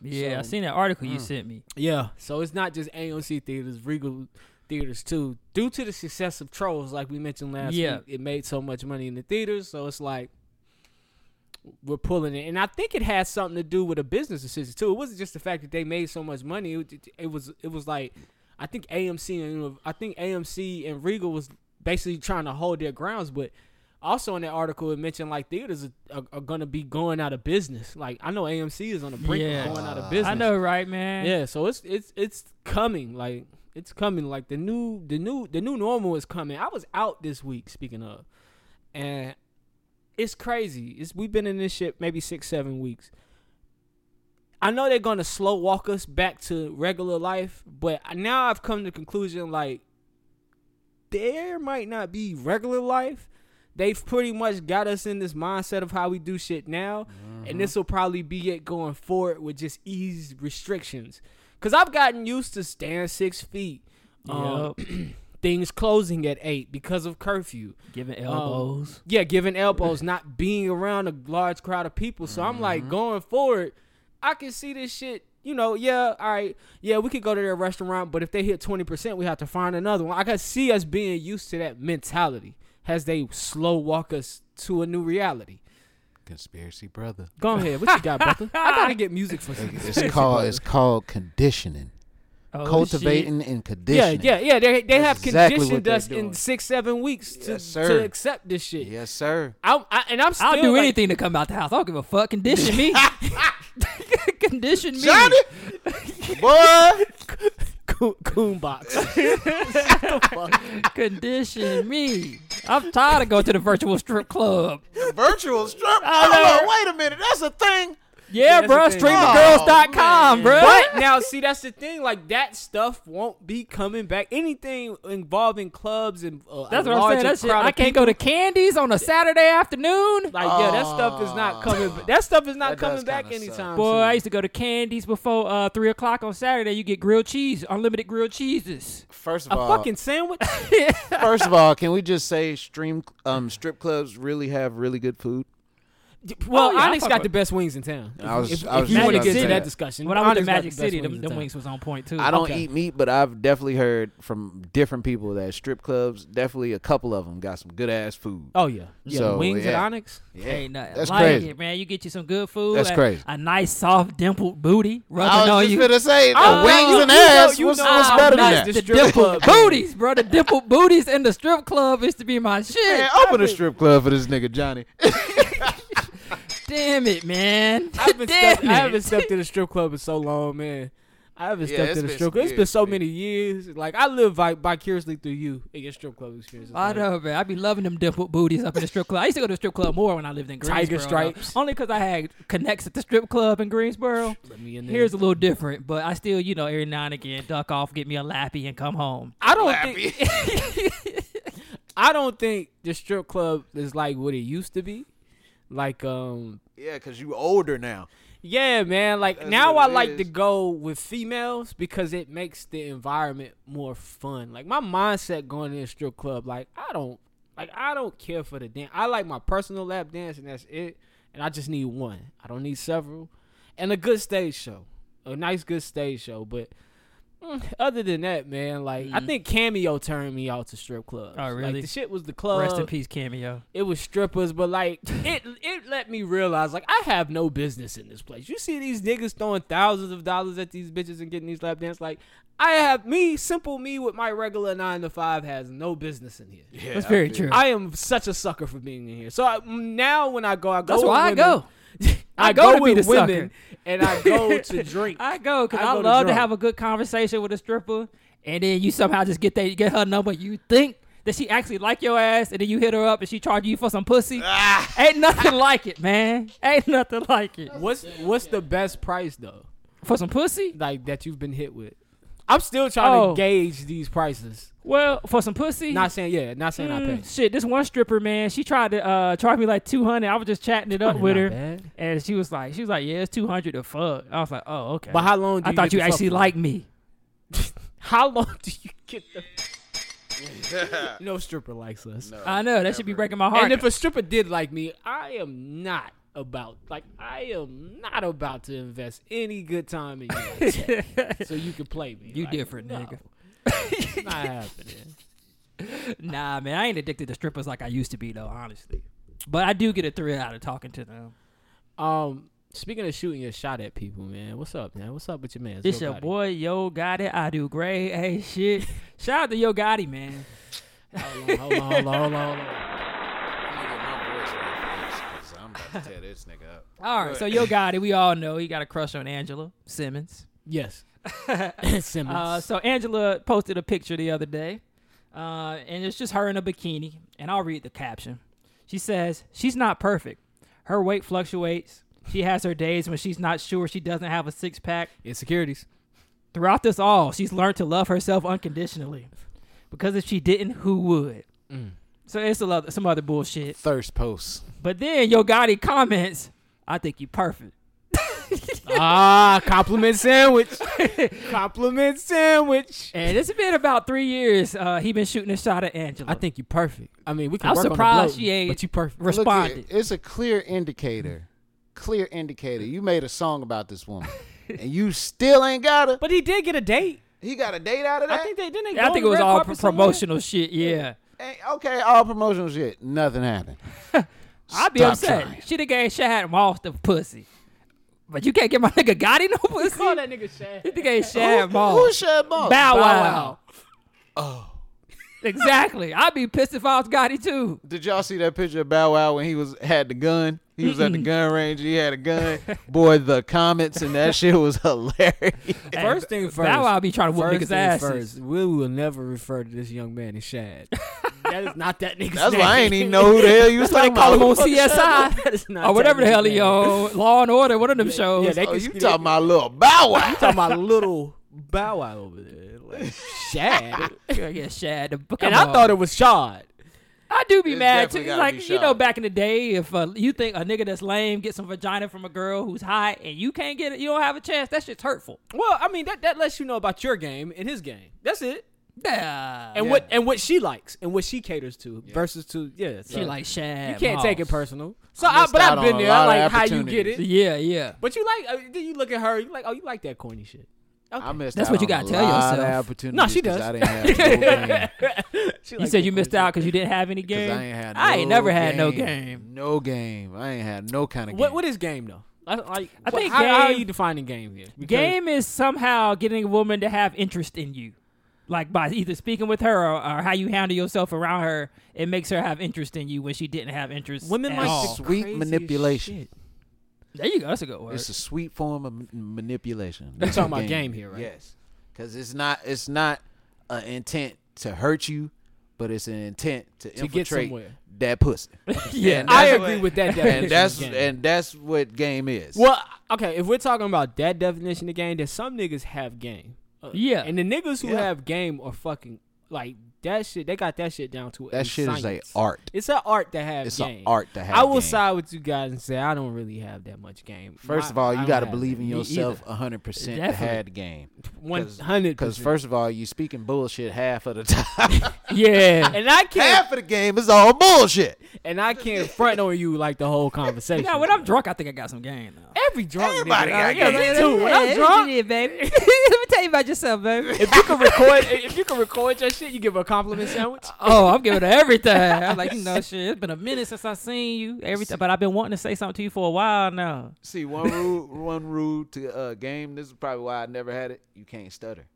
Speaker 5: yeah. I
Speaker 4: So-
Speaker 5: seen that article you sent me.
Speaker 4: Yeah. So it's not just AMC theaters, Regal theaters too. Due to the success of Trolls, like we mentioned last
Speaker 5: Yeah.
Speaker 4: week, it made so much money in the theaters. So it's like we're pulling it, and I think it has something to do with a business decision too. It wasn't just the fact that they made so much money. It, it, it was it was like I think AMC and you know, I think AMC and Regal was basically trying to hold their grounds, but. Also in that article, it mentioned like theaters are, are, are going to be going out of business. Like I know AMC is on the brink
Speaker 5: Yeah.
Speaker 4: of going out of business.
Speaker 5: I know, right, man?
Speaker 4: Yeah, so it's it's it's coming. Like it's coming. Like the new the new the new normal is coming. I was out this week. Speaking of, and it's crazy. It's we've been in this shit maybe six seven weeks. I know they're gonna slow walk us back to regular life, but I- now I've come to the conclusion like there might not be regular life. They've pretty much got us in this mindset of how we do shit now, and this will probably be it going forward with just ease restrictions. Cause I've gotten used to staying six feet, Um, things closing at eight because of curfew.
Speaker 5: Giving
Speaker 4: Um,
Speaker 5: elbows.
Speaker 4: yeah, giving elbows, not being around a large crowd of people. So I'm like, going forward, I can see this shit. You know, yeah, all right, yeah, we could go to their restaurant, but if they hit twenty percent, we have to find another one. I can see us being used to that mentality as they slow walk us to a new reality.
Speaker 3: Conspiracy brother.
Speaker 4: Go ahead, what you got, brother? I gotta get music for you.
Speaker 3: It's called it's called conditioning,
Speaker 5: Oh,
Speaker 3: cultivating and
Speaker 4: Yeah,
Speaker 3: conditioning.
Speaker 4: yeah, yeah. They, they have
Speaker 3: That's exactly what
Speaker 4: conditioned
Speaker 3: they're
Speaker 4: us in
Speaker 3: doing.
Speaker 4: six, seven weeks to,
Speaker 8: Yes,
Speaker 4: to
Speaker 8: sir.
Speaker 4: accept this shit.
Speaker 8: Yes, sir.
Speaker 4: I'm, I, and I'm
Speaker 5: shit.
Speaker 4: still
Speaker 5: I'll do
Speaker 4: like-
Speaker 5: anything to come out the house. I don't give a fuck. Condition me. Condition me.
Speaker 8: Johnny, boy,
Speaker 4: Coon, coon box.
Speaker 5: Condition me. I'm tired of going to the virtual strip club.
Speaker 8: virtual strip. Oh, wait a minute, that's a thing.
Speaker 5: Yeah,
Speaker 4: that's
Speaker 5: bro.
Speaker 4: the thing.
Speaker 3: Oh,
Speaker 5: Streamthegirls.com, bro.
Speaker 4: But now, see, that's the thing. Like that stuff won't be coming back. Anything involving clubs and uh,
Speaker 5: That's
Speaker 4: a
Speaker 5: what I'm saying.
Speaker 4: larger
Speaker 5: That shit,
Speaker 4: crowd
Speaker 5: I
Speaker 4: of
Speaker 5: can't go to Candies on a Saturday afternoon.
Speaker 4: Like yeah, that stuff is not coming. ba- That stuff is not
Speaker 8: That
Speaker 4: coming
Speaker 8: does
Speaker 4: back
Speaker 8: kinda suck.
Speaker 4: anytime.
Speaker 5: Boy,
Speaker 4: soon.
Speaker 5: I used to go to Candies before uh, three o'clock on Saturday. You get grilled cheese, unlimited grilled cheeses.
Speaker 8: First
Speaker 4: a
Speaker 8: of all,
Speaker 4: fucking sandwich.
Speaker 3: First of all, can we just say stream um strip clubs really have really good food?
Speaker 4: well,
Speaker 5: Oh, yeah, I
Speaker 4: Onyx
Speaker 5: fuck
Speaker 4: got
Speaker 5: with-
Speaker 4: the best wings in town.
Speaker 3: I was-
Speaker 4: if, if-
Speaker 3: I was
Speaker 4: if you
Speaker 3: just
Speaker 4: want to
Speaker 5: about
Speaker 4: get
Speaker 5: to say
Speaker 4: into that
Speaker 5: that.
Speaker 4: discussion,
Speaker 5: When I went to
Speaker 4: Onyx got
Speaker 5: Magic
Speaker 4: the best
Speaker 5: City,
Speaker 4: wings
Speaker 5: them,
Speaker 4: in
Speaker 5: them
Speaker 4: town.
Speaker 5: wings was on point too.
Speaker 3: I don't
Speaker 4: Okay.
Speaker 3: eat meat, but I've definitely heard from different people that strip clubs, definitely a couple of them got some good ass food.
Speaker 4: Oh yeah, yeah. the
Speaker 3: So,
Speaker 4: wings at
Speaker 3: yeah.
Speaker 4: Onyx.
Speaker 3: Yeah.
Speaker 5: Ain't nothing
Speaker 3: That's
Speaker 5: like
Speaker 3: crazy.
Speaker 5: it, man. You get you some good food.
Speaker 3: That's
Speaker 5: a,
Speaker 3: crazy.
Speaker 5: A nice, soft, dimpled booty
Speaker 3: I
Speaker 5: rubbing
Speaker 3: was
Speaker 5: on
Speaker 3: just
Speaker 5: you.
Speaker 3: gonna say, the
Speaker 4: Oh,
Speaker 3: wings
Speaker 4: you-
Speaker 3: and
Speaker 4: you
Speaker 3: ass.
Speaker 4: know- you
Speaker 3: what's,
Speaker 4: know
Speaker 3: what's
Speaker 4: how
Speaker 3: better
Speaker 4: nice
Speaker 3: than
Speaker 4: Ah, the
Speaker 3: that?
Speaker 5: the
Speaker 4: strip
Speaker 5: dimpled
Speaker 4: club.
Speaker 5: booties, bro. The dimpled booties in the strip club is to be my shit.
Speaker 4: oh.
Speaker 8: man,
Speaker 3: Open a strip club for this nigga Johnny.
Speaker 5: Damn it, man.
Speaker 4: I haven't,
Speaker 5: Damn
Speaker 4: stepped, I haven't
Speaker 5: it.
Speaker 4: stepped in a strip club in so long, man. I haven't
Speaker 8: Yeah,
Speaker 4: stepped
Speaker 8: it's
Speaker 4: in a
Speaker 8: been
Speaker 4: strip
Speaker 8: some
Speaker 4: club. It's been
Speaker 8: years,
Speaker 4: so
Speaker 8: man.
Speaker 4: many years. Like I live vic- vicariously through you and your strip club experiences.
Speaker 5: I
Speaker 4: man.
Speaker 5: know, man. I be loving them dimpled booties up in the strip club. I used to go to the strip club more when I lived in Greensboro.
Speaker 4: Tiger
Speaker 5: though.
Speaker 4: stripes.
Speaker 5: Only because I had connects at the strip club in Greensboro.
Speaker 4: Let me in there.
Speaker 5: Here's a little different, but I still, you know, every now and again, duck off, get me a lappy, and come home.
Speaker 4: I don't think I don't think the strip club is like what it used to be. Like um
Speaker 8: yeah, because you older now.
Speaker 4: yeah, man. Like
Speaker 8: That's
Speaker 4: now I
Speaker 8: what it
Speaker 4: like to
Speaker 8: is.
Speaker 4: go with females because it makes the environment more fun. Like my mindset going to a strip club, like I don't like I don't care for the dance. I like my personal lap dance and that's it. And I just need one. I don't need several. And a good stage show. A nice good stage show. But mm, other than that, man, like I think cameo turned me out to strip clubs.
Speaker 5: Mm-hmm. Oh, really?
Speaker 4: Like the shit was the club
Speaker 5: Rest in peace, cameo.
Speaker 4: it was strippers, but like it it let me realize like I have no business in this place. You see these niggas throwing thousands of dollars at these bitches and getting these lap dance like I have me simple me with my regular nine to five has no business in here.
Speaker 5: That's very true.
Speaker 4: I am such a sucker for being in here. So I, now when I go, I go.
Speaker 5: That's
Speaker 4: with
Speaker 5: why I
Speaker 4: women.
Speaker 5: go.
Speaker 4: I,
Speaker 5: I
Speaker 4: go,
Speaker 5: go to be
Speaker 4: with
Speaker 5: the sucker.
Speaker 4: women and I go to drink.
Speaker 5: I go because
Speaker 4: I
Speaker 5: I,
Speaker 4: go to
Speaker 5: love to
Speaker 4: drunk.
Speaker 5: have a good conversation with a stripper, and then you somehow just get that, get her number. You think that she actually like your ass, and then you hit her up and she charge you for some pussy.
Speaker 4: Ah.
Speaker 5: Ain't nothing like it, man. Ain't nothing like it
Speaker 4: What's what's the best price though?
Speaker 5: for some pussy.
Speaker 4: Like that you've been hit with. I'm still trying
Speaker 5: Oh.
Speaker 4: to gauge these prices.
Speaker 5: Well, for some pussy.
Speaker 4: Not saying yeah, not saying I pay.
Speaker 5: Mm, shit, this one stripper man, she tried to uh, charge me like two hundred. I was just chatting it up
Speaker 4: Probably
Speaker 5: with
Speaker 4: not
Speaker 5: her,
Speaker 4: bad.
Speaker 5: and she was like, she was like, yeah, it's two hundred to fuck. I was like, oh okay.
Speaker 4: But how long? Do
Speaker 5: I
Speaker 4: you
Speaker 5: thought
Speaker 4: get
Speaker 5: you
Speaker 4: to fuck
Speaker 5: actually
Speaker 4: for?
Speaker 5: liked me.
Speaker 4: How long do you get the? no stripper likes us.
Speaker 5: I know that should be breaking my heart.
Speaker 4: And if a stripper did like me, I am not about like I am not about to invest any good time in you, like that. so you can play me.
Speaker 5: You
Speaker 4: Like,
Speaker 5: different,
Speaker 4: no,
Speaker 5: nigga.
Speaker 4: Not happening.
Speaker 5: Nah, man, I ain't addicted to strippers like I used to be though, honestly. But I do get a thrill out of talking to them.
Speaker 4: Um, speaking of shooting your shot at people, man, what's up, man? What's up with your man?
Speaker 5: It's
Speaker 4: Zil
Speaker 5: your
Speaker 4: Gotti?
Speaker 5: boy Yo Gotti. I do great. Hey, shit. Shout out to Yo Gotti, man.
Speaker 4: Hold on, hold on, hold on, hold on, hold on.
Speaker 3: I'm about to tear this nigga up.
Speaker 5: All right, so Yo Gotti, we all know he got a crush on Angela Simmons.
Speaker 4: Yes, Simmons.
Speaker 5: Uh, so Angela posted a picture the other day, uh, and it's just her in a bikini. And I'll read the caption. She says, "She's not perfect. Her weight fluctuates. She has her days when she's not sure she doesn't have a six pack.
Speaker 4: Insecurities.
Speaker 5: Throughout this all, she's learned to love herself unconditionally. Because if she didn't, who would?
Speaker 3: Mm.
Speaker 5: So it's a lot, some other bullshit.
Speaker 3: Thirst posts.
Speaker 5: But then Yo Gotti comments, I think you perfect.
Speaker 4: ah, compliment sandwich. compliment sandwich.
Speaker 5: And it's been about three years. Uh, he been shooting a shot at Angela.
Speaker 4: I think you perfect. I mean, we can
Speaker 5: I'm
Speaker 4: work on the
Speaker 5: surprised
Speaker 4: bloat,
Speaker 5: she ain't-
Speaker 4: but you perfect.
Speaker 5: Res-
Speaker 4: Res-
Speaker 3: Look, it-
Speaker 5: responded.
Speaker 3: it's a clear indicator. Clear indicator. You made a song about this woman, and you still ain't got her.
Speaker 4: but he did get a date.
Speaker 8: He got a date out of
Speaker 4: I
Speaker 8: that.
Speaker 4: think they didn't. They
Speaker 5: I
Speaker 4: go
Speaker 5: think
Speaker 4: on
Speaker 5: it was
Speaker 4: the red
Speaker 5: all
Speaker 4: carpet
Speaker 5: pr-
Speaker 4: somewhere?
Speaker 5: promotional shit. Yeah,
Speaker 3: Hey, okay, all promotional shit. Nothing happened.
Speaker 5: I'd be
Speaker 3: Stop
Speaker 5: upset.
Speaker 3: trying.
Speaker 5: She done gave Shad Moss the pussy, but you can't get my nigga Gotti no pussy.
Speaker 4: Call that nigga Shad.
Speaker 5: You gave Shad Moss.
Speaker 3: Who's Shad Moss?
Speaker 5: Bow
Speaker 4: Bow
Speaker 5: Wow. Oh. exactly. I'd be pissed if I was Gotti too.
Speaker 3: Did y'all see that picture of Bow Wow when he was had the gun? He was at the gun range. He had a gun. Boy, the comments and that shit was hilarious.
Speaker 4: First thing first.
Speaker 5: Bow Wow be trying to whoop
Speaker 4: First
Speaker 5: niggas'
Speaker 4: thing
Speaker 5: asses.
Speaker 4: first, we will never refer to this young man as Shad. that is not that nigga's
Speaker 8: That's
Speaker 4: name.
Speaker 8: why I ain't even know who the hell you was talking
Speaker 5: They
Speaker 4: Oh,
Speaker 5: call him on
Speaker 8: about.
Speaker 4: That is
Speaker 5: CSI
Speaker 4: not
Speaker 5: or whatever the
Speaker 4: that
Speaker 5: hell he
Speaker 4: nigga's
Speaker 5: on. Law and Order, one of them shows.
Speaker 4: Yeah, they
Speaker 8: Oh,
Speaker 4: can
Speaker 8: you
Speaker 4: skip-
Speaker 8: talking about little Bow Wow?
Speaker 4: talking about little Bow Wow over there, like Shad.
Speaker 5: Yeah, yeah, Shad. the- Come
Speaker 4: and I
Speaker 5: on.
Speaker 4: thought it was Shad.
Speaker 5: I do be
Speaker 8: It's
Speaker 5: mad
Speaker 8: definitely
Speaker 5: too.
Speaker 8: gotta be
Speaker 5: Like you know,
Speaker 8: shot.
Speaker 5: back in the day, if uh, you think a nigga that's lame gets some vagina from a girl who's hot and you can't get it, you don't have a chance. That shit's hurtful.
Speaker 4: Well, I mean that that lets you know about your game and his game. That's it.
Speaker 5: Yeah.
Speaker 4: And what and what she likes and what she caters to versus to yeah.
Speaker 5: she
Speaker 4: so
Speaker 5: like Shad.
Speaker 4: you can't
Speaker 5: Moss.
Speaker 4: take it personal. So
Speaker 3: I
Speaker 4: I,
Speaker 3: missed
Speaker 4: but
Speaker 3: out
Speaker 4: I've been
Speaker 3: on a
Speaker 4: there. I
Speaker 3: lot of
Speaker 4: like how you get
Speaker 3: opportunities.
Speaker 4: it.
Speaker 5: Yeah, yeah.
Speaker 4: But you like uh, then you look at her. You like oh you like that corny shit. Okay.
Speaker 3: I missed.
Speaker 5: That's
Speaker 3: out
Speaker 5: what you
Speaker 3: on
Speaker 5: gotta
Speaker 3: a
Speaker 5: tell
Speaker 3: lot of
Speaker 5: yourself.
Speaker 3: opportunities
Speaker 4: No, she
Speaker 3: 'cause
Speaker 4: does.
Speaker 3: I didn't have no game.
Speaker 4: She
Speaker 5: You
Speaker 4: like
Speaker 5: said
Speaker 4: that
Speaker 5: you missed
Speaker 4: corny
Speaker 5: out because you didn't have any
Speaker 3: 'Cause
Speaker 5: game.
Speaker 3: I ain't had.
Speaker 5: I ain't
Speaker 3: no
Speaker 5: never had no game.
Speaker 3: No game. I ain't had no kind of
Speaker 4: shit.
Speaker 3: game.
Speaker 4: What what is game though? I, like,
Speaker 5: I
Speaker 4: what-
Speaker 5: think
Speaker 4: how, how are
Speaker 5: game-
Speaker 4: you defining game here? Because-
Speaker 5: Game is somehow getting a woman to have interest in you. Like by either speaking with her or, or how you handle yourself around her, it makes her have interest in you when she didn't have interest.
Speaker 4: Women
Speaker 5: at
Speaker 4: like
Speaker 5: all.
Speaker 4: the
Speaker 3: Sweet
Speaker 4: craziest
Speaker 3: manipulation.
Speaker 4: shit.
Speaker 5: There you go. That's a good word.
Speaker 3: It's a sweet form of m- manipulation.
Speaker 4: We're
Speaker 3: That's
Speaker 4: talking
Speaker 3: the
Speaker 4: about game here, right?
Speaker 3: Yes, because it's not it's not an intent to hurt you, but it's an intent to,
Speaker 4: get
Speaker 3: infiltrate
Speaker 4: somewhere.
Speaker 3: that pussy.
Speaker 5: yeah.
Speaker 3: And
Speaker 4: I
Speaker 3: that's-
Speaker 4: agree with that definition.
Speaker 3: and
Speaker 4: of
Speaker 3: that's
Speaker 4: game.
Speaker 3: and that's what game is.
Speaker 4: Well, okay, if we're talking about that definition of game, then some niggas have game. Uh,
Speaker 5: Yeah.
Speaker 4: And the niggas who
Speaker 3: Yeah.
Speaker 4: have game are fucking like that shit. They got that shit down to
Speaker 3: that
Speaker 4: a
Speaker 3: shit is
Speaker 4: science.
Speaker 3: a art.
Speaker 4: It's an art to have
Speaker 3: It's a
Speaker 4: game.
Speaker 3: art to have
Speaker 4: I will
Speaker 3: game.
Speaker 4: side with you guys and say I don't really have that much game.
Speaker 3: First
Speaker 4: My-
Speaker 3: of all,
Speaker 4: I
Speaker 3: you
Speaker 4: don't
Speaker 3: got to
Speaker 4: have
Speaker 3: believe
Speaker 4: that.
Speaker 3: in
Speaker 4: Me
Speaker 3: yourself uh,
Speaker 4: either.
Speaker 3: hundred percent to
Speaker 5: Definitely.
Speaker 3: have game.
Speaker 4: One hundred
Speaker 3: Because
Speaker 4: percent.
Speaker 3: first of all, you speaking bullshit half of the time.
Speaker 5: yeah.
Speaker 4: and I can't
Speaker 8: Half of the game is all bullshit.
Speaker 4: and I can't front on you like the whole conversation.
Speaker 5: Now, when I'm drunk, I think I got some game. Though.
Speaker 4: every drunk nigga,
Speaker 8: Everybody got
Speaker 4: yeah,
Speaker 8: game.
Speaker 4: me too. When I'm drunk,
Speaker 5: baby. Let me tell you about yourself, baby.
Speaker 4: if you can record, if you can record your shit, you give a compliment sandwich.
Speaker 5: oh, I'm giving her everything. I'm like, you know, shit. It's been a minute since I seen you. Everything, but I've been wanting to say something to you for a while now.
Speaker 3: See, one rule, one rule to uh, game. This is probably why I never had it. You can't stutter.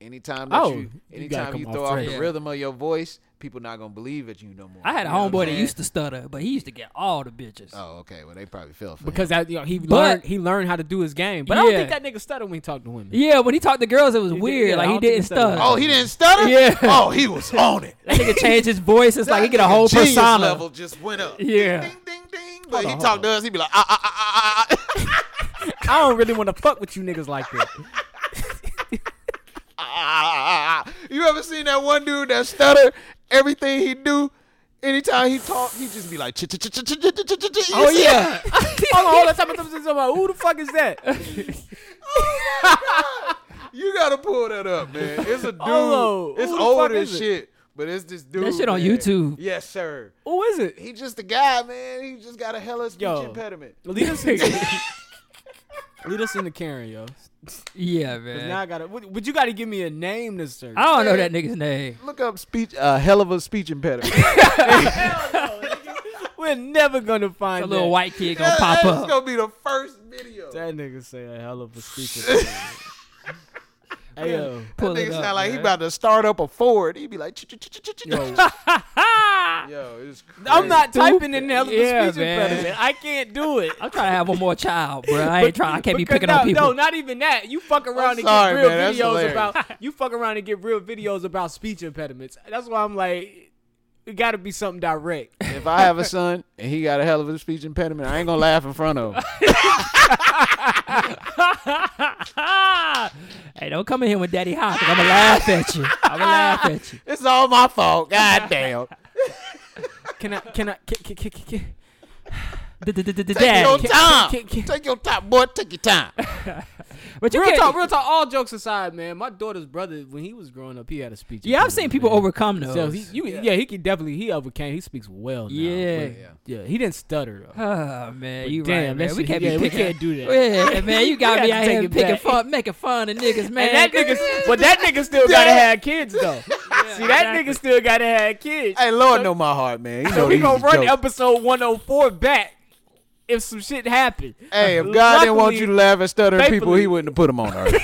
Speaker 3: Anytime that
Speaker 4: Oh, you
Speaker 3: you,
Speaker 4: gotta
Speaker 3: anytime
Speaker 4: come
Speaker 3: you
Speaker 4: off
Speaker 3: throw off
Speaker 4: fresh.
Speaker 3: the rhythm of your voice, people not gonna believe it you no more.
Speaker 5: I had a
Speaker 3: You know what
Speaker 5: homeboy
Speaker 3: I'm
Speaker 5: that
Speaker 3: saying?
Speaker 5: used to stutter, but he used to get all the bitches.
Speaker 3: Oh, okay. Well, they probably fell for
Speaker 4: because that, you know, he
Speaker 5: But-
Speaker 4: learned he learned how to do his game. But I don't think
Speaker 5: Yeah.
Speaker 4: that nigga stutter when he talked to women.
Speaker 5: Yeah, when he talked to girls, it was
Speaker 4: did-
Speaker 5: weird.
Speaker 4: yeah,
Speaker 5: like
Speaker 4: I
Speaker 5: he
Speaker 4: don't think
Speaker 5: didn't
Speaker 4: he stuttered.
Speaker 5: stutter.
Speaker 8: Oh, he didn't stutter.
Speaker 5: Yeah.
Speaker 8: Oh, he was on it.
Speaker 5: That nigga changed his voice. It's like he get a whole
Speaker 8: Genius
Speaker 5: persona.
Speaker 8: level just went up.
Speaker 5: Yeah.
Speaker 8: Ding ding ding. But he talked to us. He'd be like ah ah ah ah ah,
Speaker 4: I don't really want to fuck with you niggas like that.
Speaker 8: ah, ah, ah, ah. You ever seen that one dude that stutter? Everything he do. Anytime he talk, he just be like, "Ch- ch- ch- ch- ch- ch- ch- ch- ch- ch-"
Speaker 4: oh yeah. hold on, hold on. Time, time, time, time, time. Who the fuck is that?
Speaker 8: you gotta pull that up, man. It's a dude.
Speaker 4: Hold on.
Speaker 8: It's
Speaker 4: Who the
Speaker 8: old
Speaker 4: fuck
Speaker 8: as
Speaker 4: is it?
Speaker 8: shit, but it's this dude.
Speaker 5: shit on
Speaker 8: man.
Speaker 5: YouTube.
Speaker 8: Yes, sir.
Speaker 4: Who is it?
Speaker 8: He just a guy, man. He just got a hella speech
Speaker 4: Yo.
Speaker 8: impediment.
Speaker 4: Lead us into lead us into Karen, yo. 'Cause
Speaker 5: Yeah, man.
Speaker 4: Now I gotta. But but you gotta give me a name to search.
Speaker 5: I don't know that nigga's name.
Speaker 8: Look up speech. A hell of a speech impediment.
Speaker 4: We're never gonna find
Speaker 5: A little
Speaker 4: that.
Speaker 5: white kid gonna pop
Speaker 8: That's
Speaker 5: up.
Speaker 8: gonna be the first video. That
Speaker 4: That nigga say a hell of a speaker. hey yo.
Speaker 5: Pull
Speaker 8: nigga
Speaker 5: it up,
Speaker 8: sound like he
Speaker 5: man.
Speaker 8: about to start up a Ford. He be like, "Ch- ch- ch- ch- ch- ch-" yo, it's crazy.
Speaker 4: I'm not typing in hell of a
Speaker 5: Yeah,
Speaker 4: speech
Speaker 5: man.
Speaker 4: impediment. I can't do it.
Speaker 5: I'm trying to have one more child, bro. I ain't trying. I can't be
Speaker 4: Because
Speaker 5: picking
Speaker 4: no,
Speaker 5: on people.
Speaker 4: No, not even that. You fuck around and
Speaker 8: sorry,
Speaker 4: get real
Speaker 8: man. That's
Speaker 4: videos
Speaker 8: hilarious.
Speaker 4: about you fuck around and get real videos about speech impediments. That's why I'm like, it got to be something direct.
Speaker 3: it. If I have a son and he got a hell of a speech impediment, I ain't gonna laugh in front of him.
Speaker 5: hey, don't come in here with Daddy Hot. I'm gonna laugh at you. I'm gonna laugh at you.
Speaker 8: It's all my fault. God damn.
Speaker 4: Can I? Can I? Can, can, can, can,
Speaker 9: Take your
Speaker 5: Dad.
Speaker 9: time.
Speaker 4: can- can-
Speaker 9: Take your time, boy. Take your time.
Speaker 5: But you
Speaker 4: Real
Speaker 5: can't.
Speaker 4: talk, real talk. All jokes aside, man, my daughter's brother, when he was growing up, he had a speech.
Speaker 5: Yeah, I've seen
Speaker 4: impediment,
Speaker 5: people
Speaker 4: man.
Speaker 5: overcome those.
Speaker 4: So he, you, yeah. he can definitely he overcame. He speaks well. Now,
Speaker 5: Yeah.
Speaker 4: but, yeah. He didn't stutter. Though.
Speaker 5: Oh man,
Speaker 4: But
Speaker 5: you
Speaker 4: damn,
Speaker 5: right,
Speaker 4: that
Speaker 5: man. We
Speaker 4: shit-
Speaker 5: can't
Speaker 4: yeah,
Speaker 5: be
Speaker 4: we
Speaker 5: picking,
Speaker 4: can't do that.
Speaker 5: Yeah, man, you got
Speaker 4: We
Speaker 5: me
Speaker 4: got
Speaker 5: out
Speaker 4: to take
Speaker 5: here
Speaker 4: it
Speaker 5: picking
Speaker 4: back.
Speaker 5: fun, making fun of niggas, man.
Speaker 4: And that nigga, but that nigga still gotta have kids though. See, that nigga still gotta have kids.
Speaker 9: Hey, Lord, know my heart, man. You know
Speaker 4: so we
Speaker 9: these
Speaker 4: gonna run
Speaker 9: jokes.
Speaker 4: episode 104 back if some shit happened.
Speaker 9: Hey, if God didn't want
Speaker 4: Luckily-
Speaker 9: you to laugh at stuttering people,
Speaker 4: thankfully-
Speaker 9: He wouldn't have put them on earth.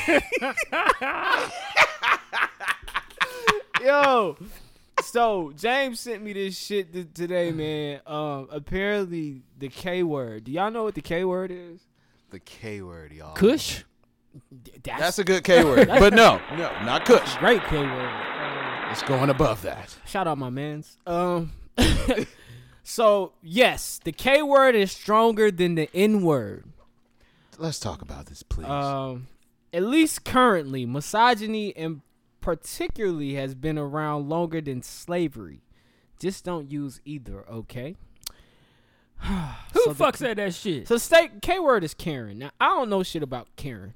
Speaker 4: Yo. So James sent me this shit th- today, man. Um, apparently the K word. Do y'all know what the K word is?
Speaker 9: the K word, y'all.
Speaker 5: Kush.
Speaker 9: That's a good K word, but no, no, not Kush.
Speaker 4: great K word. Um,
Speaker 9: It's going above that.
Speaker 4: shout out my man's. Um, so yes, the K word is stronger than the N word.
Speaker 9: Let's talk about this, please.
Speaker 4: Um, at least currently, misogyny and particularly has been around longer than slavery. Just don't use either, okay?
Speaker 5: Who fuck said that shit?
Speaker 4: So state K word is Karen. Now I don't know shit about Karen.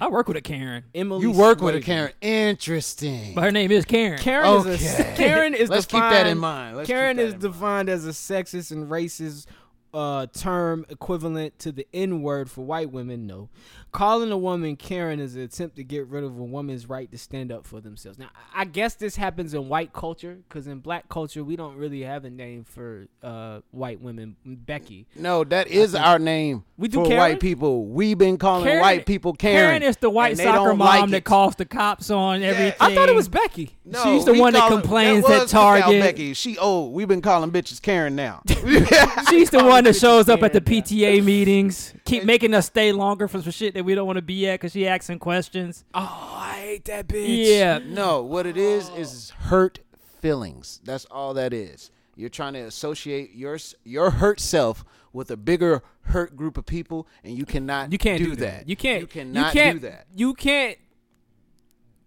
Speaker 5: I work with a Karen,
Speaker 4: Emily.
Speaker 9: you work with a
Speaker 4: Sladen.
Speaker 9: Karen. Interesting.
Speaker 5: but her name is Karen.
Speaker 4: Karen is a
Speaker 9: Okay.
Speaker 4: Karen is
Speaker 9: Let's keep
Speaker 4: defined,
Speaker 9: that in mind. Let's keep
Speaker 4: Karen
Speaker 9: that
Speaker 4: is
Speaker 9: in
Speaker 4: defined as a sexist and racist uh, term equivalent to the N word for white women. No, calling a woman Karen is an attempt to get rid of a woman's right to stand up for themselves. Now, I I guess this happens in white culture because in black culture we don't really have a name for uh, white women. Becky,
Speaker 8: No, that is our name.
Speaker 4: We do
Speaker 8: for
Speaker 4: Karen?
Speaker 8: white people. We've been calling
Speaker 5: Karen-
Speaker 8: white people Karen.
Speaker 5: is the white
Speaker 8: and they
Speaker 5: soccer
Speaker 8: don't
Speaker 5: mom
Speaker 8: like
Speaker 5: that
Speaker 8: it.
Speaker 5: calls the cops on everything.
Speaker 4: I thought it was Becky.
Speaker 9: No,
Speaker 5: She's the
Speaker 9: we
Speaker 5: one that
Speaker 9: call her-
Speaker 5: complains
Speaker 9: that
Speaker 5: at
Speaker 9: was Cookout
Speaker 5: Target.
Speaker 9: Becky, she old. We've been calling bitches Karen now.
Speaker 5: She's the one that
Speaker 4: bitches
Speaker 5: shows up at the
Speaker 4: Karen, yeah.
Speaker 5: PTA meetings, keep making us stay longer for some shit that we don't want to be at because she asking questions.
Speaker 4: Oh, I hate that bitch.
Speaker 5: Yeah,
Speaker 8: No, what it is is hurt feelings. That's all that is. You're trying to associate your your hurt self with a bigger hurt group of people, and you cannot
Speaker 4: You can't do,
Speaker 8: that.
Speaker 4: that. You can't.
Speaker 8: You cannot
Speaker 4: you can't,
Speaker 8: do that.
Speaker 4: You can't.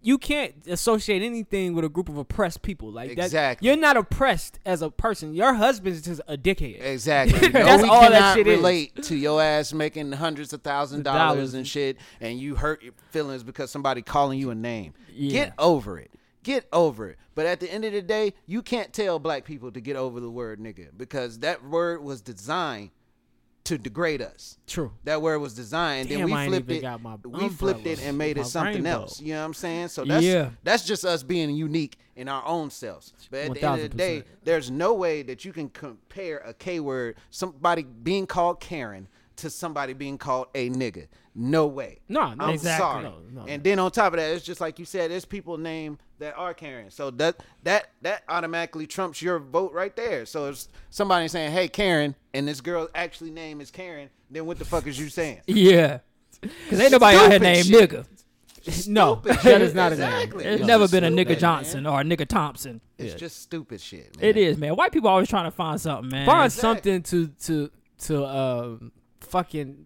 Speaker 4: You can't associate anything with a group of oppressed people like that.
Speaker 8: Exactly.
Speaker 4: You're not oppressed as a person. Your husband's just a dickhead.
Speaker 8: Exactly. No,
Speaker 4: That's
Speaker 8: we
Speaker 4: all that
Speaker 8: cannot
Speaker 4: shit is.
Speaker 8: relate to your ass making hundreds of thousands of dollars,
Speaker 4: Dollars.
Speaker 8: and shit, and you hurt your feelings because somebody calling you a name.
Speaker 5: Yeah.
Speaker 8: Get over it. Get over it. But at the end of the day, you can't tell black people to get over the word nigga because that word was designed to degrade us.
Speaker 4: True.
Speaker 8: That word was designed,
Speaker 4: Damn,
Speaker 8: then
Speaker 4: I
Speaker 8: we
Speaker 4: ain't
Speaker 8: flipped
Speaker 4: even
Speaker 8: it.
Speaker 4: got my
Speaker 8: We flipped it
Speaker 4: umbrella,
Speaker 8: and made
Speaker 4: my
Speaker 8: it something
Speaker 4: rainbow.
Speaker 8: else. You know what I'm saying? So that's
Speaker 5: Yeah.
Speaker 8: that's just us being unique in our own selves. But at the end of the day,
Speaker 4: 1000%.
Speaker 8: there's no way that you can compare a K word, somebody being called Karen, to somebody being called a nigga. No way.
Speaker 4: No, no,
Speaker 8: I'm
Speaker 4: exactly.
Speaker 8: sorry.
Speaker 4: No, no,
Speaker 8: and then on top of that, it's just like you said, there's people named that are Karen. So that that that automatically trumps your vote right there. So if somebody saying, "Hey, Karen," and this girl's actually name is Karen, then what the fuck is you saying?
Speaker 5: yeah. Because ain't nobody out here
Speaker 8: Stupid
Speaker 5: named
Speaker 8: shit.
Speaker 5: nigga.
Speaker 4: No,
Speaker 8: Stupid
Speaker 4: that
Speaker 8: shit.
Speaker 4: is not
Speaker 8: Exactly.
Speaker 4: a name.
Speaker 5: There's
Speaker 8: No,
Speaker 5: never
Speaker 8: it's
Speaker 5: been a
Speaker 8: stupid,
Speaker 5: nigga
Speaker 8: man.
Speaker 5: Johnson or a nigga Thompson.
Speaker 8: It's just stupid shit. Man.
Speaker 5: It is, man. White people always trying to find something, man.
Speaker 4: Find
Speaker 8: Exactly.
Speaker 4: something to to to um fucking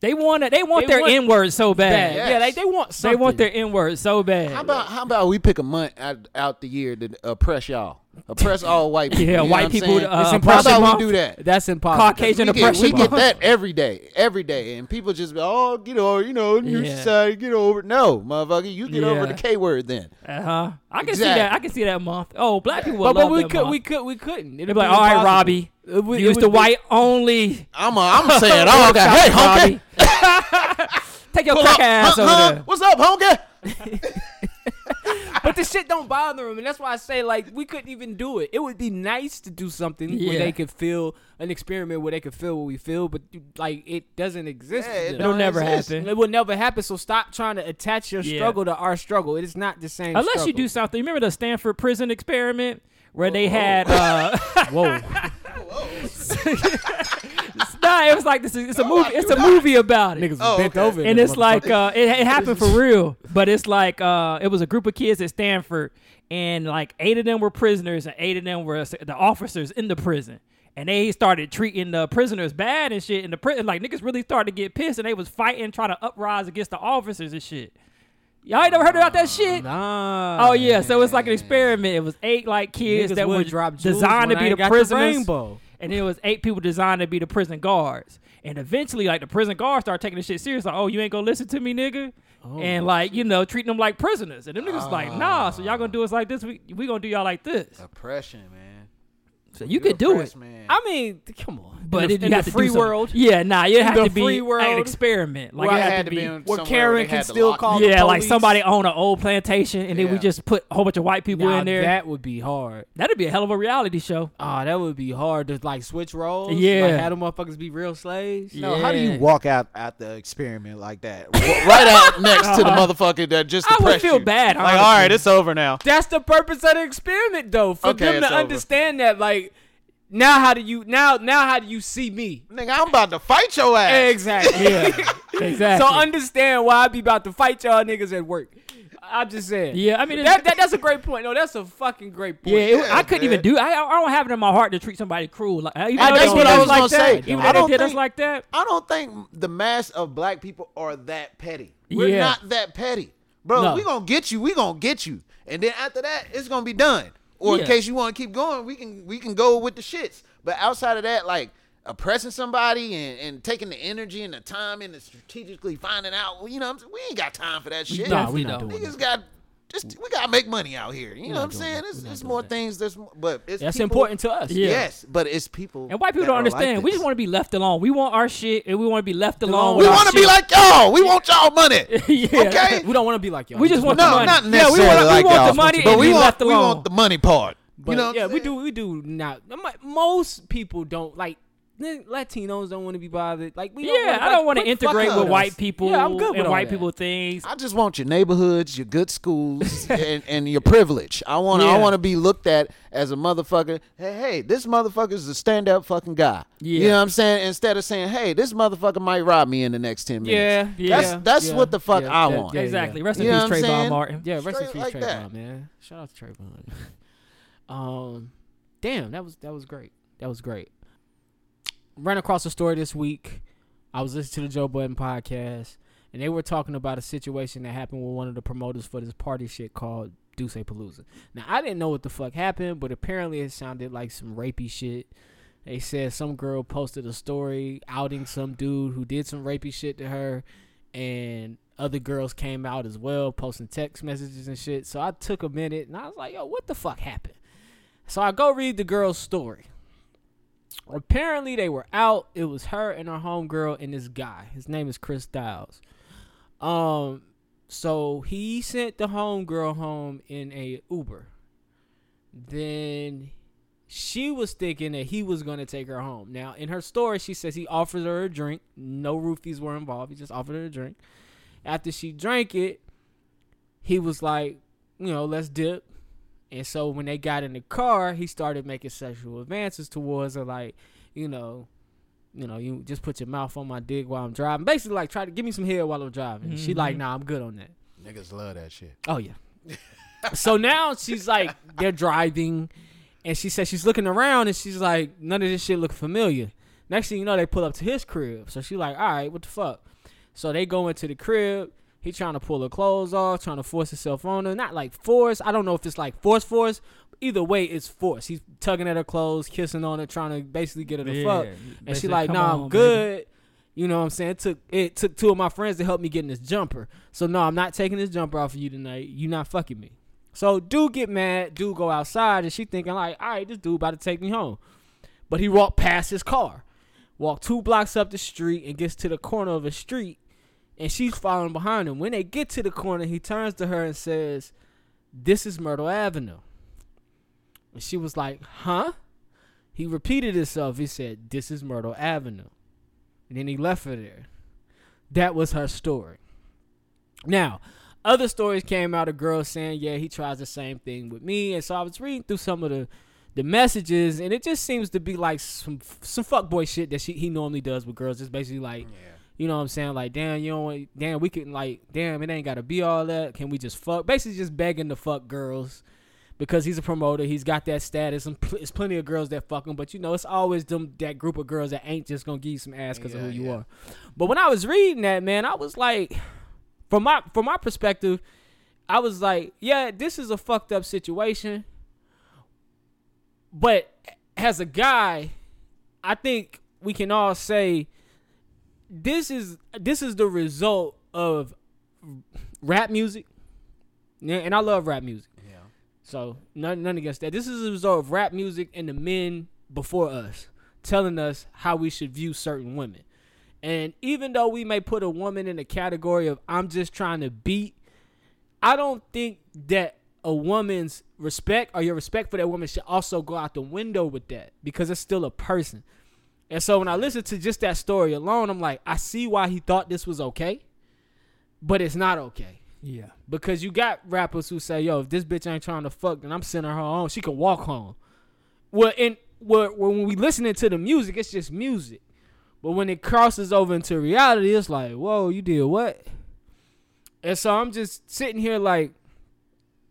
Speaker 5: They want it. They want
Speaker 4: They
Speaker 5: their
Speaker 4: want-
Speaker 5: N word so
Speaker 4: bad.
Speaker 5: bad.
Speaker 8: Yeah.
Speaker 4: Yeah, like they want something.
Speaker 5: They want their N word so bad.
Speaker 8: How about how about we pick a month out, out the year to oppress y'all, oppress all white people.
Speaker 5: Yeah,
Speaker 8: you know
Speaker 5: white
Speaker 8: what I'm
Speaker 5: people,
Speaker 8: saying?
Speaker 5: uh, It's
Speaker 8: how
Speaker 5: oppression
Speaker 8: about
Speaker 5: month.
Speaker 8: we do that?
Speaker 4: That's impossible.
Speaker 5: Caucasian
Speaker 8: we get, we
Speaker 5: oppression?
Speaker 8: get that every day, every day, and people just be oh get over, you know, new
Speaker 5: Yeah.
Speaker 8: society, get over. it." No, motherfucker, you get over
Speaker 5: Yeah.
Speaker 8: the K word then.
Speaker 5: Uh huh. I can see
Speaker 8: Exactly.
Speaker 5: that. I can see that month. Oh, black people would
Speaker 4: But,
Speaker 5: love
Speaker 4: but we
Speaker 5: that
Speaker 4: could
Speaker 5: month.
Speaker 4: we could we couldn't. It'd
Speaker 5: They'd be like, all right, Robbie, you used to white only.
Speaker 8: I'm a, I'm gonna say it all. Okay, hey, honky,
Speaker 5: Robbie. Take your
Speaker 8: Pull
Speaker 5: crack
Speaker 8: up.
Speaker 5: ass
Speaker 8: Huh,
Speaker 5: over
Speaker 8: huh?
Speaker 5: there.
Speaker 8: What's up, honky?
Speaker 4: But the shit don't bother them, and that's why I say like we couldn't even do it. It would be nice to do something
Speaker 5: Yeah.
Speaker 4: where they could feel an experiment where they could feel what we feel, but like it doesn't exist.
Speaker 8: Yeah, it
Speaker 4: to them.
Speaker 5: It'll
Speaker 8: don't
Speaker 5: never
Speaker 8: exist.
Speaker 5: happen.
Speaker 4: It will never happen. So stop trying to attach your
Speaker 5: Yeah.
Speaker 4: struggle to our struggle. It is not the same.
Speaker 5: Unless you do something. Remember the Stanford prison experiment where they had. Uh,
Speaker 4: whoa,
Speaker 5: nah, it was like this. is- It's a movie.
Speaker 8: I
Speaker 5: It's
Speaker 8: do
Speaker 5: a movie about it.
Speaker 4: niggas bent over, in
Speaker 5: and
Speaker 4: that
Speaker 5: it's like
Speaker 4: motherfucker.
Speaker 5: uh, it, it happened for real, but it's like uh, it was a group of kids at Stanford, and like eight of them were prisoners, and eight of them were the officers in the prison, and they started treating the prisoners bad and shit. And the prison, like niggas, really started to get pissed, and they was fighting, trying to uprise against the officers and shit. Y'all ain't never heard about that shit?
Speaker 4: nah.
Speaker 5: Oh yeah, so it's like an experiment. It was eight like kids
Speaker 4: Niggas
Speaker 5: that
Speaker 4: would
Speaker 5: were
Speaker 4: drop jewels
Speaker 5: designed to
Speaker 4: when I
Speaker 5: be
Speaker 4: ain't
Speaker 5: the
Speaker 4: got the
Speaker 5: prisoners,
Speaker 4: rainbow.
Speaker 5: and then it was eight people designed to be the prison guards. And eventually, like the prison guards started taking the shit serious. Like, oh, you ain't gonna listen to me, nigga.
Speaker 4: Oh
Speaker 5: and like you know, treating them like prisoners. And them niggas was like, nah. So y'all gonna do us like this? We we gonna do y'all like this?
Speaker 3: Oppression, man.
Speaker 5: So you could do it.
Speaker 3: Oppressed, man.
Speaker 4: Oh, I mean, come on.
Speaker 5: But
Speaker 4: in the,
Speaker 5: it,
Speaker 4: in
Speaker 5: you
Speaker 4: the
Speaker 5: have to do
Speaker 4: free
Speaker 5: something.
Speaker 4: world,
Speaker 5: Yeah, nah, it had
Speaker 4: the
Speaker 5: to be
Speaker 4: free
Speaker 5: an
Speaker 4: world,
Speaker 5: experiment. Like
Speaker 3: Well,
Speaker 5: it
Speaker 3: I
Speaker 5: had,
Speaker 3: had to
Speaker 5: to be.
Speaker 3: be in-
Speaker 4: where
Speaker 3: somewhere
Speaker 4: Karen
Speaker 3: they
Speaker 4: can
Speaker 3: had to
Speaker 4: still
Speaker 3: lock
Speaker 4: call
Speaker 5: yeah,
Speaker 4: the
Speaker 5: like
Speaker 4: police.
Speaker 5: somebody own an old plantation, and then we
Speaker 3: Yeah.
Speaker 5: just put a whole bunch of white people
Speaker 4: Nah,
Speaker 5: in there.
Speaker 4: That would be hard.
Speaker 5: That'd be a hell of a reality show.
Speaker 4: Oh, that would be hard to like switch roles.
Speaker 5: Yeah.
Speaker 4: like, have them motherfuckers be real slaves.
Speaker 8: No, how do you
Speaker 5: Yeah.
Speaker 8: walk out at the experiment like that? Wa- right out next to the motherfucker that just
Speaker 5: I would
Speaker 8: oppressed
Speaker 5: feel
Speaker 8: you.
Speaker 5: bad,
Speaker 8: Like, all
Speaker 5: honestly.
Speaker 8: right, it's over now.
Speaker 4: That's the purpose of the experiment, though, for
Speaker 8: Okay,
Speaker 4: them to
Speaker 8: it's over.
Speaker 4: understand that. Like, now how do you now now how do you see me?
Speaker 8: Nigga, I'm about to fight your ass.
Speaker 4: Exactly.
Speaker 5: Yeah, exactly.
Speaker 4: so understand why I be about to fight y'all niggas at work. I'm just saying.
Speaker 5: Yeah, I mean, it-
Speaker 4: that, that that's a great point. No, that's a fucking great point.
Speaker 5: yeah, it- I couldn't
Speaker 8: man.
Speaker 5: even do. I, I don't have it in my heart to treat somebody cruel. Like, even
Speaker 8: I-
Speaker 5: though
Speaker 8: that's
Speaker 5: they
Speaker 8: what
Speaker 5: did
Speaker 8: I
Speaker 5: us
Speaker 8: was
Speaker 5: like
Speaker 8: gonna
Speaker 5: that,
Speaker 8: say.
Speaker 5: Even though they
Speaker 8: I don't
Speaker 5: did us
Speaker 8: think-
Speaker 5: like that,
Speaker 8: I don't think the mass of black people are that petty. We're
Speaker 5: Yeah.
Speaker 8: not that petty. Bro,
Speaker 5: No.
Speaker 8: we gonna get you, we gonna get you. And then after that, it's gonna be done. Or
Speaker 5: Yeah.
Speaker 8: in case you wanna keep going, we can we can go with the shits. But outside of that, like oppressing somebody and, and taking the energy and the time and the strategically finding out, you know what I'm saying? We ain't got time for that shit.
Speaker 5: Nah, we not doing
Speaker 8: Niggas got just we gotta make money out here. You know what I'm
Speaker 5: doing
Speaker 8: saying?
Speaker 5: that.
Speaker 8: It's,
Speaker 5: We're not
Speaker 8: it's
Speaker 5: doing
Speaker 8: more
Speaker 5: that.
Speaker 8: things. There's more- but it's
Speaker 4: that's
Speaker 8: people-
Speaker 4: important to us.
Speaker 5: Yeah.
Speaker 8: Yes, but it's people
Speaker 5: and white people
Speaker 8: that
Speaker 5: don't
Speaker 8: are like
Speaker 5: understand. we
Speaker 8: this.
Speaker 5: just want to be left alone. We want our shit, and we want to be left alone.
Speaker 4: alone.
Speaker 5: with
Speaker 8: We
Speaker 5: our
Speaker 8: want to be
Speaker 5: shit.
Speaker 8: like y'all. We want y'all money.
Speaker 5: Yeah.
Speaker 8: Okay.
Speaker 4: We don't want to be like y'all.
Speaker 5: We just want the
Speaker 8: No,
Speaker 5: money.
Speaker 8: not
Speaker 5: Yeah, we want-
Speaker 8: necessarily
Speaker 5: we
Speaker 8: like
Speaker 5: want the
Speaker 8: y'all,
Speaker 5: money
Speaker 8: but
Speaker 5: and
Speaker 8: we
Speaker 5: be
Speaker 8: want
Speaker 5: left
Speaker 8: we
Speaker 5: alone.
Speaker 8: want the money part. you know, what
Speaker 4: yeah,
Speaker 8: I'm
Speaker 4: we
Speaker 8: saying?
Speaker 4: do. We do not. mo- Most people don't like. n- Latinos don't want to be bothered. Like we.
Speaker 5: Yeah, I don't want to integrate with
Speaker 8: us.
Speaker 5: white people
Speaker 4: Yeah, I'm good with
Speaker 5: and
Speaker 4: all
Speaker 5: white
Speaker 4: that.
Speaker 5: people things.
Speaker 8: I just want your neighborhoods, your good schools, and, and your privilege. I want to I
Speaker 5: Yeah.
Speaker 8: want to be looked at as a motherfucker. Hey, hey, this motherfucker's a stand up fucking guy.
Speaker 5: Yeah.
Speaker 8: You know what I'm saying? Instead of saying, hey, this motherfucker might rob me in the next ten minutes.
Speaker 4: Yeah,
Speaker 8: that's
Speaker 4: yeah,
Speaker 8: that's
Speaker 4: yeah,
Speaker 8: what the fuck
Speaker 4: yeah,
Speaker 8: I
Speaker 4: yeah,
Speaker 8: want.
Speaker 4: yeah.
Speaker 5: Exactly. Rest
Speaker 8: You know
Speaker 5: in
Speaker 8: what
Speaker 5: peace,
Speaker 8: I'm
Speaker 5: Trayvon
Speaker 8: saying?
Speaker 5: Martin.
Speaker 4: Yeah, rest in
Speaker 8: Straight
Speaker 4: peace,
Speaker 8: like
Speaker 4: Trayvon,
Speaker 8: that.
Speaker 4: man. Shout out to Trayvon. um, damn, that was that was great. That was great. Ran across a story this week. I was listening to the Joe Budden podcast, and they were talking about a situation that happened with one of the promoters for this party shit called Deuce Palooza. Now I didn't know what the fuck happened, but apparently it sounded like some rapey shit. They said some girl posted a story outing some dude who did some rapey shit to her, and other girls came out as well, posting text messages and shit. So I took a minute and I was like, yo, what the fuck happened? So I go read the girl's story. Apparently, they were out. It was her and her homegirl and this guy. His name is Chris Dials. Um, so he sent the homegirl home in a Uber. Then she was thinking that he was going to take her home. Now, in her story, she says he offered her a drink. No roofies were involved. He just offered her a drink. After she drank it, he was like, you know, let's dip. And so when they got in the car, he started making sexual advances towards her, like, you know, you know, you just put your mouth on my dick while I'm driving. Basically, like, try to give me some head while I'm driving. She like, nah, I'm good on that.
Speaker 3: Niggas love that shit.
Speaker 4: Oh yeah. so now she's like, they're driving, and she says she's looking around, and she's like, none of this shit look familiar. Next thing you know, they pull up to his crib. So she's like, all right, what the fuck? So they go into the crib. He trying to pull her clothes off, trying to force himself on her. Not like force. I don't know if it's like force, force. Either way, it's force. He's tugging at her clothes, kissing on her, trying to basically get her to
Speaker 5: Yeah,
Speaker 4: fuck. And she
Speaker 5: basically,
Speaker 4: like,
Speaker 5: "Come
Speaker 4: nah,
Speaker 5: on,
Speaker 4: I'm
Speaker 5: baby."
Speaker 4: good. You know what I'm saying? It took it took two of my friends to help me get in this jumper. So no, I'm not taking this jumper off of you tonight. You not fucking me. So dude get mad, dude go outside, and she thinking like, all right, this dude about to take me home. But he walked past his car, walked two blocks up the street, and gets to the corner of a street, and she's following behind him. When they get to the corner, he turns to her and says, "This is Myrtle Avenue." And she was like, "Huh?" He repeated himself. He said, "This is Myrtle Avenue." and then he left her there. That was her story. Now, other stories came out of girls saying, "Yeah, he tries the same thing with me," and so I was reading through some of the the messages, and it just seems to be like some some fuckboy shit that she, he normally does with girls. It's basically like, you know what I'm saying? Like, damn, you don't want, damn, we can like, damn, it ain't gotta be all that. Can we just fuck? Basically, just begging to fuck girls because he's a promoter. He's got that status, and pl- it's plenty of girls that fuck him. But you know, it's always them that group of girls that ain't just gonna give you some ass because of who you are. But when I was reading that, man, I was like, from my from my perspective, I was like, yeah, this is a fucked up situation. But as a guy, I think we can all say this is this is the result of rap music. Yeah, and I love rap music. Yeah. So none none against that. This is a result of rap music and the men before us telling us how we should view certain women. And even though we may put a woman in the category of I'm just trying to beat, I don't think that a woman's respect or your respect for that woman should also go out the window with that because it's still a person. And so when I listen to just that story alone, I'm like, I see why he thought this was okay, but it's not okay.
Speaker 5: Yeah.
Speaker 4: Because you got rappers who say, "Yo, if this bitch ain't trying to fuck, then I'm sending her home. She can walk home." Well, and well, well, when we listening to the music, it's just music. But when it crosses over into reality, it's like, "Whoa, you did what?" And so I'm just sitting here like,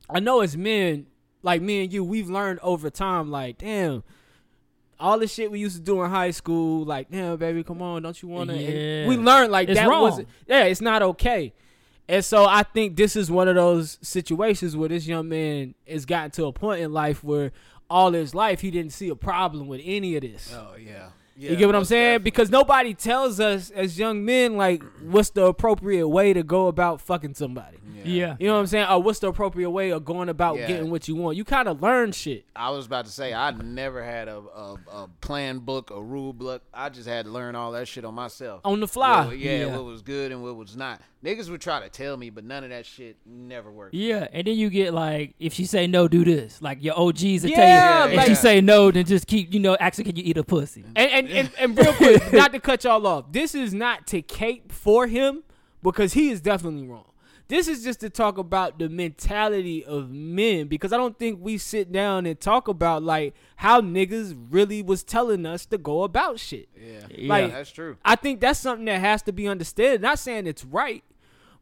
Speaker 4: I know as men, like me and you, we've learned over time, like, damn, all the shit we used to do in high school, like, damn, baby, come on, don't you want to?
Speaker 5: Yeah.
Speaker 4: We learned like
Speaker 5: It's
Speaker 4: that
Speaker 5: wrong.
Speaker 4: wasn't, yeah, it's not okay. And so I think this is one of those situations where this young man has gotten to a point in life where all his life he didn't see a problem with any of this.
Speaker 8: Oh yeah.
Speaker 4: you get what I'm saying? Because nobody tells us as young men like what's the appropriate way to go about fucking somebody.
Speaker 5: Yeah.
Speaker 4: You know what I'm saying? Or what's the appropriate way of going about
Speaker 8: Yeah.
Speaker 4: getting what you want? You kind of learn shit.
Speaker 8: I was about to say I never had a, a a plan book, a rule book. I just had to learn all that shit on myself.
Speaker 4: On the fly.
Speaker 8: What- yeah,
Speaker 5: Yeah.
Speaker 8: what was good and what was not. Niggas would try to tell me, but none of that shit never worked.
Speaker 5: Yeah, and then you get like, if she say no, do this. Like your OGs will
Speaker 4: Yeah,
Speaker 5: tell you, if
Speaker 4: like-
Speaker 5: she say no, then just keep, you know, actually, can you eat a pussy?
Speaker 4: And and, and, and real quick, not to cut y'all off. This is not to cape for him because he is definitely wrong. This is just to talk about the mentality of men because I don't think we sit down and talk about like how niggas really was telling us to go about shit.
Speaker 8: Yeah,
Speaker 4: Like-
Speaker 8: that's true.
Speaker 4: I think that's something that has to be understood. Not saying it's right,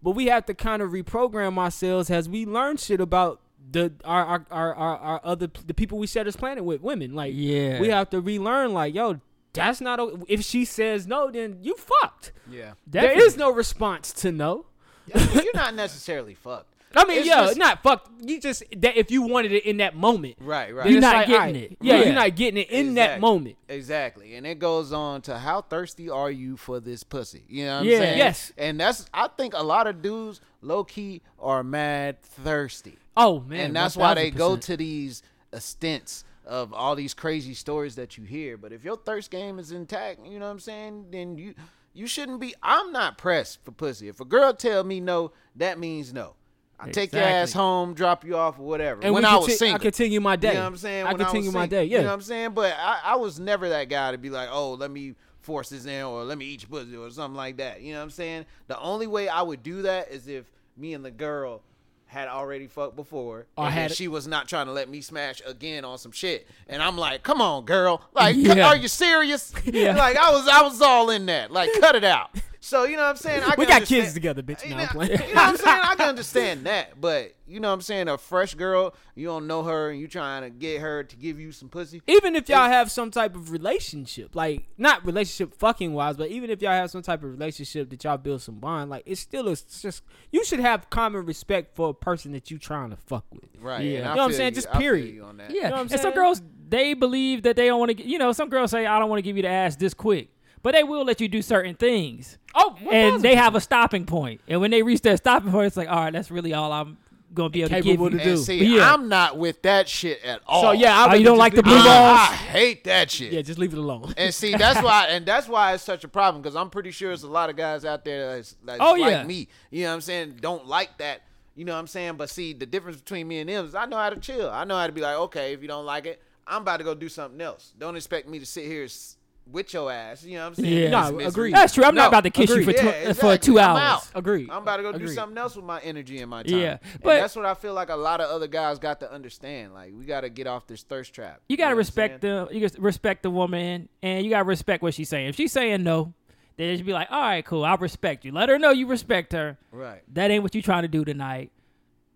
Speaker 4: but we have to kind of reprogram ourselves as we learn shit about the our our our, our, our other the people we share this planet with, women. Like
Speaker 5: Yeah.
Speaker 4: we have to relearn. Like yo, that's not. o- If she says no, then you fucked.
Speaker 8: Yeah,
Speaker 4: There is no response to no.
Speaker 8: I mean, you're not necessarily fucked.
Speaker 4: I mean,
Speaker 8: It's
Speaker 4: yo,
Speaker 8: just-
Speaker 4: not fucked. You just that if you wanted it in that moment,
Speaker 8: right, right.
Speaker 4: then
Speaker 5: You're
Speaker 4: it's
Speaker 5: not
Speaker 4: like,
Speaker 5: getting
Speaker 4: alright.
Speaker 5: it.
Speaker 4: Yeah,
Speaker 5: Yeah.
Speaker 4: you're not getting it in that
Speaker 8: Exactly.
Speaker 4: moment.
Speaker 8: Exactly. And it goes on to how thirsty are you for this pussy? You know what I'm
Speaker 5: Yeah.
Speaker 8: saying?
Speaker 4: Yes.
Speaker 8: And that's I think a lot of dudes low key are mad thirsty.
Speaker 4: Oh man,
Speaker 8: and that's why they
Speaker 4: 1000%.
Speaker 8: go to these stints of all these crazy stories that you hear. But if your thirst game is intact, you know what I'm saying, then you you shouldn't be I'm not pressed for pussy. If a girl tell me no, that means no. I take your ass
Speaker 5: Exactly.
Speaker 8: home, drop you off or whatever.
Speaker 4: And
Speaker 8: when
Speaker 4: we
Speaker 8: I
Speaker 4: conti-
Speaker 8: was single.
Speaker 4: I continue my day.
Speaker 8: You know what I'm saying?
Speaker 4: I
Speaker 8: When was
Speaker 4: continue my
Speaker 8: single,
Speaker 4: day. Yeah.
Speaker 8: You know what I'm saying? But I, I was never that guy to be like, oh, let me force this in or let me eat your pussy or something like that. You know what I'm saying? The only way I would do that is if me and the girl had already fucked before
Speaker 4: Or
Speaker 8: and then
Speaker 4: had-
Speaker 8: she was not trying to let me smash again on some shit and i'm like come on girl like
Speaker 5: Yeah.
Speaker 8: are you serious like i was i was all in that like cut it out so you know what i'm saying I
Speaker 4: We
Speaker 8: can
Speaker 4: got kids
Speaker 8: understand-
Speaker 4: together, bitch.
Speaker 8: you
Speaker 4: No, I'm
Speaker 8: know,
Speaker 4: playing.
Speaker 8: you know what I'm saying? I can understand that, but you know what I'm saying? A fresh girl, you don't know her, and you trying to get her to give you some pussy.
Speaker 4: even if y'all have some type of relationship, like not relationship fucking wise, but even if y'all have some type of relationship that y'all build some bond, like it's still a, it's just you should have common respect for a person that you trying to fuck with.
Speaker 8: Right.
Speaker 5: Yeah.
Speaker 8: and I
Speaker 5: You
Speaker 4: know what I'm
Speaker 8: feel
Speaker 4: saying?
Speaker 8: you.
Speaker 4: Just
Speaker 8: I feel
Speaker 4: period.
Speaker 8: you on that.
Speaker 5: Yeah,
Speaker 4: know what I'm
Speaker 5: and some
Speaker 4: saying?
Speaker 5: girls they believe that they don't want to. You know, some girls say I don't want to give you the ass this quick, but they will let you do certain things,
Speaker 4: Oh,
Speaker 5: and they have a stopping point. And when they reach that stopping point, it's like, all right, that's really all I'm gonna be able to give
Speaker 4: Capable
Speaker 5: you.
Speaker 4: to
Speaker 8: And
Speaker 4: do.
Speaker 8: see,
Speaker 5: Yeah.
Speaker 8: I'm not with that shit at all.
Speaker 4: So yeah, I
Speaker 5: Oh, you don't like the blue
Speaker 4: ball?
Speaker 5: balls?
Speaker 8: I, I hate that shit.
Speaker 4: Yeah, just leave it alone.
Speaker 8: And see, that's why, and that's why it's such a problem because I'm pretty sure there's a lot of guys out there that's, that's
Speaker 5: Oh,
Speaker 8: like
Speaker 5: yeah.
Speaker 8: me. You know what I'm saying? Don't like that. You know what I'm saying? But see, the difference between me and them is I know how to chill. I know how to be like, okay, if you don't like it, I'm about to go do something else. Don't expect me to sit here s- with your ass. You know what I'm saying?
Speaker 5: Yeah.
Speaker 8: It's
Speaker 4: No,
Speaker 8: misery.
Speaker 4: agreed.
Speaker 5: That's true. I'm
Speaker 4: No,
Speaker 5: not about to kiss
Speaker 4: agreed.
Speaker 5: you for tw-
Speaker 8: Yeah,
Speaker 5: for
Speaker 8: exactly.
Speaker 5: two
Speaker 8: I'm
Speaker 5: hours.
Speaker 8: out.
Speaker 4: Agreed.
Speaker 8: I'm about to go do
Speaker 4: Agreed.
Speaker 8: something else with my energy and my time.
Speaker 5: Yeah,
Speaker 8: but
Speaker 5: but-
Speaker 8: that's what I feel like a lot of other guys got to understand. Like we got to get off this thirst trap.
Speaker 5: You gotta
Speaker 8: know what I'm saying?
Speaker 5: respect the you gotta respect the woman, and you gotta respect what she's saying. If she's saying no, then it should be like, all right, cool, I respect you. Let her know you respect her.
Speaker 8: Right.
Speaker 5: That ain't what you trying to do tonight.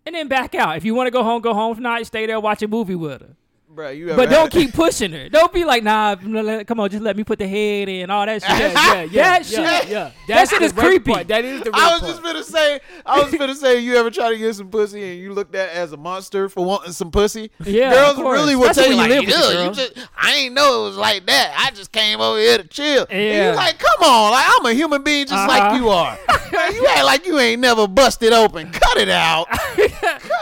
Speaker 5: And then back out. If you want to go home, go home. If not, stay there, watch a movie with her.
Speaker 8: bro. You ever
Speaker 5: But
Speaker 8: had
Speaker 5: don't
Speaker 8: a-
Speaker 5: keep pushing her. Don't be like, nah, no, let- come on, just let me put the head in, all that shit.
Speaker 4: yeah, yeah, yeah,
Speaker 5: that
Speaker 4: yeah,
Speaker 5: shit.
Speaker 4: yeah.
Speaker 5: That
Speaker 4: That's
Speaker 5: shit
Speaker 4: the
Speaker 5: is
Speaker 4: red
Speaker 5: creepy.
Speaker 4: part. That is the red
Speaker 8: I was
Speaker 4: part.
Speaker 8: just gonna say, I was gonna say, you ever try to get some pussy and you looked at as a monster for wanting some pussy?
Speaker 5: Yeah,
Speaker 8: girls
Speaker 5: of course.
Speaker 8: really will
Speaker 5: That's
Speaker 8: tell
Speaker 5: when
Speaker 8: you
Speaker 5: you live
Speaker 8: like,
Speaker 5: with the
Speaker 8: "Ugh,
Speaker 5: girl."
Speaker 8: you just, I ain't know it was like that. I just came over here to chill. And
Speaker 5: Yeah.
Speaker 8: you like, come on, like I'm a human being just like
Speaker 5: Uh-huh.
Speaker 8: you are. Man, you act like you ain't never busted open. Cut it out. Cut it out.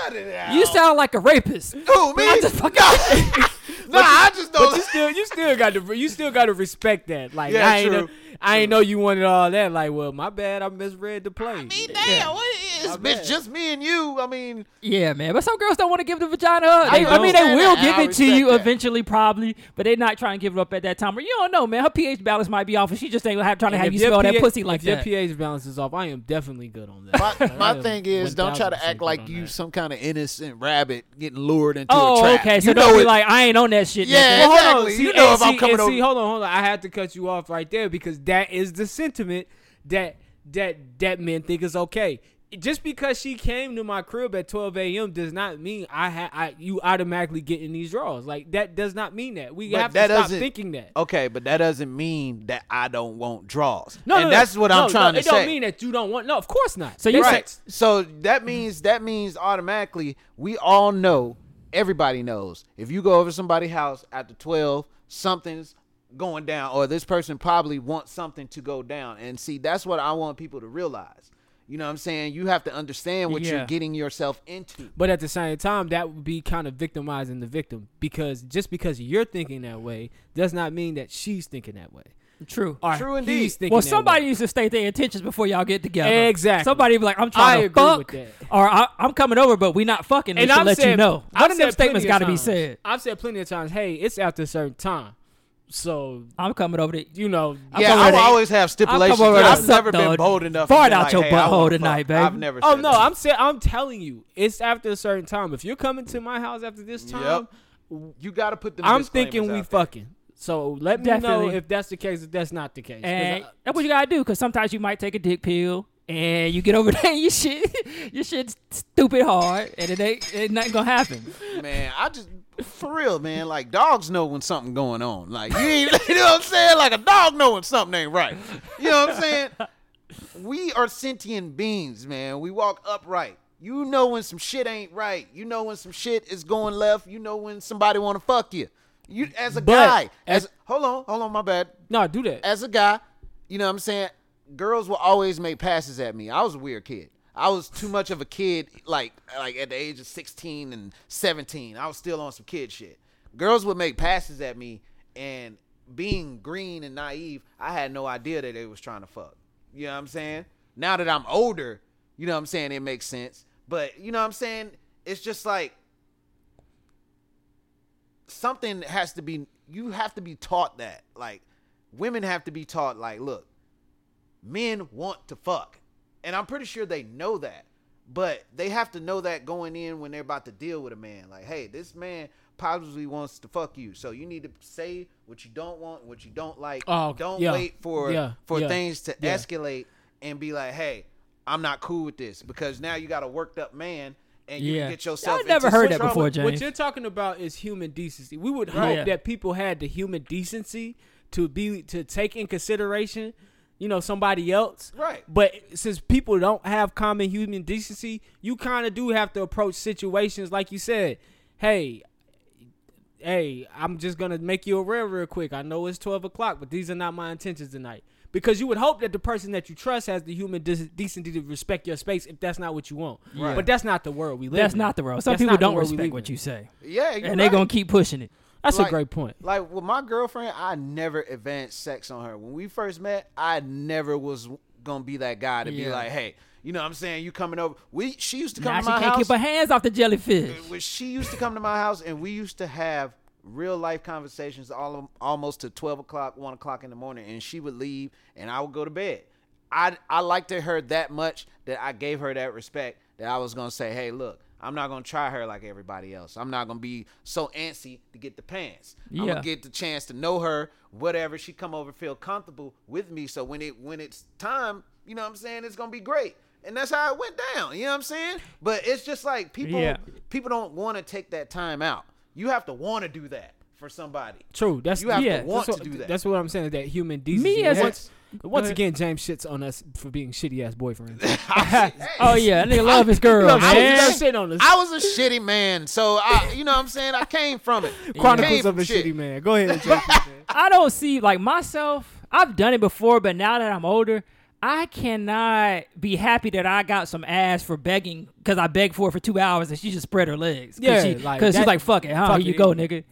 Speaker 5: You sound like a rapist.
Speaker 8: Who me?
Speaker 5: I just fucking-
Speaker 8: nah, I just
Speaker 4: But
Speaker 8: don't.
Speaker 4: you still, you still got to, you still got to respect that. Like,
Speaker 8: Yeah,
Speaker 4: I ain't,
Speaker 8: true.
Speaker 4: know, I ain't know you wanted all that. Like, well, my bad, I misread the play.
Speaker 8: mean, damn, what is this, bitch? Just me and you. I mean,
Speaker 5: Yeah, man. But some girls don't want to give the vagina up. They, I,
Speaker 8: don't
Speaker 5: mean, they
Speaker 8: understand
Speaker 5: will
Speaker 8: that.
Speaker 5: give
Speaker 8: I
Speaker 5: it to
Speaker 8: respect
Speaker 5: you
Speaker 8: that.
Speaker 5: eventually, probably, but they're not trying to give it up at that time. Or you don't know, man. Her pH balance might be off, and she just ain't have, trying to
Speaker 4: And
Speaker 5: have
Speaker 4: if
Speaker 5: you
Speaker 4: your
Speaker 5: smell that
Speaker 4: PA
Speaker 5: pussy like
Speaker 4: if
Speaker 5: that.
Speaker 4: Your pH balance is off. I am definitely good on that.
Speaker 8: my,
Speaker 4: I
Speaker 8: my
Speaker 4: am
Speaker 8: thing is, don't try to
Speaker 4: 1000%
Speaker 8: act
Speaker 4: good
Speaker 8: like
Speaker 4: on
Speaker 8: you
Speaker 4: that.
Speaker 8: some kind of innocent rabbit getting lured into a
Speaker 5: Oh,
Speaker 8: trap.
Speaker 5: okay. So
Speaker 8: you
Speaker 5: don't
Speaker 8: know
Speaker 5: be
Speaker 8: it-
Speaker 5: like, I ain't on that shit. nigga.
Speaker 8: Yeah,
Speaker 4: Well, hold on.
Speaker 8: exactly.
Speaker 4: See,
Speaker 8: you know
Speaker 4: and
Speaker 8: if I'm
Speaker 4: see-
Speaker 8: coming
Speaker 4: and
Speaker 8: over.
Speaker 4: See, hold on, hold on. I had to cut you off right there because that is the sentiment that that that men think is okay. Just because she came to my crib at 12 a.m. does not mean I ha- I you automatically get in these draws. Like that does not mean that. We
Speaker 8: But
Speaker 4: have
Speaker 8: that
Speaker 4: to stop
Speaker 8: doesn't- Oh,
Speaker 4: thinking that.
Speaker 8: Okay, but that doesn't mean that I don't want draws.
Speaker 4: No,
Speaker 8: and
Speaker 4: no, no.
Speaker 8: that's what
Speaker 4: No,
Speaker 8: I'm
Speaker 4: no,
Speaker 8: trying to
Speaker 4: It
Speaker 8: say.
Speaker 4: don't mean that you don't want. No, of course not. So
Speaker 5: you
Speaker 4: right.
Speaker 5: said-
Speaker 8: So that means that means automatically we all know, everybody knows. If you go over to somebody's house after twelve, something's going down, or this person probably wants something to go down. And see, that's what I want people to realize. You know what I'm saying? You have to understand what
Speaker 5: Yeah.
Speaker 8: you're getting yourself into.
Speaker 4: But at the same time, that would be kind of victimizing the victim because just because you're thinking that way does not mean that she's thinking that way.
Speaker 5: True.
Speaker 4: Or
Speaker 8: True
Speaker 4: he's
Speaker 8: indeed.
Speaker 4: thinking
Speaker 5: Well,
Speaker 4: that way.
Speaker 5: somebody needs to state their intentions before y'all get together.
Speaker 4: Exactly.
Speaker 5: Somebody be like, I'm
Speaker 4: I
Speaker 5: trying to
Speaker 4: agree
Speaker 5: fuck,
Speaker 4: with that.
Speaker 5: or I, I'm coming over, but we not fucking. And I'll let you know.
Speaker 4: I've
Speaker 5: One of them
Speaker 4: said plenty
Speaker 5: statements
Speaker 4: of
Speaker 5: got to be
Speaker 4: times-
Speaker 5: said.
Speaker 4: I've said plenty of times, hey, it's after a certain time. So,
Speaker 5: I'm coming over to.
Speaker 4: you know,
Speaker 8: Yeah,
Speaker 5: come
Speaker 8: I
Speaker 5: over
Speaker 8: will
Speaker 5: there.
Speaker 8: always have stipulations.
Speaker 5: over there.
Speaker 8: I've
Speaker 5: Suck
Speaker 8: never been
Speaker 5: the
Speaker 8: bold enough. to
Speaker 5: fart
Speaker 8: be
Speaker 5: out
Speaker 8: like,
Speaker 5: your
Speaker 8: "Hey, I wanna
Speaker 5: butthole
Speaker 8: fuck."
Speaker 5: tonight,
Speaker 8: I've
Speaker 5: baby.
Speaker 8: never.
Speaker 4: Oh
Speaker 8: said
Speaker 4: no,
Speaker 8: that.
Speaker 4: I'm saying I'm telling you, it's after a certain time. If you're coming to my house after this time,
Speaker 8: You got to put the.
Speaker 4: I'm thinking we fucking. So let me know
Speaker 5: Definitely.
Speaker 4: if that's the case. If that's not the case, 'Cause
Speaker 5: And
Speaker 4: I-
Speaker 5: that's what you gotta do, because sometimes you might take a dick pill and you get over there and your shit, your shit's stupid hard, and it ain't, it nothing gonna happen.
Speaker 8: Man, I just for real, man. Like dogs know when something going on. Like you, ain't, you know what I'm saying? Like a dog know when something ain't right. You know what I'm saying? We are sentient beings, man. We walk upright. You know when some shit ain't right. You know when some shit is going left. You know when somebody want to fuck you. You as a
Speaker 4: But-
Speaker 8: guy, as hold on, hold on, my bad.
Speaker 4: no, do that.
Speaker 8: As a guy, you know what I'm saying? Girls will always make passes at me. I was a weird kid. I was too much of a kid, like like at the age of 16 and 17. I was still on some kid shit. Girls would make passes at me, and being green and naive, I had no idea that they was trying to fuck. You know what I'm saying? Now that I'm older, you know what I'm saying? It makes sense. But you know what I'm saying? It's just like something has to be you have to be taught that like women have to be taught like look men want to fuck and i'm pretty sure they know that but they have to know that going in when they're about to deal with a man like hey this man possibly wants to fuck you so you need to say what you don't want what you don't like
Speaker 4: Oh,
Speaker 8: don't
Speaker 4: yeah,
Speaker 8: wait for
Speaker 4: yeah,
Speaker 8: for
Speaker 4: yeah,
Speaker 8: things to
Speaker 4: yeah.
Speaker 8: escalate and be like hey i'm not cool with this because now you got a worked up man and you
Speaker 5: Yeah.
Speaker 8: can get yourself
Speaker 5: I never
Speaker 8: into
Speaker 5: heard
Speaker 8: some
Speaker 5: that
Speaker 8: trouble.
Speaker 5: before,
Speaker 4: What
Speaker 5: James.
Speaker 4: you're talking about is human decency. We would
Speaker 5: Right.
Speaker 4: hope
Speaker 5: Yeah.
Speaker 4: that people had the human decency to be to take in consideration, you know, somebody else.
Speaker 8: Right.
Speaker 4: But since people don't have common human decency, you kind of do have to approach situations like you said. Hey, hey, I'm just gonna make you aware real quick. I know it's twelve o'clock, but these are not my intentions tonight. Because you would hope that the person that you trust has the human de- decency to respect your space if that's not what you want.
Speaker 8: Right.
Speaker 4: But that's not the world we live
Speaker 5: That's
Speaker 4: in.
Speaker 5: not the road. Some
Speaker 4: That's
Speaker 5: people
Speaker 4: not the
Speaker 5: don't
Speaker 4: world we live
Speaker 5: respect what
Speaker 4: in.
Speaker 5: you say,
Speaker 8: yeah you're
Speaker 5: and they
Speaker 8: right.
Speaker 5: gonna keep pushing it.
Speaker 4: That's
Speaker 8: Like-
Speaker 4: a great point.
Speaker 8: Like with my girlfriend, I never advanced sex on her. When we first met, I never was gonna be that guy to be
Speaker 5: Yeah.
Speaker 8: like, hey, you know what I'm saying? You coming over? We she used to come
Speaker 5: Now
Speaker 8: to
Speaker 5: she
Speaker 8: my
Speaker 5: can't
Speaker 8: house.
Speaker 5: keep her hands off the jellyfish.
Speaker 8: when she used to come to my house, and we used to have real life conversations all of- almost to twelve o'clock, one o'clock in the morning, and she would leave, and I would go to bed. I I liked her that much that I gave her that respect that I was gonna say, hey, look. I'm not gonna try her like everybody else. I'm not gonna be so antsy to get the pants. I'm
Speaker 5: Yeah.
Speaker 8: gonna get the chance to know her, whatever. She come over, feel comfortable with me. So when it when it's time, you know what I'm saying, it's gonna be great. And that's how it went down. You know what I'm saying? But it's just like people
Speaker 5: Yeah.
Speaker 8: people don't want to take that time out. You have to want to do that for somebody.
Speaker 4: True. That's
Speaker 8: You have
Speaker 4: yeah,
Speaker 8: to want
Speaker 4: that's
Speaker 8: to
Speaker 4: what,
Speaker 8: do that.
Speaker 4: That's what I'm saying. That human decency.
Speaker 5: Me as a
Speaker 4: Once- Once again, James shits on us for being shitty ass boyfriends.
Speaker 5: Oh yeah, that nigga love his girl,
Speaker 4: I
Speaker 5: man.
Speaker 4: was shit on us.
Speaker 8: I was a shitty man, so I, you know what I'm saying? I came from it. Came
Speaker 4: Chronicles
Speaker 8: from
Speaker 4: of a
Speaker 8: shit.
Speaker 4: shitty man. Go ahead, JP. man.
Speaker 5: I don't see like myself. I've done it before, but now that I'm older, I cannot be happy that I got some ass for begging because I begged for it for two hours and she just spread her legs. Cause
Speaker 4: Yeah,
Speaker 5: she,
Speaker 4: like
Speaker 5: because she's
Speaker 4: that-
Speaker 5: like, "Fuck it, huh?
Speaker 4: fuck
Speaker 5: Here you
Speaker 4: it.
Speaker 5: go, nigga."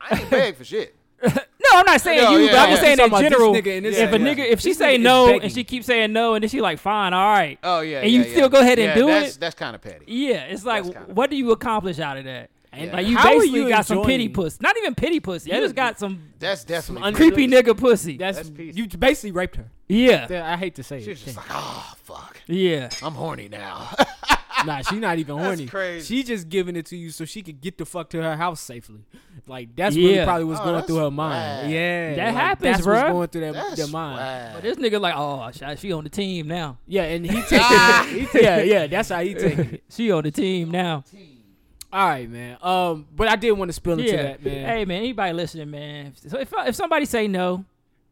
Speaker 8: I ain't beg for shit.
Speaker 5: No, I'm not saying
Speaker 8: No,
Speaker 5: you,
Speaker 8: yeah,
Speaker 5: but I'm just
Speaker 8: yeah.
Speaker 5: saying
Speaker 4: He's
Speaker 5: in
Speaker 4: talking about this
Speaker 5: general.
Speaker 4: nigga and this
Speaker 5: if a
Speaker 4: nigga.
Speaker 5: nigga, if she
Speaker 4: This
Speaker 5: say
Speaker 4: nigga is
Speaker 5: no
Speaker 4: begging.
Speaker 5: and she keeps saying no, and then she like, "Fine, all right."
Speaker 8: Oh yeah,
Speaker 5: and
Speaker 8: yeah,
Speaker 5: you
Speaker 8: yeah.
Speaker 5: still go ahead and
Speaker 8: Yeah,
Speaker 5: do
Speaker 8: that's,
Speaker 5: it.
Speaker 8: That's kind of petty.
Speaker 5: Yeah, it's like,
Speaker 8: That's kinda
Speaker 5: what do you accomplish out of that? And like you
Speaker 4: How are
Speaker 5: basically
Speaker 4: you
Speaker 5: got some pity
Speaker 4: enjoying-
Speaker 5: pussy. Not even pity pussy. You
Speaker 4: Yeah.
Speaker 5: just got some
Speaker 8: That's definitely.
Speaker 4: un-
Speaker 8: petty.
Speaker 5: creepy nigga pussy.
Speaker 4: That's,
Speaker 8: That's peace.
Speaker 4: you basically raped her.
Speaker 5: yeah,
Speaker 4: Yeah, I hate to say
Speaker 8: She's
Speaker 4: it.
Speaker 8: just like, oh fuck,
Speaker 5: yeah.
Speaker 8: I'm horny now.
Speaker 4: nah, she's not even
Speaker 8: That's
Speaker 4: horny.
Speaker 8: crazy.
Speaker 4: She just giving it to you so she could get the fuck to her house safely. Like that's
Speaker 5: Yeah.
Speaker 4: really probably what's
Speaker 8: Oh,
Speaker 4: going
Speaker 8: that's
Speaker 4: through her mind.
Speaker 8: swag.
Speaker 4: Yeah,
Speaker 5: That
Speaker 4: like,
Speaker 5: happens,
Speaker 4: that's what's
Speaker 5: bruh.
Speaker 4: going through that
Speaker 8: That's
Speaker 4: their mind.
Speaker 8: swag.
Speaker 5: But this nigga like, oh, sh- she on the team now.
Speaker 4: Yeah, and he takes it. He take- yeah, yeah, that's how he take it.
Speaker 5: She on the team now.
Speaker 4: All right, man. Um, but I did want to spill into
Speaker 5: yeah.
Speaker 4: that, man.
Speaker 5: Hey man, anybody listening, man. if- So if if somebody say no,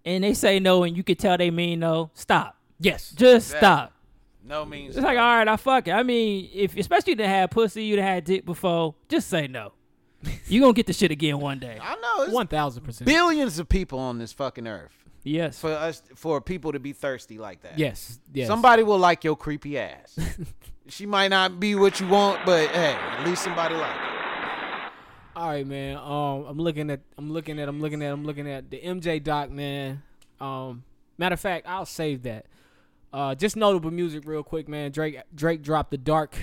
Speaker 5: and they say no, and you could tell they mean no, stop.
Speaker 4: yes.
Speaker 5: Just
Speaker 8: Exactly.
Speaker 5: stop.
Speaker 8: No means.
Speaker 5: It's like, all right, I fuck it. I mean, if especially you done had pussy, you done had dick before, just say no. you gonna get the shit again one day.
Speaker 8: I know. It's
Speaker 4: One thousand percent.
Speaker 8: billions of people on this fucking earth
Speaker 5: Yes.
Speaker 8: for us for people to be thirsty like that.
Speaker 4: Yes. Yes.
Speaker 8: Somebody will like your creepy ass. she might not be what you want, but hey, at least somebody like it.
Speaker 4: All right, man. Um, I'm looking at, I'm looking at, I'm looking at, I'm looking at the MJ doc, man. Um, matter of fact, I'll save that. Uh, just notable music, real quick, man. Drake, Drake dropped the dark.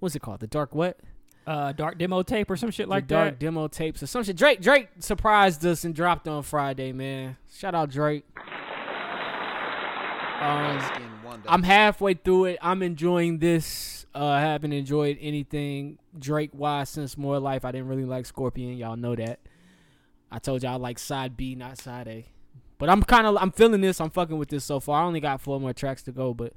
Speaker 4: What's it called? The dark what?
Speaker 5: uh, dark demo tape or some shit
Speaker 4: The
Speaker 5: like
Speaker 4: dark
Speaker 5: that.
Speaker 4: demo tapes or some shit. Drake, Drake surprised us and dropped on Friday, man. Shout out Drake. Um,
Speaker 8: Skin one day.
Speaker 4: I'm halfway through it. I'm enjoying this. Uh, I haven't enjoyed anything Drake wise since More Life. I didn't really like Scorpion. Y'all know that. I told y'all I like side B, not side A. But I'm kind of I'm feeling this. I'm fucking with this so far. I only got four more tracks to go, but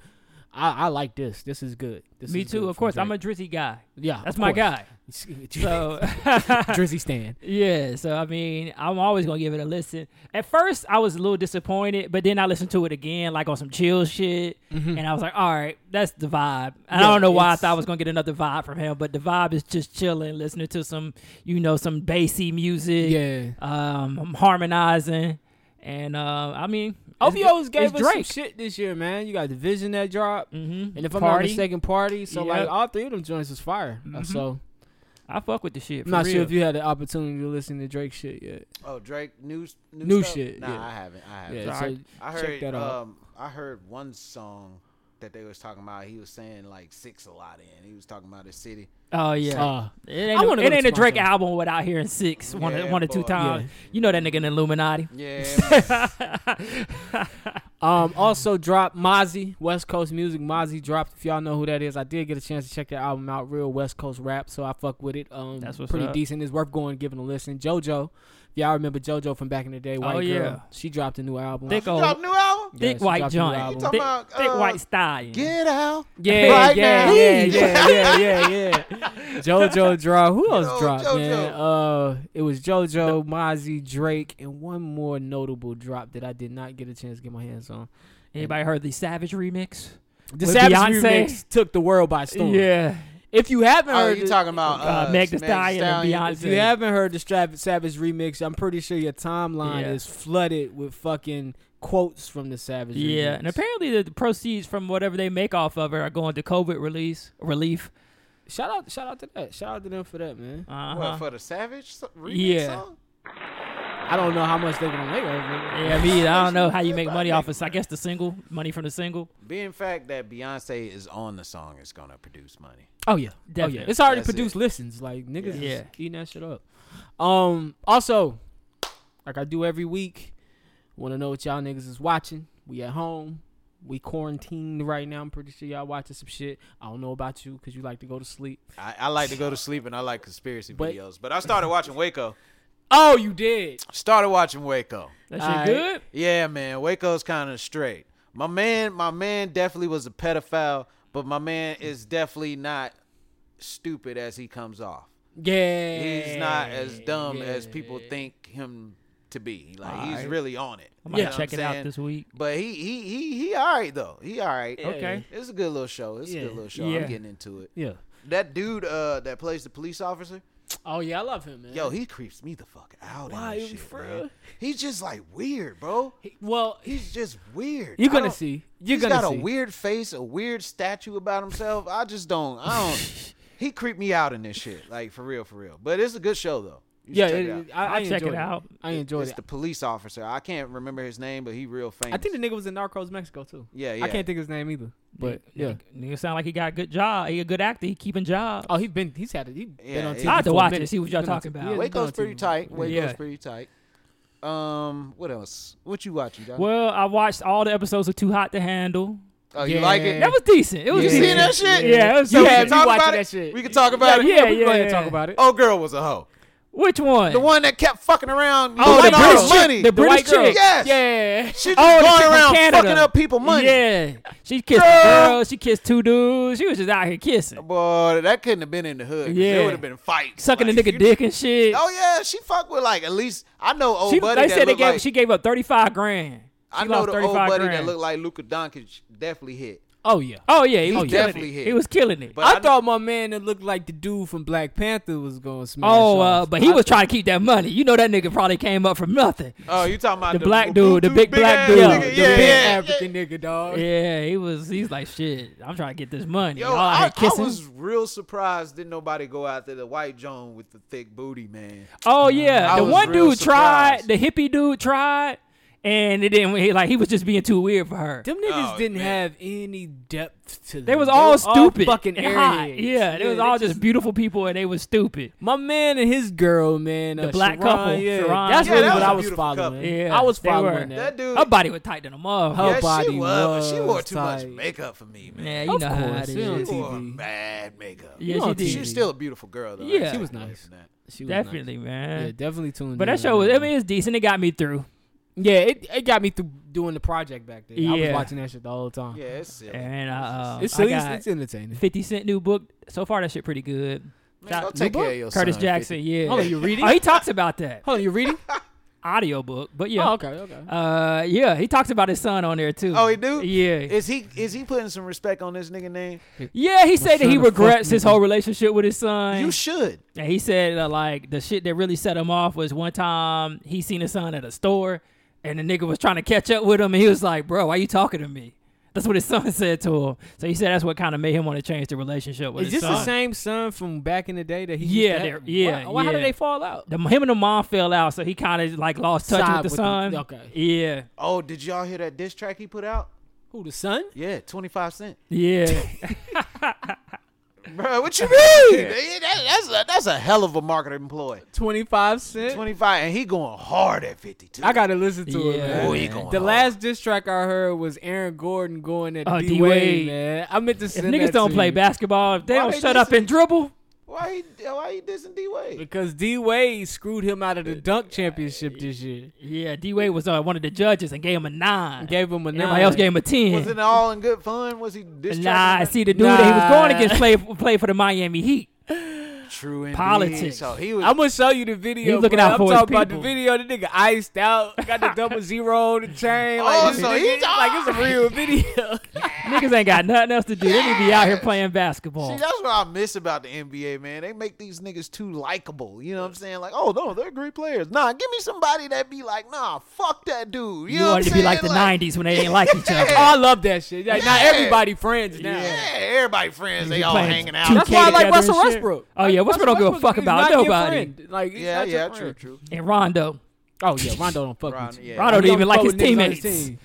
Speaker 4: I, I like this. This is good. This
Speaker 5: Me
Speaker 4: is good
Speaker 5: too. Of
Speaker 4: from
Speaker 5: course, I'm a
Speaker 4: Drake.
Speaker 5: Drizzy guy.
Speaker 4: yeah.
Speaker 5: That's
Speaker 4: of
Speaker 5: my
Speaker 4: course.
Speaker 5: guy. So
Speaker 4: Drizzy Stan.
Speaker 5: Yeah, so I mean, I'm always gonna give it a listen. At first, I was a little disappointed, but then I listened to it again, like on some chill shit, and I was like, "All right, that's the vibe." And I
Speaker 4: Mm-hmm. Yeah,
Speaker 5: don't know why I
Speaker 4: it's-
Speaker 5: thought I was gonna get another vibe from him, but the vibe is just chilling, listening to some, you know, some bassy music.
Speaker 4: Yeah.
Speaker 5: um, I'm harmonizing, and uh, I mean,
Speaker 4: OVOs gave
Speaker 5: it's
Speaker 4: us
Speaker 5: Drake.
Speaker 4: some shit this year, man. You got Division that dropped,
Speaker 5: Mhm.
Speaker 4: and if I'm not
Speaker 5: Party.
Speaker 4: mistaken, Party. So
Speaker 5: Yeah.
Speaker 4: like all three of them joints was fire. Uh, So
Speaker 5: I fuck with the shit. For
Speaker 4: I'm not
Speaker 5: real.
Speaker 4: sure if you had the opportunity to listen to Drake shit yet.
Speaker 8: oh, Drake, new new,
Speaker 4: New
Speaker 8: stuff?
Speaker 4: shit,
Speaker 8: Nah,
Speaker 4: yeah.
Speaker 8: I haven't. I haven't.
Speaker 4: Yeah,
Speaker 5: Sorry.
Speaker 4: so
Speaker 8: I
Speaker 4: check
Speaker 8: heard.
Speaker 4: that out.
Speaker 8: um, I heard one song that they was talking about. He was saying like six a lot in. He was talking about the city.
Speaker 5: Oh yeah.
Speaker 4: Uh,
Speaker 5: it ain't,
Speaker 4: I
Speaker 5: no-
Speaker 4: wanna
Speaker 5: it
Speaker 4: go
Speaker 5: ain't
Speaker 4: to
Speaker 5: a Drake
Speaker 4: Toronto.
Speaker 5: album without hearing six one,
Speaker 8: Yeah,
Speaker 5: one or two
Speaker 8: boy.
Speaker 5: times.
Speaker 4: Yeah.
Speaker 5: You know that nigga in the Illuminati.
Speaker 8: Yeah.
Speaker 4: Um, also dropped Mozzie, West Coast Music. Mozzie dropped. If y'all know who that is, I did get a chance to check that album out. Real West Coast rap, so I fuck with it. Um,
Speaker 5: That's what's
Speaker 4: pretty
Speaker 5: up.
Speaker 4: decent. It's worth going and giving a listen. JoJo, if y'all remember JoJo from back in the day, white
Speaker 5: Oh, yeah.
Speaker 4: girl. She dropped a new album.
Speaker 5: Thick
Speaker 8: you
Speaker 5: old,
Speaker 8: dropped new album.
Speaker 5: thick
Speaker 4: she
Speaker 5: white
Speaker 4: dropped a new
Speaker 5: joint.
Speaker 4: album.
Speaker 5: Thick,
Speaker 4: You
Speaker 8: talking about,
Speaker 5: thick
Speaker 8: uh,
Speaker 5: white stallion.
Speaker 8: Get out.
Speaker 4: Yeah,
Speaker 8: Right
Speaker 4: yeah,
Speaker 8: now.
Speaker 4: yeah,
Speaker 8: Please.
Speaker 4: yeah, yeah, yeah, yeah. JoJo draw. Who else
Speaker 8: old
Speaker 4: dropped,
Speaker 8: JoJo.
Speaker 4: man? Uh, it was JoJo, Mozzie, Drake, and one more notable drop that I did not get a chance to get my hands on.
Speaker 5: Anybody heard the Savage remix?
Speaker 4: The
Speaker 5: With
Speaker 4: Savage
Speaker 5: Beyonce?
Speaker 4: remix took the world by storm. If you haven't
Speaker 8: Oh,
Speaker 4: heard,
Speaker 8: you
Speaker 4: the-
Speaker 8: talking about
Speaker 5: Uh,
Speaker 8: uh,
Speaker 5: Meg Thee Stallion and
Speaker 4: if you
Speaker 5: Beyonce.
Speaker 4: haven't heard the Stra- Savage remix, I'm pretty sure your timeline
Speaker 5: Yeah.
Speaker 4: is flooded with fucking quotes from the Savage.
Speaker 5: Yeah,
Speaker 4: remix.
Speaker 5: and apparently the, the proceeds from whatever they make off of it are going to COVID release relief.
Speaker 4: shout out, shout out to that. Shout out to them for that, man.
Speaker 5: Uh-huh.
Speaker 8: What, for the Savage so- remix
Speaker 5: Yeah.
Speaker 8: song?
Speaker 4: I don't know how much they're gonna make over it.
Speaker 5: yeah, me. either. I don't know how you make money off of. I guess the single, money from the single.
Speaker 8: Being fact that Beyonce is on the song is gonna produce money.
Speaker 4: Oh yeah, oh yeah.
Speaker 5: Definitely.
Speaker 4: It's already
Speaker 8: That's
Speaker 4: produced
Speaker 8: it.
Speaker 4: listens. Like niggas, yeah,
Speaker 5: Yeah.
Speaker 4: eating that shit up. Um, also, like I do every week, want to know what y'all niggas is watching. We at home. We quarantined right now. I'm pretty sure y'all watching some shit. I don't know about you because you like to go to sleep.
Speaker 8: I, I like to go to sleep and I like conspiracy
Speaker 4: But-
Speaker 8: videos, but I started watching Waco.
Speaker 4: Oh, you did.
Speaker 8: Started watching Waco.
Speaker 5: That shit
Speaker 4: Alright.
Speaker 5: good.
Speaker 8: Yeah, man, Waco's kind of straight. My man, my man definitely was a pedophile, but my man is definitely not stupid as he comes off.
Speaker 4: Yeah.
Speaker 8: He's not as dumb as people think him to be. Like he's
Speaker 5: Alright.
Speaker 8: really on it.
Speaker 5: I
Speaker 8: You
Speaker 5: might
Speaker 8: know what
Speaker 5: check
Speaker 8: I'm
Speaker 5: it out
Speaker 8: saying?
Speaker 5: this week.
Speaker 8: But he he he he all right though. He all right.
Speaker 5: Okay.
Speaker 8: It's a good little show. It's
Speaker 5: Yeah.
Speaker 8: a good little show.
Speaker 5: Yeah.
Speaker 8: I'm getting into it.
Speaker 5: Yeah.
Speaker 8: That dude uh that plays the police officer,
Speaker 4: Oh yeah, I love him, man.
Speaker 8: yo, he creeps me the fuck out. in
Speaker 5: Why,
Speaker 8: this
Speaker 5: you
Speaker 8: shit,
Speaker 5: for
Speaker 8: man.
Speaker 5: real?
Speaker 8: He's just like weird, bro.
Speaker 4: He- well,
Speaker 8: He's just weird.
Speaker 4: you're
Speaker 8: I
Speaker 4: gonna
Speaker 8: don't-
Speaker 4: see. You're
Speaker 8: He's
Speaker 4: gonna
Speaker 8: got
Speaker 4: see.
Speaker 8: a weird face, a weird statue about himself. I just don't. I don't. he creeped me out in this shit, like for real, for real. But it's a good show though. You should
Speaker 4: yeah,
Speaker 8: check it
Speaker 4: it-
Speaker 8: out.
Speaker 4: I, I
Speaker 5: I'll check
Speaker 4: enjoyed
Speaker 5: it out.
Speaker 4: I enjoyed
Speaker 8: it's
Speaker 4: it.
Speaker 8: the police officer. I can't remember his name, but he real famous.
Speaker 4: I think the nigga was in Narcos Mexico too.
Speaker 8: yeah, yeah.
Speaker 4: I can't think of his name either. But yeah.
Speaker 5: Nigga sound like he got a good job. He a good actor. He keeping job.
Speaker 4: Oh, he's been he's had it. He been
Speaker 8: Yeah,
Speaker 4: on
Speaker 8: it-
Speaker 4: TV.
Speaker 8: I'll
Speaker 5: have to
Speaker 4: for a
Speaker 5: watch it,
Speaker 4: minute.
Speaker 5: see what
Speaker 4: He
Speaker 5: y'all
Speaker 4: been on
Speaker 5: talking
Speaker 4: TV.
Speaker 5: about.
Speaker 4: Yeah, he been
Speaker 8: Waco's
Speaker 4: on
Speaker 8: pretty
Speaker 4: TV.
Speaker 8: tight. Waco's
Speaker 5: Yeah.
Speaker 8: pretty tight. Um, what else? What you watching, Doc?
Speaker 5: Well, I watched all the episodes of Too Hot to Handle.
Speaker 8: Oh, you like it?
Speaker 5: That was decent. It was
Speaker 8: You
Speaker 5: decent.
Speaker 8: seen that shit?
Speaker 5: Yeah, it was
Speaker 8: You
Speaker 5: decent.
Speaker 8: had
Speaker 4: we
Speaker 8: talk
Speaker 4: watching
Speaker 8: about
Speaker 4: that
Speaker 8: it?
Speaker 4: shit.
Speaker 8: We can talk about it.
Speaker 5: Yeah,
Speaker 4: we
Speaker 5: yeah,
Speaker 4: go ahead and
Speaker 5: yeah.
Speaker 4: talk about it.
Speaker 8: Oh, girl was a hoe.
Speaker 5: Which one?
Speaker 8: The one that kept fucking around.
Speaker 5: Oh,
Speaker 8: giving
Speaker 5: the
Speaker 8: all her
Speaker 5: British chick-
Speaker 8: money.
Speaker 5: the British
Speaker 8: white girl.
Speaker 5: chick.
Speaker 8: Yes.
Speaker 4: Yeah.
Speaker 8: She just
Speaker 5: Oh, the chick
Speaker 8: going
Speaker 5: from
Speaker 8: around
Speaker 5: Canada.
Speaker 8: fucking up people money.
Speaker 5: Yeah, she kissed
Speaker 8: Girl.
Speaker 5: a girl. She kissed two dudes. She was just out here kissing,
Speaker 8: Boy, that couldn't have been in the hood. Yeah.
Speaker 5: Yeah.
Speaker 8: There would have been fights.
Speaker 5: sucking
Speaker 8: like,
Speaker 5: the nigga
Speaker 8: you-
Speaker 5: dick and shit.
Speaker 8: Oh yeah, she fucked with like at least I know old
Speaker 5: she,
Speaker 8: buddy
Speaker 5: they
Speaker 8: that
Speaker 5: said they
Speaker 8: looked
Speaker 5: gave
Speaker 8: like
Speaker 5: she gave up thirty five grand. She
Speaker 8: I know
Speaker 5: lost
Speaker 8: the old
Speaker 5: 35
Speaker 8: buddy that
Speaker 5: grand.
Speaker 8: looked like Luka Doncic definitely hit.
Speaker 4: Oh yeah.
Speaker 5: Oh yeah, he
Speaker 8: He
Speaker 5: was killing
Speaker 8: definitely
Speaker 5: it.
Speaker 8: hit.
Speaker 5: He was killing it.
Speaker 8: But
Speaker 4: I,
Speaker 8: I-
Speaker 4: thought my man that looked like the dude from Black Panther was going to smash.
Speaker 5: oh, uh,
Speaker 4: off.
Speaker 5: but he was trying to keep that money. You know that nigga probably came up from nothing.
Speaker 8: Oh, you talking about
Speaker 5: The black dude, the big black
Speaker 8: ass
Speaker 5: dude.
Speaker 4: Yo,
Speaker 5: Yeah,
Speaker 4: the
Speaker 8: nigga? Yeah,
Speaker 4: big
Speaker 8: yeah, yeah.
Speaker 4: African nigga dog.
Speaker 5: Yeah, he was. He's like, shit. I'm trying to get this money.
Speaker 8: Yo,
Speaker 5: All out
Speaker 8: I,
Speaker 5: here
Speaker 8: I
Speaker 5: kissing.
Speaker 8: was real surprised. Didn't nobody go after the white Joan with the thick booty, man?
Speaker 5: oh yeah,
Speaker 8: I
Speaker 5: the
Speaker 8: was
Speaker 5: one
Speaker 8: real
Speaker 5: dude
Speaker 8: surprised.
Speaker 5: tried. The hippie dude tried, and it didn't. He, like he was just being too weird for her.
Speaker 4: Them niggas
Speaker 8: Oh,
Speaker 4: didn't
Speaker 8: man.
Speaker 4: have any depth to them.
Speaker 5: They was
Speaker 4: They
Speaker 5: all
Speaker 4: were
Speaker 5: stupid,
Speaker 4: fucking
Speaker 5: and hot.
Speaker 4: areas.
Speaker 5: Yeah, they was all just beautiful people, and they was stupid.
Speaker 4: My man and his girl, man, the
Speaker 5: black couple,
Speaker 4: Yeah,
Speaker 5: Sharon.
Speaker 4: that's
Speaker 5: Yeah,
Speaker 4: really
Speaker 5: that
Speaker 4: what
Speaker 5: was
Speaker 4: I
Speaker 5: a
Speaker 4: was
Speaker 8: beautiful
Speaker 4: following.
Speaker 8: couple.
Speaker 5: Yeah,
Speaker 4: I was
Speaker 5: they were.
Speaker 4: following that.
Speaker 8: That dude.
Speaker 5: Her body was tight than a
Speaker 4: Her
Speaker 5: motherfucker.
Speaker 8: yeah, she
Speaker 4: body
Speaker 8: was, but she wore
Speaker 4: was
Speaker 8: too much
Speaker 4: tight.
Speaker 8: makeup for me, man.
Speaker 5: Yeah,
Speaker 4: Of
Speaker 5: you know how
Speaker 4: course,
Speaker 5: it
Speaker 4: we on
Speaker 5: is.
Speaker 8: she wore
Speaker 4: TV.
Speaker 8: bad makeup.
Speaker 5: Yeah,
Speaker 4: You
Speaker 5: she
Speaker 4: on
Speaker 5: did.
Speaker 4: TV.
Speaker 8: She's still a beautiful girl, though. I
Speaker 5: Yeah.
Speaker 8: ain't
Speaker 5: She
Speaker 4: was
Speaker 8: taking away
Speaker 4: nice.
Speaker 8: from that.
Speaker 4: She was
Speaker 5: Definitely,
Speaker 4: nice. Yeah,
Speaker 5: man.
Speaker 4: definitely tuned.
Speaker 5: But
Speaker 4: in,
Speaker 5: that show was, I
Speaker 4: man.
Speaker 5: mean, it's decent. It got me through.
Speaker 4: yeah, it, it got me through doing the project back then. I was
Speaker 5: Yeah.
Speaker 4: watching that shit the whole time.
Speaker 8: Yeah, it's silly.
Speaker 5: And uh, um,
Speaker 4: It's
Speaker 5: I
Speaker 4: silly. It's,
Speaker 5: got
Speaker 4: it's entertaining.
Speaker 5: 50 Cent new book. So far, that shit pretty good.
Speaker 8: Man, go
Speaker 5: Shout-
Speaker 8: take care of your
Speaker 5: Curtis
Speaker 8: son,
Speaker 5: Jackson, yeah.
Speaker 4: Hold on, you reading?
Speaker 5: Oh, he talks about that
Speaker 4: Hold on, you reading?
Speaker 5: audio book, but yeah,
Speaker 4: Oh, okay, okay.
Speaker 5: uh, yeah, he talks about his son on there too.
Speaker 8: Oh, he do?
Speaker 5: Yeah,
Speaker 8: Is he is he putting some respect on this nigga name?
Speaker 5: yeah. He said that
Speaker 4: son
Speaker 5: he
Speaker 4: of fuck
Speaker 5: regrets his
Speaker 4: nigga.
Speaker 5: whole relationship with his son.
Speaker 8: You should.
Speaker 5: And he said uh, like the shit that really set him off was one time he seen his son at a store, and the nigga was trying to catch up with him, and he was like, "Bro, why you talking to me?" That's what his son said to him. So he said that's what kind of made him want to change the relationship with
Speaker 4: Is
Speaker 5: his
Speaker 4: this the
Speaker 5: son.
Speaker 4: same son from back in the day that he?
Speaker 5: Yeah,
Speaker 4: used to
Speaker 5: they're-
Speaker 4: have?
Speaker 5: yeah,
Speaker 4: Why, why- How did
Speaker 5: yeah.
Speaker 4: they fall out?
Speaker 5: The, him and the mom fell out, so he kind of like lost touch
Speaker 4: Side
Speaker 5: with the
Speaker 4: with the-
Speaker 5: son.
Speaker 4: okay.
Speaker 5: Yeah,
Speaker 8: Oh, did y'all hear that diss track he put out?
Speaker 4: Who the son?
Speaker 8: Yeah, twenty five cent.
Speaker 5: yeah.
Speaker 8: Bro, what you mean? That- that's a that's a hell of a marketer employee.
Speaker 4: Twenty five cent.
Speaker 8: Twenty five, and he going hard at fifty two.
Speaker 4: I gotta listen to it.
Speaker 5: Yeah.
Speaker 4: Man.
Speaker 8: Oh, he going
Speaker 4: the
Speaker 8: hard.
Speaker 4: last diss track I heard was Aaron Gordon going at
Speaker 5: Oh,
Speaker 4: D
Speaker 5: D-Wade.
Speaker 4: Wade. Man, I meant to
Speaker 5: If
Speaker 4: send
Speaker 5: niggas
Speaker 4: that
Speaker 5: don't
Speaker 4: to
Speaker 5: play
Speaker 4: you.
Speaker 5: basketball, if they
Speaker 8: Why
Speaker 5: don't
Speaker 8: they
Speaker 5: shut up
Speaker 8: dissing-
Speaker 5: and dribble.
Speaker 8: Why he why he dissing D Wade?
Speaker 4: because D Wade screwed him out of the dunk championship this year.
Speaker 5: Yeah, D Wade was uh, one of the judges and gave him a nine.
Speaker 4: Gave him a nine.
Speaker 5: Everybody else gave him a ten.
Speaker 8: Was it all in good fun? Was he diss
Speaker 5: Nah,
Speaker 8: tracking?
Speaker 5: see the dude that he was going
Speaker 4: Nah.
Speaker 5: against played played for the Miami Heat.
Speaker 8: True indeed.
Speaker 5: politics.
Speaker 8: So he was.
Speaker 4: I'm gonna show you the video.
Speaker 5: He was looking
Speaker 4: bro.
Speaker 5: out
Speaker 4: I'm
Speaker 5: for his
Speaker 4: talking about the
Speaker 5: people.
Speaker 4: video. The nigga iced out, got the double zero, the chain. Like,
Speaker 8: Oh,
Speaker 4: this
Speaker 8: so
Speaker 4: nigga-
Speaker 8: he's-
Speaker 4: like it's a real video.
Speaker 5: Niggas ain't got nothing else to do. They need to be out here playing
Speaker 8: See,
Speaker 5: basketball.
Speaker 8: that's what I miss about the NBA, man. They make these niggas too likable. You know what I'm saying? Like, oh no, they're great players. Nah, give me somebody that be like, nah, fuck that dude. You,
Speaker 5: You
Speaker 8: know
Speaker 5: wanted
Speaker 8: what
Speaker 5: to
Speaker 8: I'm
Speaker 5: be like the
Speaker 8: saying?
Speaker 5: '90s when they ain't like each other.
Speaker 4: Oh, I love that shit. Like, Not
Speaker 8: Yeah.
Speaker 4: everybody friends now.
Speaker 8: Yeah, everybody friends. They all
Speaker 5: playing
Speaker 8: hanging
Speaker 5: 2K
Speaker 8: out.
Speaker 4: That's why I like
Speaker 5: together and
Speaker 4: Russell
Speaker 5: shit.
Speaker 4: Westbrook.
Speaker 5: Oh yeah,
Speaker 4: Like,
Speaker 5: Westbrook don't give a fuck
Speaker 4: is
Speaker 5: about
Speaker 4: not your
Speaker 5: nobody.
Speaker 4: friend. Like he's
Speaker 8: Yeah,
Speaker 4: not your
Speaker 8: yeah,
Speaker 4: friend.
Speaker 8: true, true.
Speaker 5: And Rondo,
Speaker 4: Oh yeah, Rondo don't fuck
Speaker 8: Ron-
Speaker 4: with you.
Speaker 8: yeah.
Speaker 5: Rondo
Speaker 4: He
Speaker 5: didn't even
Speaker 4: don't
Speaker 5: like
Speaker 4: fuck
Speaker 5: his
Speaker 4: with niggas on his
Speaker 5: teammates.
Speaker 4: team.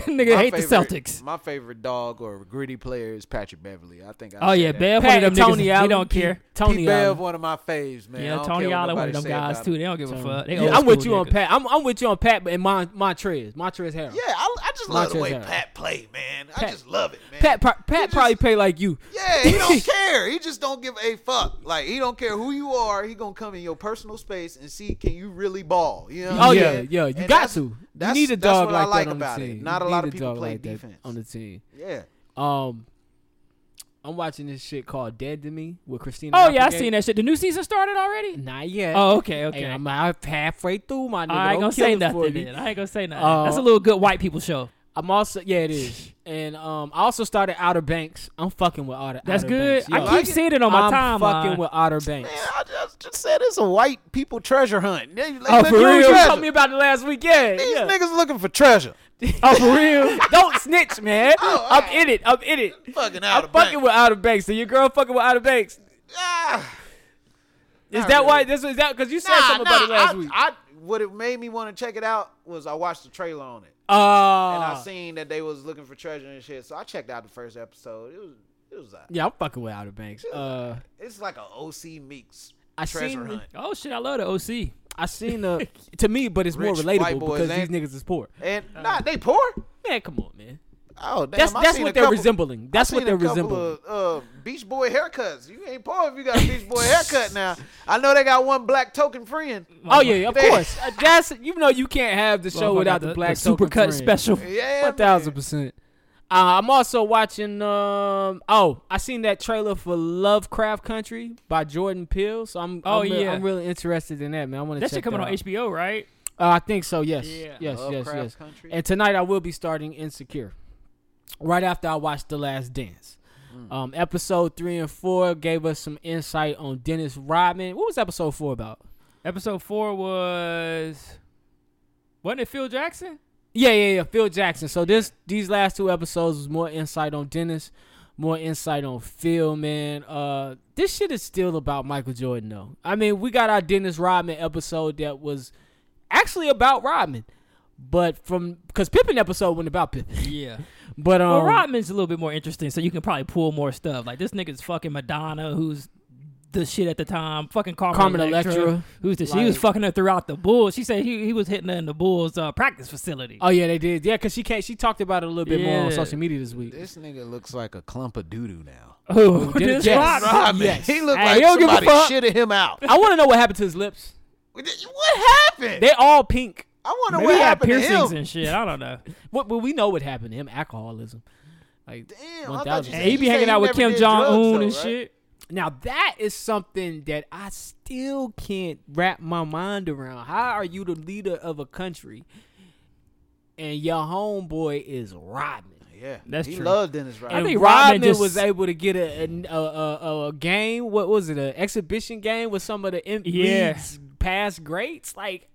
Speaker 5: Nigga
Speaker 8: My
Speaker 5: hate the
Speaker 8: favorite-
Speaker 5: Celtics.
Speaker 8: My favorite dog or gritty player is Patrick Beverly. I think. I
Speaker 5: Oh yeah,
Speaker 8: Bev.
Speaker 5: Bev, one
Speaker 4: Pat
Speaker 5: of them
Speaker 4: and Tony
Speaker 5: niggas. They
Speaker 4: Allen,
Speaker 5: don't
Speaker 4: Pete-
Speaker 5: care.
Speaker 4: Tony
Speaker 8: Bev,
Speaker 4: Allen.
Speaker 8: one of my faves, man. I
Speaker 5: Yeah,
Speaker 8: don't
Speaker 5: Tony
Speaker 8: care what
Speaker 5: Allen, one of them
Speaker 8: nobody say
Speaker 5: guys
Speaker 8: about
Speaker 5: too.
Speaker 8: him.
Speaker 5: They don't give a fuck. They
Speaker 4: Yeah,
Speaker 5: old
Speaker 4: I'm with
Speaker 5: school
Speaker 4: you on
Speaker 5: niggas.
Speaker 4: Pat. I'm, I'm with you on Pat, but in Mon- Montrez, Montrez Harrell.
Speaker 8: Yeah, I, I just love the
Speaker 4: Montrezl
Speaker 8: way
Speaker 4: Harrell.
Speaker 8: Pat play, man. I
Speaker 4: Pat-
Speaker 8: just love it, man.
Speaker 4: Pat, pro- Pat
Speaker 8: just-
Speaker 4: probably pay like you.
Speaker 8: Yeah, he don't care. He just don't give a fuck. Like he don't care who you are. He gonna come in your personal space and see can you really ball. You know? what
Speaker 4: Oh
Speaker 8: I'm
Speaker 4: yeah,
Speaker 8: saying?
Speaker 4: yeah. You
Speaker 8: And
Speaker 4: got
Speaker 8: that's-
Speaker 4: to. You
Speaker 8: that's-
Speaker 4: need a
Speaker 8: that's
Speaker 4: dog
Speaker 8: what
Speaker 4: like
Speaker 8: I like
Speaker 4: that on
Speaker 8: about
Speaker 4: the
Speaker 8: it.
Speaker 4: team.
Speaker 8: Not a
Speaker 4: You
Speaker 8: lot
Speaker 4: need
Speaker 8: of people
Speaker 4: dog
Speaker 8: play
Speaker 4: like that
Speaker 8: defense.
Speaker 4: on the team.
Speaker 8: Yeah.
Speaker 4: Um, I'm watching this shit called Dead to Me with Christina.
Speaker 5: Oh yeah, I
Speaker 4: Applegate.
Speaker 5: seen that shit. The new season started already.
Speaker 4: Not yet.
Speaker 5: Oh okay, okay.
Speaker 4: Hey, I'm out halfway through my nigga.
Speaker 5: I ain't
Speaker 4: Don't
Speaker 5: gonna
Speaker 4: kill
Speaker 5: say
Speaker 4: it for
Speaker 5: nothing.
Speaker 4: me.
Speaker 5: Then. I ain't gonna say nothing.
Speaker 4: Uh,
Speaker 5: That's a little good white people show.
Speaker 4: I'm also yeah, it is. And um, I also started Outer Banks. I'm fucking with Outer.
Speaker 5: That's
Speaker 4: Outer
Speaker 5: good.
Speaker 4: Banks.
Speaker 5: I
Speaker 4: Yo,
Speaker 5: keep seeing it on my
Speaker 4: I'm
Speaker 5: timeline.
Speaker 4: fucking with Outer Banks.
Speaker 8: Man, I just, just said it's a white people treasure hunt. They, they
Speaker 5: Oh,
Speaker 8: looking
Speaker 5: for real?
Speaker 4: You
Speaker 5: Treasure.
Speaker 4: told me about the last weekend.
Speaker 8: These niggas looking for treasure.
Speaker 4: Oh, for real? Don't snitch, man.
Speaker 8: Oh,
Speaker 4: I'm
Speaker 8: alright.
Speaker 4: in it. I'm in it.
Speaker 8: Fucking
Speaker 4: I'm
Speaker 8: Outer
Speaker 4: fucking
Speaker 8: Banks.
Speaker 4: with Outer Banks. So your girl fucking with Outer Banks.
Speaker 8: Ah,
Speaker 4: Is
Speaker 8: Not
Speaker 4: that why?
Speaker 8: really.
Speaker 4: This is that because you said
Speaker 8: nah,
Speaker 4: something
Speaker 8: nah,
Speaker 4: about it last
Speaker 8: I,
Speaker 4: week.
Speaker 8: I, what it made me want to check it out was I watched the trailer on it.
Speaker 4: Oh,
Speaker 8: and I seen that they was looking for treasure and shit. So I checked out the first episode. It was it was uh,
Speaker 4: yeah, I'm fucking with Outer Banks. Uh,
Speaker 8: it's like a OC Meeks
Speaker 4: I
Speaker 8: treasure
Speaker 4: seen
Speaker 8: hunt.
Speaker 5: Oh shit, I love the OC.
Speaker 4: I seen the to me, but it's more
Speaker 8: Rich
Speaker 4: relatable
Speaker 8: white boys,
Speaker 4: because these
Speaker 8: ain't-
Speaker 4: niggas is poor.
Speaker 8: And nah, they poor.
Speaker 4: Man, come on, man.
Speaker 8: Oh, damn,
Speaker 4: That's
Speaker 8: I
Speaker 4: that's
Speaker 8: seen a
Speaker 4: what they're
Speaker 8: couple-
Speaker 4: resembling. That's
Speaker 8: I
Speaker 4: what
Speaker 8: seen
Speaker 4: they're
Speaker 8: a couple
Speaker 4: resembling.
Speaker 8: Of, uh, beach boy haircuts. You ain't poor if you got a beach boy haircut now. I know they got one black token friend.
Speaker 4: Oh yeah, of
Speaker 8: They-
Speaker 4: course. Uh, That's you know you can't have the show
Speaker 5: Motherfucker
Speaker 4: without
Speaker 5: got
Speaker 4: the, black
Speaker 5: super
Speaker 4: token
Speaker 5: cut
Speaker 4: friend.
Speaker 5: special.
Speaker 8: Yeah,
Speaker 4: One thousand percent. Uh, I'm also watching. Um, oh, I seen that trailer for Lovecraft Country by Jordan Peele. So I'm.
Speaker 5: Oh,
Speaker 4: I'm re-
Speaker 5: yeah.
Speaker 4: I'm really interested in that, man. I want to.
Speaker 5: That shit coming on
Speaker 4: out.
Speaker 5: HBO, right?
Speaker 4: Uh, I think so. Yes.
Speaker 5: Yeah.
Speaker 4: Yes. yes.
Speaker 8: Lovecraft
Speaker 4: Yes.
Speaker 8: Country.
Speaker 4: And tonight I will be starting Insecure. Right after I watched The Last Dance. Um, episode three and four gave us some insight on Dennis Rodman. What was episode four about?
Speaker 5: Episode four was wasn't it Phil Jackson?
Speaker 4: Yeah, yeah, yeah. Phil Jackson. So this these last two episodes was more insight on Dennis, more insight on Phil, man. Uh this shit is still about Michael Jordan though. I mean, we got our Dennis Rodman episode that was actually about Rodman. But from because Pippen episode wasn't about Pippen.
Speaker 5: Yeah.
Speaker 4: But um
Speaker 5: Well, Rodman's a little bit more interesting, so you can probably pull more stuff. Like this nigga's fucking Madonna, who's the shit at the time. Fucking Carmen,
Speaker 4: Carmen
Speaker 5: Electra,
Speaker 4: Electra.
Speaker 5: who's the she was
Speaker 4: Like-
Speaker 5: fucking her throughout the Bulls. She said he, he was hitting her in the Bulls uh, practice facility.
Speaker 4: Oh yeah, they did. Yeah, cause she can't. She talked about it a little bit more on
Speaker 5: Yeah.
Speaker 4: social media this week.
Speaker 8: This nigga looks like a clump of doo doo now.
Speaker 5: Oh,
Speaker 4: Dennis
Speaker 5: this
Speaker 4: Rodman.
Speaker 5: Rodman.
Speaker 8: Rodman.
Speaker 4: Yes.
Speaker 8: Ah, He looked
Speaker 4: Hey,
Speaker 8: like
Speaker 4: he don't give a
Speaker 8: somebody
Speaker 4: fuck.
Speaker 8: shitted him out.
Speaker 4: I want to know what happened to his lips.
Speaker 8: What happened?
Speaker 4: They all pink.
Speaker 8: I wonder
Speaker 5: Maybe
Speaker 8: what
Speaker 5: he had
Speaker 8: happened
Speaker 5: piercings
Speaker 8: to him.
Speaker 5: and shit. I don't know.
Speaker 4: What? Well, we know what happened to him. Alcoholism. Like
Speaker 8: Damn, I thought
Speaker 4: 1000.
Speaker 8: you
Speaker 5: And
Speaker 8: said
Speaker 5: he be
Speaker 8: you said
Speaker 5: hanging out with
Speaker 8: never
Speaker 5: Kim
Speaker 8: did
Speaker 5: Jong
Speaker 8: drugs,
Speaker 5: Un
Speaker 8: though,
Speaker 5: and
Speaker 8: right?
Speaker 5: shit.
Speaker 4: Now that is something that I still can't wrap my mind around. How are you the leader of a country, and your homeboy is Rodman?
Speaker 8: Yeah,
Speaker 5: That's
Speaker 8: he
Speaker 5: true.
Speaker 8: loved Dennis Rodman.
Speaker 5: I
Speaker 4: I
Speaker 5: think
Speaker 4: think
Speaker 5: Rodman
Speaker 4: Rodman
Speaker 5: just-
Speaker 4: was able to get a a, a, a- a game. What was it? An exhibition game with some of the M-
Speaker 5: Yeah.
Speaker 4: league's past greats. Like,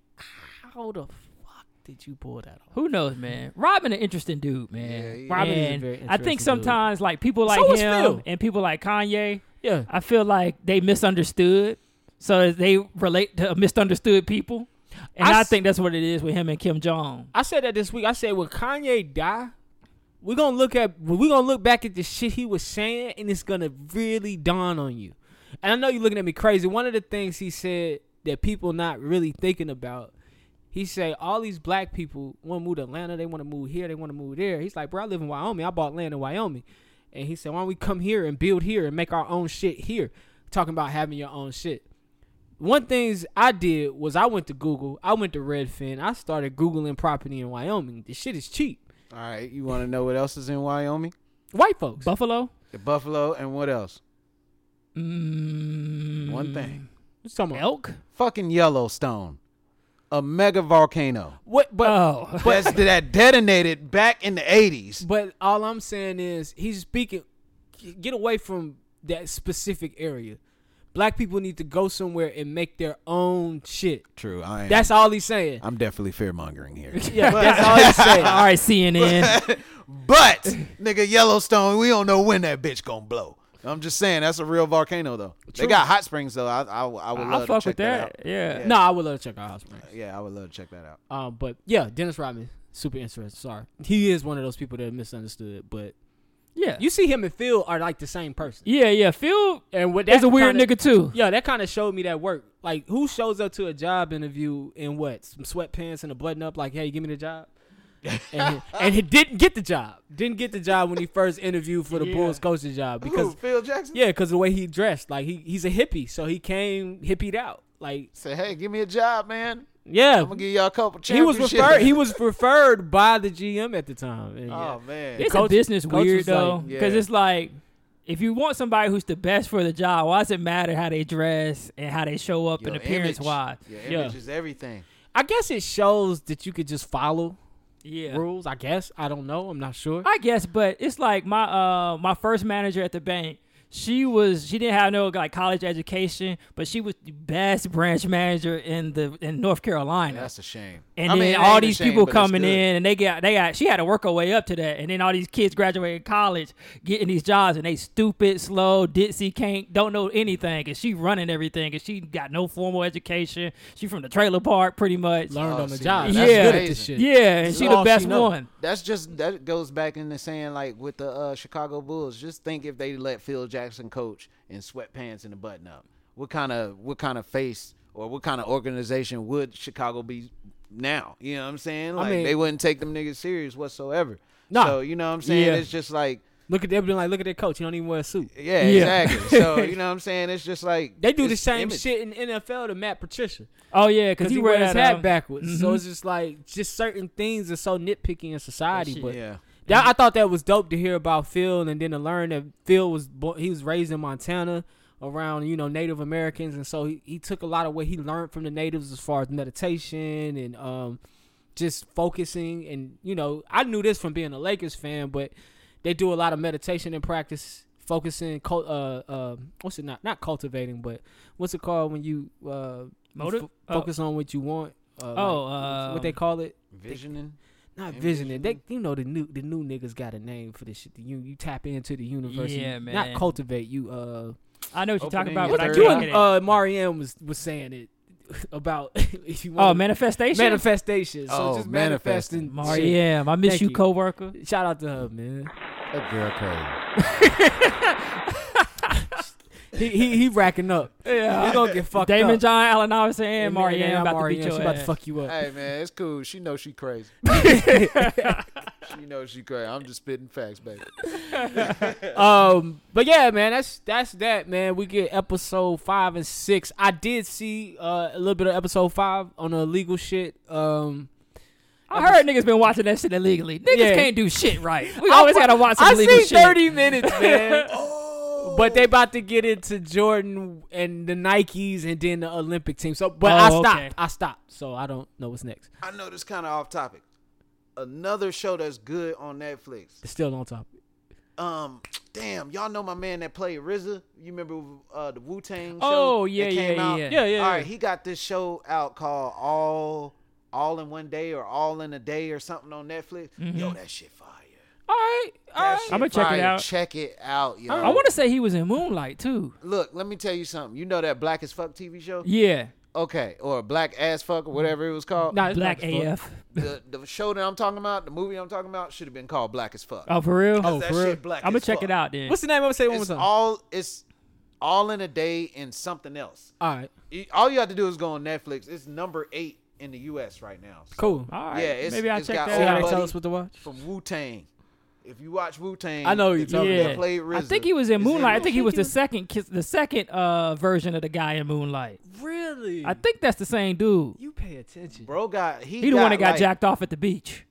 Speaker 4: how the fuck did you pull that off?
Speaker 5: Who knows, man? Rodman, an interesting dude, man. Robin
Speaker 8: he-
Speaker 4: Rodman is a
Speaker 5: and
Speaker 4: very
Speaker 5: I think
Speaker 4: interesting dude.
Speaker 5: sometimes like people like
Speaker 4: So is
Speaker 5: him
Speaker 4: Phil.
Speaker 5: and people like Kanye,
Speaker 4: Yeah,
Speaker 5: I feel like they misunderstood, so they relate to misunderstood people, and
Speaker 4: I
Speaker 5: I,
Speaker 4: s-
Speaker 5: think that's what it is with him and Kim Jong.
Speaker 4: I said that this week. I said when Kanye die, we're gonna look at we're gonna look back at the shit he was saying, and it's gonna really dawn on you. And I know you're looking at me crazy. One of the things he said that people not really thinking about, he said all these black people want to move to Atlanta, they want to move here, they want to move there. He's like, bro, I live in Wyoming. I bought land in Wyoming, and he said, why don't we come here and build here and make our own shit here? Talking about having your own shit one things I did was I went to Google, I went to Redfin, I started googling property in Wyoming. This shit is cheap.
Speaker 8: All right, you want to know what else is in Wyoming?
Speaker 4: White folks.
Speaker 5: Buffalo,
Speaker 8: The buffalo and what else?
Speaker 5: mm,
Speaker 8: One thing.
Speaker 4: What's you talking about?
Speaker 5: elk.
Speaker 8: Fucking Yellowstone. A mega volcano.
Speaker 4: What? But
Speaker 5: Oh,
Speaker 8: That's, that detonated back in the 80s.
Speaker 4: but all I'm saying is he's speaking. Get away from that specific area. Black people need to go somewhere and make their own shit.
Speaker 8: True. I am,
Speaker 4: That's all he's saying.
Speaker 8: I'm definitely fear mongering here.
Speaker 4: Yeah, that's all he's saying.
Speaker 5: all right, CNN.
Speaker 8: but, nigga, Yellowstone, we don't know when that bitch gonna blow. I'm just saying, that's a real volcano, though. They got hot springs, though. I, I, I would
Speaker 5: I
Speaker 8: love
Speaker 5: fuck
Speaker 8: to check
Speaker 5: with
Speaker 8: that.
Speaker 5: that. Yeah.
Speaker 4: No, I would love to check our house. Man.
Speaker 8: out. Yeah, I would love to check that out.
Speaker 4: Um, but yeah, Dennis Rodman, super interesting. Sorry, he is one of those people that are misunderstood. But
Speaker 5: yeah,
Speaker 4: you see him and Phil are like the same person.
Speaker 5: yeah, yeah. Phil
Speaker 4: And what
Speaker 5: is
Speaker 4: that
Speaker 5: a weird
Speaker 4: kinda-
Speaker 5: nigga too.
Speaker 4: Yeah, that kind of showed me that work. Like, who shows up to a job interview in what some sweatpants and a button up? Like, hey, give me the job. and, and he didn't get the job. Didn't get the job when he first interviewed for the
Speaker 5: Yeah.
Speaker 4: Bulls coaching job because
Speaker 8: Because Phil Jackson
Speaker 4: yeah, because the way he dressed, like he he's a hippie, so he came hippied out. Like
Speaker 8: said, hey, give me a job, man.
Speaker 4: yeah,
Speaker 8: I'm gonna give y'all a couple
Speaker 4: he was
Speaker 8: championships.
Speaker 4: referred. He was referred by the GM at the time. And, yeah.
Speaker 8: Oh, man.
Speaker 5: It's
Speaker 4: Coach-
Speaker 5: a business
Speaker 4: coach
Speaker 5: weird
Speaker 4: was
Speaker 5: though,
Speaker 4: like-
Speaker 5: because
Speaker 8: Yeah.
Speaker 5: it's like if you want somebody who's the best for the job, why does it matter how they dress and how they show up and
Speaker 8: Your
Speaker 5: appearance
Speaker 8: image.
Speaker 5: wise?
Speaker 8: Your
Speaker 5: Yeah.
Speaker 8: image is everything.
Speaker 4: I guess it shows that you could just follow
Speaker 5: Yeah.
Speaker 4: rules. I guess I don't know. I'm not
Speaker 8: Oh,
Speaker 4: sure.
Speaker 5: I guess, but it's like my uh my first manager at the bank. She was she didn't have no like college education, but she was the best branch manager in the in North Carolina.
Speaker 8: That's a shame.
Speaker 5: and
Speaker 8: I mean,
Speaker 5: then
Speaker 8: it
Speaker 5: all
Speaker 8: ain't a
Speaker 5: these
Speaker 8: shame,
Speaker 5: people
Speaker 8: but it's
Speaker 5: coming
Speaker 8: good.
Speaker 5: in and they got they got she had to work her way up to that. And then all these kids graduating college, getting these jobs, and they stupid, slow, ditzy, can't don't know anything. And she running everything, and she got no formal education. She from the trailer park, pretty much.
Speaker 4: Learned
Speaker 8: Oh,
Speaker 4: on the
Speaker 8: see,
Speaker 4: job.
Speaker 5: that's
Speaker 4: That's yeah, good at this
Speaker 8: amazing.
Speaker 4: shit.
Speaker 5: Yeah, and she
Speaker 4: is
Speaker 5: the
Speaker 4: all
Speaker 5: best
Speaker 4: know.
Speaker 5: one.
Speaker 8: That's just that goes back into saying like with the uh, Chicago Bulls. Just think if they let Phil Jackson coach in sweatpants and a button up, what kind of what kind of face or what kind of organization would Chicago be now? You know what I'm saying? Like
Speaker 4: mean-
Speaker 8: they wouldn't take them niggas serious whatsoever.
Speaker 4: Nah.
Speaker 8: So you know what I'm saying?
Speaker 4: Yeah.
Speaker 8: It's just like
Speaker 4: Look at everything. Like look at their coach. He don't even wear a suit.
Speaker 8: yeah,
Speaker 5: Yeah.
Speaker 8: exactly. So you know what I'm saying? It's just like
Speaker 4: They do the
Speaker 8: it's
Speaker 4: same
Speaker 8: image.
Speaker 4: shit in NFL to Matt Patricia
Speaker 5: Oh yeah, because
Speaker 4: because
Speaker 5: he,
Speaker 4: he wears
Speaker 5: wear
Speaker 4: his
Speaker 5: that,
Speaker 4: hat
Speaker 5: um,
Speaker 4: backwards. Mm-hmm. So it's just like just certain things are so nitpicky in society.
Speaker 5: shit.
Speaker 4: But
Speaker 8: Yeah.
Speaker 4: that, I thought that was dope to hear about Phil, and then to learn that Phil was bo- he was raised in Montana around you know Native Americans, and so he, he took a lot of what he learned from the natives as far as meditation and um just focusing and you know I knew this from being a Lakers fan, but they do a lot of meditation and practice focusing cult, uh uh what's it not not cultivating but what's it called when you uh you
Speaker 5: Motive?
Speaker 4: fo-
Speaker 5: Oh.
Speaker 4: focus on what you want uh,
Speaker 5: Oh,
Speaker 4: like, what
Speaker 5: um,
Speaker 4: they call it
Speaker 8: Visioning.
Speaker 4: not
Speaker 8: Maybe
Speaker 4: visioning. They,
Speaker 8: visioning.
Speaker 4: you know, the new the new niggas got a name for this shit. The, you you tap into the universe. You-
Speaker 5: Yeah, man.
Speaker 4: Not cultivate. You uh,
Speaker 5: I know what you're talking
Speaker 8: Opening
Speaker 5: about,
Speaker 8: your
Speaker 5: but I
Speaker 8: third
Speaker 5: can't
Speaker 4: you
Speaker 8: eye.
Speaker 5: get
Speaker 4: and
Speaker 5: it.
Speaker 4: uh, Marianne was was saying it about if you
Speaker 5: oh,
Speaker 4: want
Speaker 5: manifestation.
Speaker 4: manifestation. So
Speaker 8: Oh,
Speaker 4: just
Speaker 8: manifesting.
Speaker 4: manifesting.
Speaker 5: Mar-
Speaker 4: shit.
Speaker 5: yeah, I miss
Speaker 4: Thank
Speaker 5: you,
Speaker 4: you.
Speaker 5: coworker.
Speaker 4: Shout out to her, man.
Speaker 3: That girl crazy.
Speaker 4: He he, he racking up.
Speaker 5: Yeah.
Speaker 4: He gonna get fucked
Speaker 5: Damon
Speaker 4: up.
Speaker 5: John, Allen Iverson, and Marianne
Speaker 4: Marianne,
Speaker 5: about
Speaker 4: Marianne,
Speaker 5: to beat
Speaker 4: she
Speaker 5: your
Speaker 4: about to
Speaker 5: ass.
Speaker 4: fuck you up.
Speaker 8: Hey man, it's cool. She knows she crazy. she knows she crazy. I'm just spitting facts, baby.
Speaker 4: um, but yeah, man, that's that's that, man. We get episode five and six. I did see uh, a little bit of episode five on the illegal shit. Um,
Speaker 5: I heard niggas been watching that shit illegally. Niggas
Speaker 4: Yeah.
Speaker 5: can't do shit right. We always gotta watch some
Speaker 4: I
Speaker 5: illegal
Speaker 4: see
Speaker 5: shit.
Speaker 4: thirty minutes, man. But they about to get into Jordan and the Nikes and then the Olympic team. So, but
Speaker 5: Oh,
Speaker 4: I stopped.
Speaker 5: okay.
Speaker 4: I stopped. So I don't know what's next.
Speaker 8: I know this kind of off topic. Another show that's good on Netflix.
Speaker 4: It's still on topic.
Speaker 8: Um, damn, y'all know my man that played RZA. You remember uh, the Wu Tang?
Speaker 5: Oh,
Speaker 8: show
Speaker 5: yeah,
Speaker 8: that
Speaker 5: yeah,
Speaker 8: came
Speaker 5: yeah,
Speaker 8: out?
Speaker 5: yeah.
Speaker 4: Yeah, yeah,
Speaker 8: All
Speaker 4: yeah.
Speaker 8: right, he got this show out called All All in One Day or All in a Day or something on Netflix. Yo, that shit fire.
Speaker 5: All right, all
Speaker 8: That
Speaker 5: right.
Speaker 8: shit
Speaker 5: I'm gonna Mm-hmm. check
Speaker 8: fire.
Speaker 5: it out.
Speaker 8: Check it out, yo.
Speaker 5: I want to say he was in Moonlight too.
Speaker 8: Look, let me tell you something. You know that Black as Fuck TV show?
Speaker 5: Yeah,
Speaker 8: Okay, or Black as Fuck or whatever it was called.
Speaker 4: Nah, it's
Speaker 5: Black
Speaker 4: not as fuck.
Speaker 5: AF.
Speaker 8: the the show that I'm talking about, the movie I'm talking about, should have been called Black as Fuck.
Speaker 5: Oh, for real?
Speaker 8: that shit black
Speaker 5: I'm gonna
Speaker 8: as
Speaker 5: check
Speaker 8: fuck.
Speaker 5: it out then.
Speaker 4: What's the name? I'm gonna say it one more
Speaker 8: it's
Speaker 4: time.
Speaker 8: all it's all in a day and something else.
Speaker 4: all right,
Speaker 8: You- All you have to do is go on Netflix. It's number eight in the U.S. right now. So,
Speaker 4: cool.
Speaker 5: all right,
Speaker 8: Yeah, it's-
Speaker 5: maybe I'll
Speaker 8: it's
Speaker 5: check
Speaker 8: got
Speaker 5: that
Speaker 8: old
Speaker 4: See how
Speaker 5: out.
Speaker 4: they
Speaker 8: buddy.
Speaker 4: tell us what to watch.
Speaker 8: From Wu Tang, if you watch Wu Tang,
Speaker 4: I know who you're talking
Speaker 5: Yeah,
Speaker 4: about.
Speaker 8: played RZA.
Speaker 5: I think he was in
Speaker 8: Is he
Speaker 5: Moonlight. I
Speaker 8: in
Speaker 5: think he was the second, kiss- the second uh version of the guy in Moonlight.
Speaker 4: Really?
Speaker 5: I think that's the same dude.
Speaker 4: you pay attention.
Speaker 8: Bro got he,
Speaker 5: He the
Speaker 8: got
Speaker 5: one that got
Speaker 8: like,
Speaker 5: jacked off at the beach.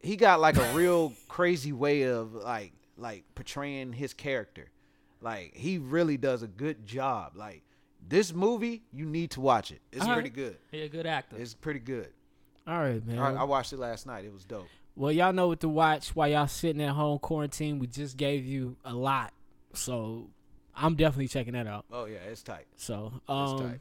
Speaker 8: He got like a real crazy way of like like portraying his character. Like he really does a good job. Like this movie, you need to watch it. It's
Speaker 5: All right.
Speaker 8: pretty good.
Speaker 5: He a good actor.
Speaker 8: It's pretty good.
Speaker 4: All right, man.
Speaker 8: I, I watched it last night. It was dope.
Speaker 4: Well, y'all know what to watch while y'all sitting at home quarantine. We just gave you a lot, so I'm definitely checking that out.
Speaker 8: Oh yeah, it's tight.
Speaker 4: So,
Speaker 8: tight.
Speaker 4: um,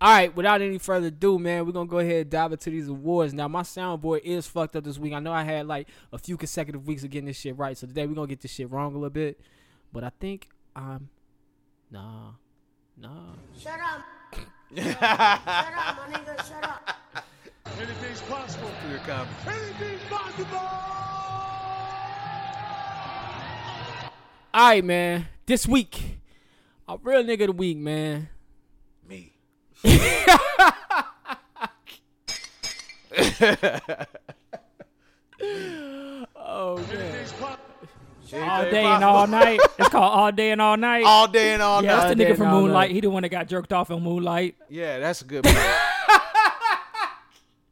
Speaker 4: all right. Without any further ado, man, we're gonna go ahead and dive into these awards. Now, my soundboard is fucked up this week. I know I had like a few consecutive weeks of getting this shit right, so today we're gonna get this shit wrong a little bit. But I think um, nah, nah.
Speaker 2: Shut up. Shut up, my nigga, shut up.
Speaker 4: All right, man. This week, a real nigga of the week, man.
Speaker 8: Me.
Speaker 5: all day and all night. It's called All Day and All Night.
Speaker 8: All day and all
Speaker 5: yeah,
Speaker 8: night.
Speaker 5: that's the
Speaker 4: All Day
Speaker 5: nigga from
Speaker 4: and All
Speaker 5: Moonlight.
Speaker 4: Night.
Speaker 5: He the one that got jerked off on Moonlight.
Speaker 8: Yeah, that's a good movie.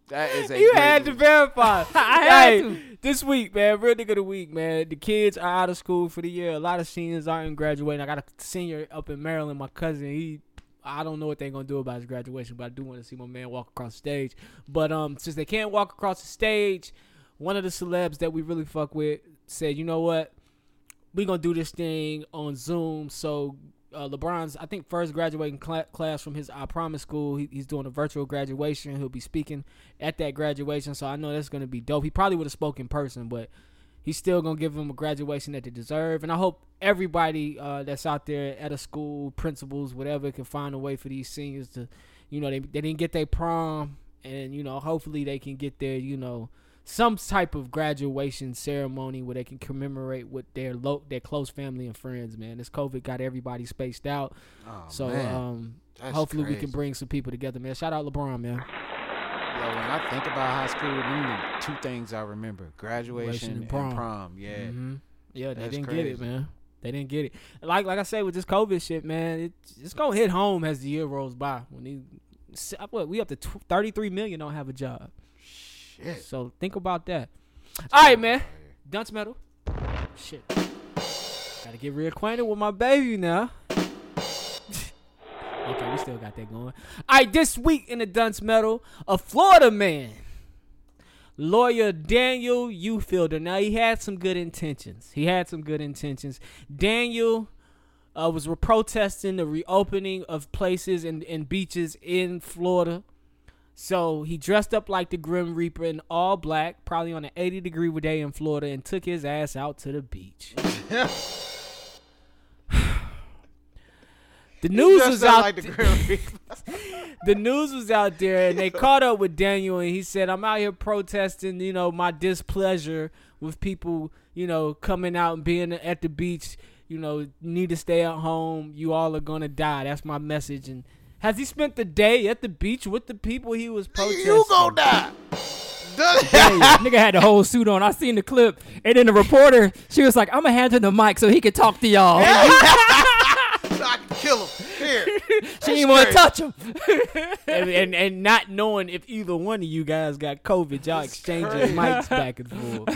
Speaker 8: that is a
Speaker 4: You
Speaker 8: great
Speaker 4: had to
Speaker 8: movie.
Speaker 4: verify.
Speaker 5: I had to.
Speaker 4: this week, man, real nigga of the week, man. The kids are out of school for the year. A lot of seniors aren't graduating. I got a senior up in Maryland, my cousin. He, I don't know what they're gonna do about his graduation, but I do want to see my man walk across the stage. But um, since they can't walk across the stage, one of the celebs that we really fuck with said, you know what? we gonna do this thing on Zoom. So uh, LeBron's, I think, first graduating cla- class from his I Promise school. He, he's doing a virtual graduation. He'll be speaking at that graduation. So I know that's gonna be dope. He probably would have spoke in person, but he's still gonna give them a graduation that they deserve. And I hope everybody uh, that's out there at a school, principals, whatever, can find a way for these seniors to, you know, they they didn't get their prom, and you know, hopefully they can get their, you know some type of graduation ceremony where they can commemorate with their lo- their close family and friends. Man, this COVID got everybody spaced out,
Speaker 8: Oh,
Speaker 4: so
Speaker 8: man.
Speaker 4: um,
Speaker 8: That's
Speaker 4: hopefully we
Speaker 8: crazy.
Speaker 4: can bring some people together. Man, shout out LeBron, man.
Speaker 8: Yo, when I think about high school, them the two things I remember: graduation
Speaker 4: and
Speaker 8: and
Speaker 4: prom.
Speaker 8: prom. Yeah,
Speaker 4: Mhm. Yeah, they
Speaker 8: That's
Speaker 4: didn't get it,
Speaker 8: crazy.
Speaker 4: man. They didn't get it. Like like I say with this COVID shit, man, it, it's gonna hit home as the year rolls by. When these, se- what we up to tw- thirty three million don't have a job.
Speaker 8: shit.
Speaker 4: So think about that. All right, man. Dunce metal. Shit. Gotta get reacquainted with my baby now. okay, we still got that going. All right, this week in the Dunce metal, a Florida man, lawyer Daniel Ufielder. Now, he had some good intentions. He had some good intentions. Daniel uh, was protesting the reopening of places and, and beaches in Florida. So he dressed up like the Grim Reaper in all black, probably on an 80 degree day in Florida, and took his ass out to the beach. the news
Speaker 8: Just
Speaker 4: was
Speaker 8: sound
Speaker 4: out.
Speaker 8: like the Grim Reaper.
Speaker 4: the news was out there and they caught up with Daniel and he said, I'm out here protesting, you know, my displeasure with people, you know, coming out and being at the beach, you know, need to stay at home. You all are gonna die. That's my message. And has he spent the day at the beach with the people he was protesting?
Speaker 8: You gonna die. Dun-
Speaker 5: nigga had the whole suit on. I seen the clip, and then the reporter, she was like, "I'm gonna hand him the mic so he can talk to y'all."
Speaker 8: so I can kill him. Here.
Speaker 5: she didn't want to touch him.
Speaker 4: and, and and not knowing if either one of you guys got COVID, y'all exchanging mics back and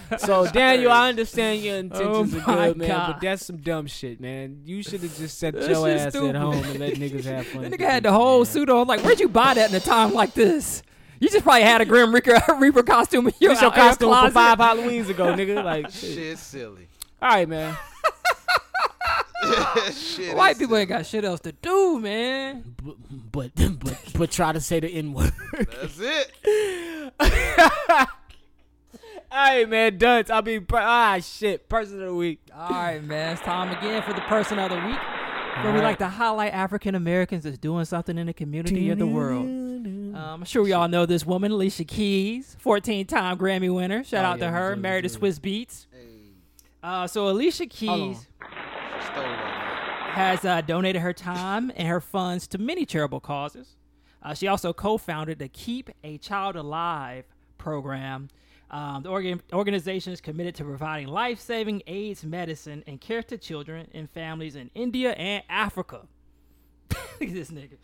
Speaker 4: forth. So Daniel, I understand your intentions
Speaker 5: Oh
Speaker 4: are
Speaker 5: my
Speaker 4: good, man, but
Speaker 5: God.
Speaker 4: that's some dumb shit, man. You should have just set
Speaker 5: That
Speaker 4: your
Speaker 5: shit's
Speaker 4: ass
Speaker 5: stupid.
Speaker 4: at home and let niggas have fun.
Speaker 5: That
Speaker 4: at
Speaker 5: nigga had the
Speaker 4: beach,
Speaker 5: whole
Speaker 4: man.
Speaker 5: suit on. Like, where'd you buy that in a time like this? You just probably had a Grim Reaper, Reaper costume in your,
Speaker 4: This your
Speaker 5: in your
Speaker 4: costume from
Speaker 5: closet.
Speaker 4: five Halloweens ago, nigga. Like, shit.
Speaker 8: Shit, silly.
Speaker 4: all right, man.
Speaker 8: Shit.
Speaker 5: White people ain't got shit else to do, man.
Speaker 4: But but but, but try to say the n word.
Speaker 8: That's it.
Speaker 4: all right, man. Dunce. I mean, per- ah, shit. Person of the week.
Speaker 5: All right, man. It's time again for the person of the week, where we like to highlight African Americans that's doing something in the community of the world. Um, I'm sure we all know this woman, Alicia Keys, 14-time Grammy winner. Shout out to
Speaker 4: Oh, yeah, we
Speaker 5: her.
Speaker 4: do, we
Speaker 5: Married to
Speaker 4: do.
Speaker 5: Swiss Beats. Uh, so Alicia
Speaker 4: Hold
Speaker 5: Keys.
Speaker 4: on.
Speaker 8: She stole that.
Speaker 5: has uh, donated her time and her funds to many charitable causes. Uh, she also co-founded the Keep a Child Alive program. Um, the organ- organization is committed to providing life-saving AIDS medicine and care to children and families in India and Africa. Look at this nigga.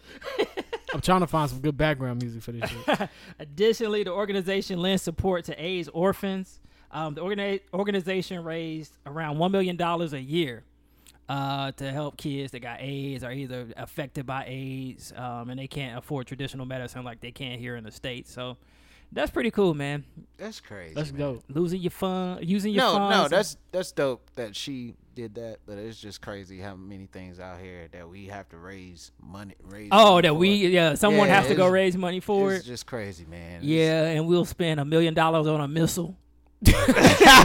Speaker 4: I'm trying to find some good background music for this shit.
Speaker 5: Additionally, the organization lends support to AIDS orphans. Um, the organi- organization raised around $1 million a year uh, to help kids that got AIDS or either affected by AIDS um, and they can't afford traditional medicine like they can here in the States. So that's pretty cool, man.
Speaker 8: That's crazy.
Speaker 4: That's
Speaker 8: man.
Speaker 4: dope.
Speaker 5: Losing your fun, using your
Speaker 8: No,
Speaker 5: funds.
Speaker 8: no, that's that's dope that she did that, but it's just crazy how many things out here that we have to raise money. Raise
Speaker 5: Oh,
Speaker 8: money
Speaker 5: that
Speaker 8: for.
Speaker 5: we, yeah, someone
Speaker 8: Yeah,
Speaker 5: has to go
Speaker 8: it's-
Speaker 5: raise money for
Speaker 8: It's
Speaker 5: it.
Speaker 8: just crazy, man. It's-
Speaker 5: Yeah, and we'll spend a million dollars on a missile.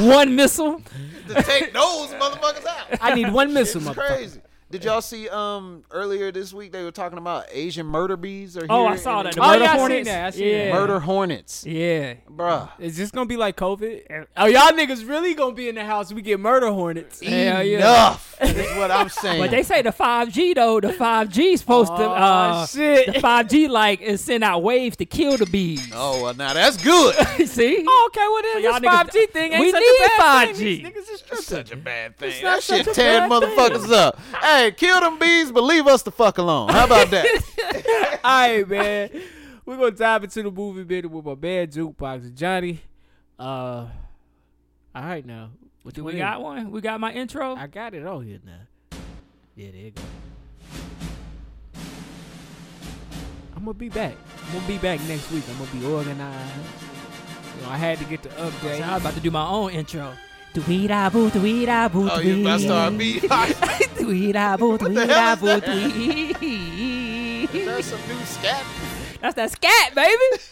Speaker 5: One missile.
Speaker 8: to take those motherfuckers out.
Speaker 4: I need one missile,
Speaker 8: It's
Speaker 4: motherfucker.
Speaker 8: crazy. Did y'all see um earlier this week they were talking about Asian murder bees or
Speaker 5: Oh, I saw that. The
Speaker 4: Oh,
Speaker 5: murder
Speaker 4: yeah, I seen
Speaker 5: hornets.
Speaker 4: that. I seen
Speaker 5: yeah.
Speaker 4: that.
Speaker 8: murder hornets.
Speaker 5: Yeah.
Speaker 8: Bruh.
Speaker 4: Is this gonna be like COVID? Oh, y'all niggas really gonna be in the house? We get murder hornets.
Speaker 5: Hell yeah.
Speaker 8: Enough is what I'm saying.
Speaker 5: But they say the 5G though, the 5G supposed to
Speaker 4: Oh,
Speaker 5: uh
Speaker 4: shit.
Speaker 5: the 5G like is send out waves to kill the bees.
Speaker 8: Oh well now that's good.
Speaker 5: See?
Speaker 4: Oh, okay, well then
Speaker 5: y'all
Speaker 4: this
Speaker 5: niggas-
Speaker 4: five G thing ain't
Speaker 5: we
Speaker 4: such
Speaker 5: need
Speaker 4: a bad thing.
Speaker 5: 5G.
Speaker 4: These niggas is
Speaker 8: That's
Speaker 4: tripping.
Speaker 8: such a bad thing.
Speaker 4: not
Speaker 8: That shit
Speaker 4: such a
Speaker 8: tearing
Speaker 4: bad thing.
Speaker 8: motherfuckers up. Hey, kill them bees, but leave us the fuck alone. How about that?
Speaker 4: All right, man. We're gonna dive into the movie bit with my man Jukebox Johnny. Uh, All right now. What
Speaker 5: Do
Speaker 4: you
Speaker 5: we
Speaker 4: want?
Speaker 5: got one? We got my intro.
Speaker 4: I got it on here now. Yeah, there you go. I'm gonna be back. I'm gonna be back next week. I'm gonna be organized. You know, I had to get the update.
Speaker 5: I was about to do my own intro. Doo-wee-da-boo, doo-wee-da-boo,
Speaker 8: Oh, you about to start
Speaker 5: doo-wee.
Speaker 8: beat. Is
Speaker 5: Doo-wee-da-boo,
Speaker 8: hell
Speaker 5: doo-wee-da-boo,
Speaker 8: is
Speaker 5: doo-wee.
Speaker 8: there some new scat?
Speaker 5: That's that scat, baby.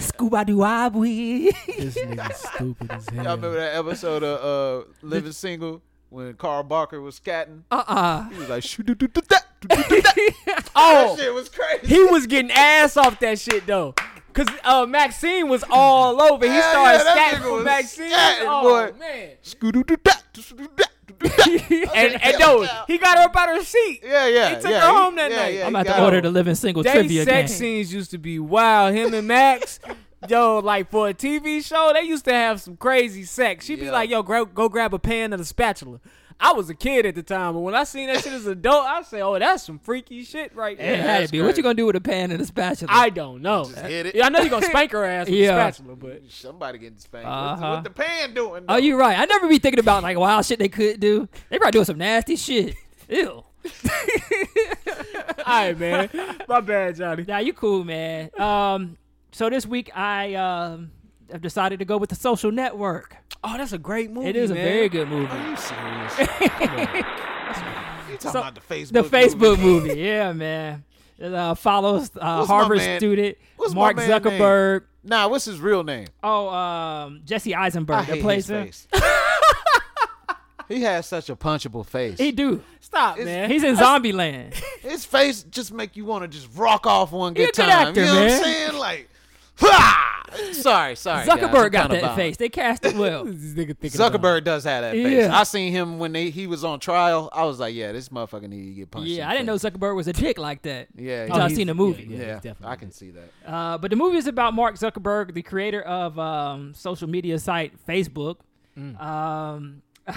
Speaker 5: Scuba doo wah
Speaker 4: This nigga's stupid as hell.
Speaker 8: Y'all remember that episode of uh, Living Single when Carl Barker was scatting?
Speaker 5: Uh-uh.
Speaker 8: He was like, shoot, do, do, do, da, do, do, do, da. That
Speaker 4: Oh,
Speaker 8: shit was crazy.
Speaker 4: he was getting ass off that shit though. Cause uh, Maxine was all over. He
Speaker 8: Yeah,
Speaker 4: started
Speaker 8: yeah, that
Speaker 4: scatting
Speaker 8: nigga
Speaker 4: for
Speaker 8: was
Speaker 4: Maxine.
Speaker 8: scatting,
Speaker 4: oh
Speaker 8: boy.
Speaker 4: man.
Speaker 8: Scoo, do, do, da, do, do, do, da, do, do, da.
Speaker 4: and and no, he got her up out of her seat.
Speaker 8: Yeah, yeah.
Speaker 4: He took
Speaker 8: yeah,
Speaker 4: her home that
Speaker 8: yeah,
Speaker 4: night.
Speaker 8: yeah,
Speaker 5: I'm
Speaker 8: he
Speaker 5: about
Speaker 8: got
Speaker 5: to order
Speaker 8: home.
Speaker 5: the living single
Speaker 4: They
Speaker 5: trivia game.
Speaker 4: sex scenes used to be wild. Him and Max, yo, like for a TV show, they used to have some crazy sex. She'd be
Speaker 8: Yeah.
Speaker 4: like, "Yo, gro- go grab a pan and a spatula." I was a kid at the time, but when I seen that shit as an adult, I say, "Oh, that's some freaky shit right
Speaker 5: It
Speaker 4: there."
Speaker 5: had to be. What you gonna do with a pan and a spatula?
Speaker 4: I don't know.
Speaker 8: hit it.
Speaker 4: Yeah, I know you're gonna spank her ass with
Speaker 5: Yeah.
Speaker 4: a spatula, but
Speaker 8: Somebody getting spanked.
Speaker 5: Uh-huh.
Speaker 8: What's, what the pan doing?
Speaker 5: oh, you right. I never be thinking about like wild shit they could do. They probably doing some nasty shit. Ew.
Speaker 4: all right, man, my bad, Johnny.
Speaker 5: Nah, you cool, man. Um, so this week I um have decided to go with the Social Network.
Speaker 4: Oh, that's a great movie.
Speaker 5: It is
Speaker 4: man.
Speaker 5: a very good movie.
Speaker 8: Are you serious? Come on. You talking
Speaker 5: So-
Speaker 8: about the Facebook?
Speaker 5: The Facebook
Speaker 8: movie.
Speaker 5: movie, yeah, man. It uh, follows uh,
Speaker 8: What's my
Speaker 5: Harvard
Speaker 8: man-
Speaker 5: student
Speaker 8: what's my
Speaker 5: Mark
Speaker 8: man name?
Speaker 5: Zuckerberg.
Speaker 8: Nah, what's his real name?
Speaker 5: Oh, um, Jesse Eisenberg
Speaker 8: I
Speaker 5: that
Speaker 8: hate
Speaker 5: plays
Speaker 8: his
Speaker 5: him.
Speaker 8: face. he has such a punchable face.
Speaker 5: He do.
Speaker 4: Stop, man.
Speaker 5: He's in Zombieland.
Speaker 8: his face just make you want to just rock off one good
Speaker 5: a good
Speaker 8: time.
Speaker 5: actor,
Speaker 8: you know what
Speaker 5: man.
Speaker 8: I'm saying? Like, ha! Sorry, sorry. guys, I'm
Speaker 5: Zuckerberg got
Speaker 8: kinda
Speaker 5: that
Speaker 8: violent.
Speaker 5: face. They cast it well.
Speaker 4: this nigga thinking about-
Speaker 8: Zuckerberg does have that face.
Speaker 5: Yeah.
Speaker 8: I seen him when they, he was on trial. I was like, yeah, this motherfucker need to get punched. in
Speaker 5: yeah,
Speaker 8: the
Speaker 5: I didn't know Oh,
Speaker 8: face.
Speaker 5: Zuckerberg was a dick like that.
Speaker 8: Yeah,
Speaker 5: until I
Speaker 4: Oh, he's-
Speaker 5: seen the movie.
Speaker 4: yeah, he's
Speaker 8: Yeah,
Speaker 4: definitely
Speaker 8: I
Speaker 4: good.
Speaker 8: can see that.
Speaker 5: Uh, but the movie is about Mark Zuckerberg, the creator of um, social media site Facebook.
Speaker 4: Mm.
Speaker 5: Um,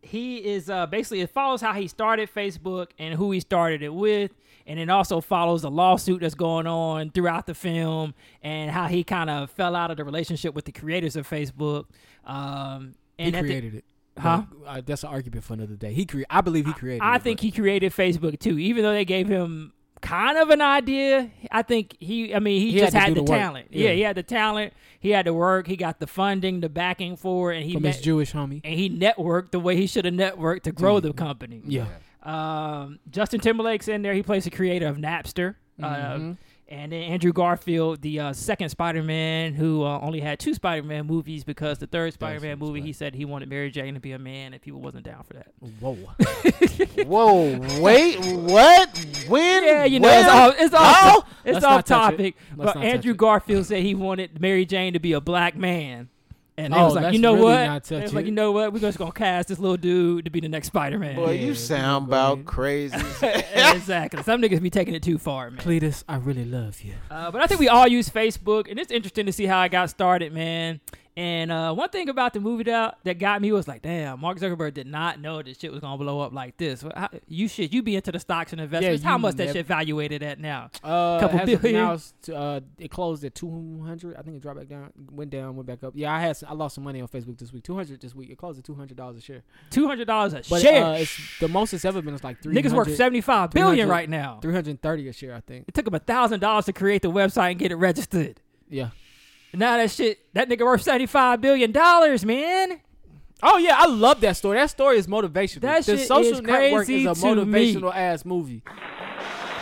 Speaker 5: he is uh, basically it follows how he started Facebook and who he started it with, and it also follows the lawsuit that's going on throughout the film and how he kind of fell out of the relationship with the creators of Facebook. Um,
Speaker 4: He
Speaker 5: and at the-
Speaker 4: created it.
Speaker 5: Huh?
Speaker 4: No, uh, that's an argument for another day. He cre- I believe he created.
Speaker 5: I
Speaker 4: it,
Speaker 5: think
Speaker 4: but-
Speaker 5: he created Facebook too, even though they gave him kind of an idea. I think he, I mean, he,
Speaker 4: He had
Speaker 5: just
Speaker 4: to
Speaker 5: had,
Speaker 4: do
Speaker 5: the,
Speaker 4: the work.
Speaker 5: talent. Yeah.
Speaker 4: Yeah.
Speaker 5: he had the talent. He had the work. He got the funding, the backing for, it, and he
Speaker 4: from his
Speaker 5: met-
Speaker 4: Jewish homie.
Speaker 5: and he networked the way he should have networked to grow the company.
Speaker 4: Mm-hmm. Yeah.
Speaker 5: Um, Justin Timberlake's in there. He plays the creator of Napster.
Speaker 4: Mm-hmm.
Speaker 5: Uh, and then Andrew Garfield, the uh, second Spider-Man, who uh, only had two Spider-Man movies because the third Spider-Man movie, he said he wanted Mary Jane to be a man, and people wasn't down for that.
Speaker 4: Whoa.
Speaker 8: Whoa, wait, what? When?
Speaker 5: Yeah, you know,
Speaker 8: where?
Speaker 5: it's off, it's
Speaker 8: How?
Speaker 5: off, it's
Speaker 4: Let's
Speaker 5: off
Speaker 4: not touch it.
Speaker 5: topic.
Speaker 4: Let's
Speaker 5: But
Speaker 4: not touch
Speaker 5: Andrew
Speaker 4: it.
Speaker 5: Garfield said he wanted Mary Jane to be a black man. And they
Speaker 4: Oh,
Speaker 5: was like,
Speaker 4: let's
Speaker 5: you know
Speaker 4: really
Speaker 5: what?
Speaker 4: not
Speaker 5: They
Speaker 4: touch
Speaker 5: was like,
Speaker 4: it.
Speaker 5: you know what? We're just going to cast this little dude to be the next Spider
Speaker 8: Boy,
Speaker 5: Man.
Speaker 4: Yeah,
Speaker 8: you sound
Speaker 4: go
Speaker 8: about
Speaker 4: ahead.
Speaker 8: crazy.
Speaker 5: exactly. Some niggas be taking it too far, man.
Speaker 4: Cletus, I really love you.
Speaker 5: Uh, but I think we all use Facebook, and it's interesting to see how I got started, man. And uh, one thing about the movie that, that got me was like, damn, Mark Zuckerberg did not know this shit was gonna blow up like this. Well, How, you shit, you be into the stocks and investments.
Speaker 4: you
Speaker 5: how much that
Speaker 4: nev-
Speaker 5: shit valuated at now?
Speaker 4: Uh,
Speaker 5: Couple
Speaker 4: as of
Speaker 5: billion.
Speaker 4: now, it's, uh, it closed at 200. I think it dropped back down, went down, went back up. Yeah, I had some, I lost some money on Facebook this week. 200 this week. It closed at 200 dollars a share.
Speaker 5: Two hundred dollars a
Speaker 4: But
Speaker 5: share.
Speaker 4: uh, it's, the most it's ever been is like 300.
Speaker 5: Niggas worth seventy five billion
Speaker 4: 300
Speaker 5: right now.
Speaker 4: 330 a share, I think.
Speaker 5: It took him a thousand dollars to create the website and get it registered.
Speaker 4: Yeah.
Speaker 5: Now that shit, that nigga worth seventy five billion dollars, man.
Speaker 4: Oh yeah, I love that story. That story is motivational.
Speaker 5: That
Speaker 4: the
Speaker 5: shit
Speaker 4: social
Speaker 5: is
Speaker 4: network
Speaker 5: crazy
Speaker 4: is a
Speaker 5: to me.
Speaker 4: motivational ass movie.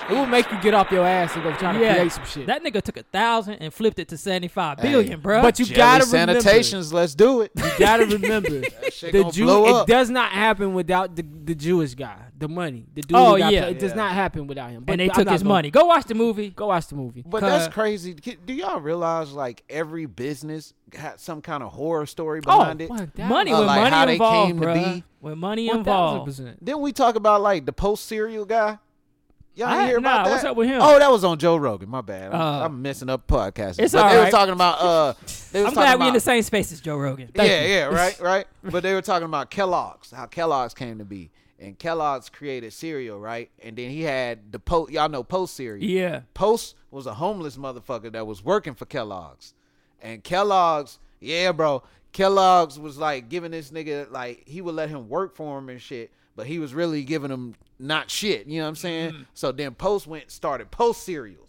Speaker 4: It will make you get off your ass and go try to create some shit.
Speaker 5: that nigga took a thousand and flipped it to seventy five billion, bro.
Speaker 4: but you
Speaker 8: Jelly
Speaker 4: gotta remember,
Speaker 8: sanitations. Let's do it.
Speaker 4: you gotta remember,
Speaker 8: shit
Speaker 4: the
Speaker 8: gonna
Speaker 4: Jew.
Speaker 8: blow
Speaker 4: It
Speaker 8: up.
Speaker 4: does not happen without the, the Jewish guy, the money, the dude.
Speaker 5: Oh,
Speaker 4: who got
Speaker 5: yeah.
Speaker 4: paid. it does not happen without him. But
Speaker 5: and they
Speaker 4: I'm
Speaker 5: took
Speaker 4: not
Speaker 5: his
Speaker 4: gonna-
Speaker 5: money. Go watch the movie.
Speaker 4: Go watch the movie.
Speaker 8: But that's
Speaker 5: Cuz-
Speaker 8: crazy. Ki- Do y'all realize like every business got some kind of horror story
Speaker 4: Oh,
Speaker 8: behind it?
Speaker 5: Money
Speaker 8: Uh,
Speaker 5: when
Speaker 8: like how
Speaker 5: money
Speaker 8: they
Speaker 5: involved,
Speaker 8: came to
Speaker 5: bruh.
Speaker 8: be?
Speaker 5: When money
Speaker 4: one thousand
Speaker 5: involved.
Speaker 4: percent.
Speaker 8: Didn't we talk about like the post serial guy? Y'all
Speaker 5: I-
Speaker 8: didn't hear about
Speaker 5: nah,
Speaker 8: that?
Speaker 5: what's up with him?
Speaker 8: Oh, that was on Joe Rogan. My bad. I'm,
Speaker 5: Oh.
Speaker 8: I'm messing up podcasts.
Speaker 5: It's
Speaker 8: but
Speaker 5: all
Speaker 8: they
Speaker 5: right.
Speaker 8: were talking about uh they was
Speaker 5: I'm
Speaker 8: talking
Speaker 5: glad we in
Speaker 8: about-
Speaker 5: the same space as Joe Rogan.
Speaker 8: yeah, yeah, right, right. But they were talking about Kellogg's, how Kellogg's came to be, and Kellogg's created cereal, right? And then he had the post. Y'all know Post cereal.
Speaker 5: Yeah.
Speaker 8: Post was a homeless motherfucker that was working for Kellogg's, and Kellogg's, yeah, bro. Kellogg's was like giving this nigga like he would let him work for him and shit, but he was really giving him not shit. You know what I'm saying?
Speaker 4: Mm-hmm.
Speaker 8: So then Post went started Post cereals.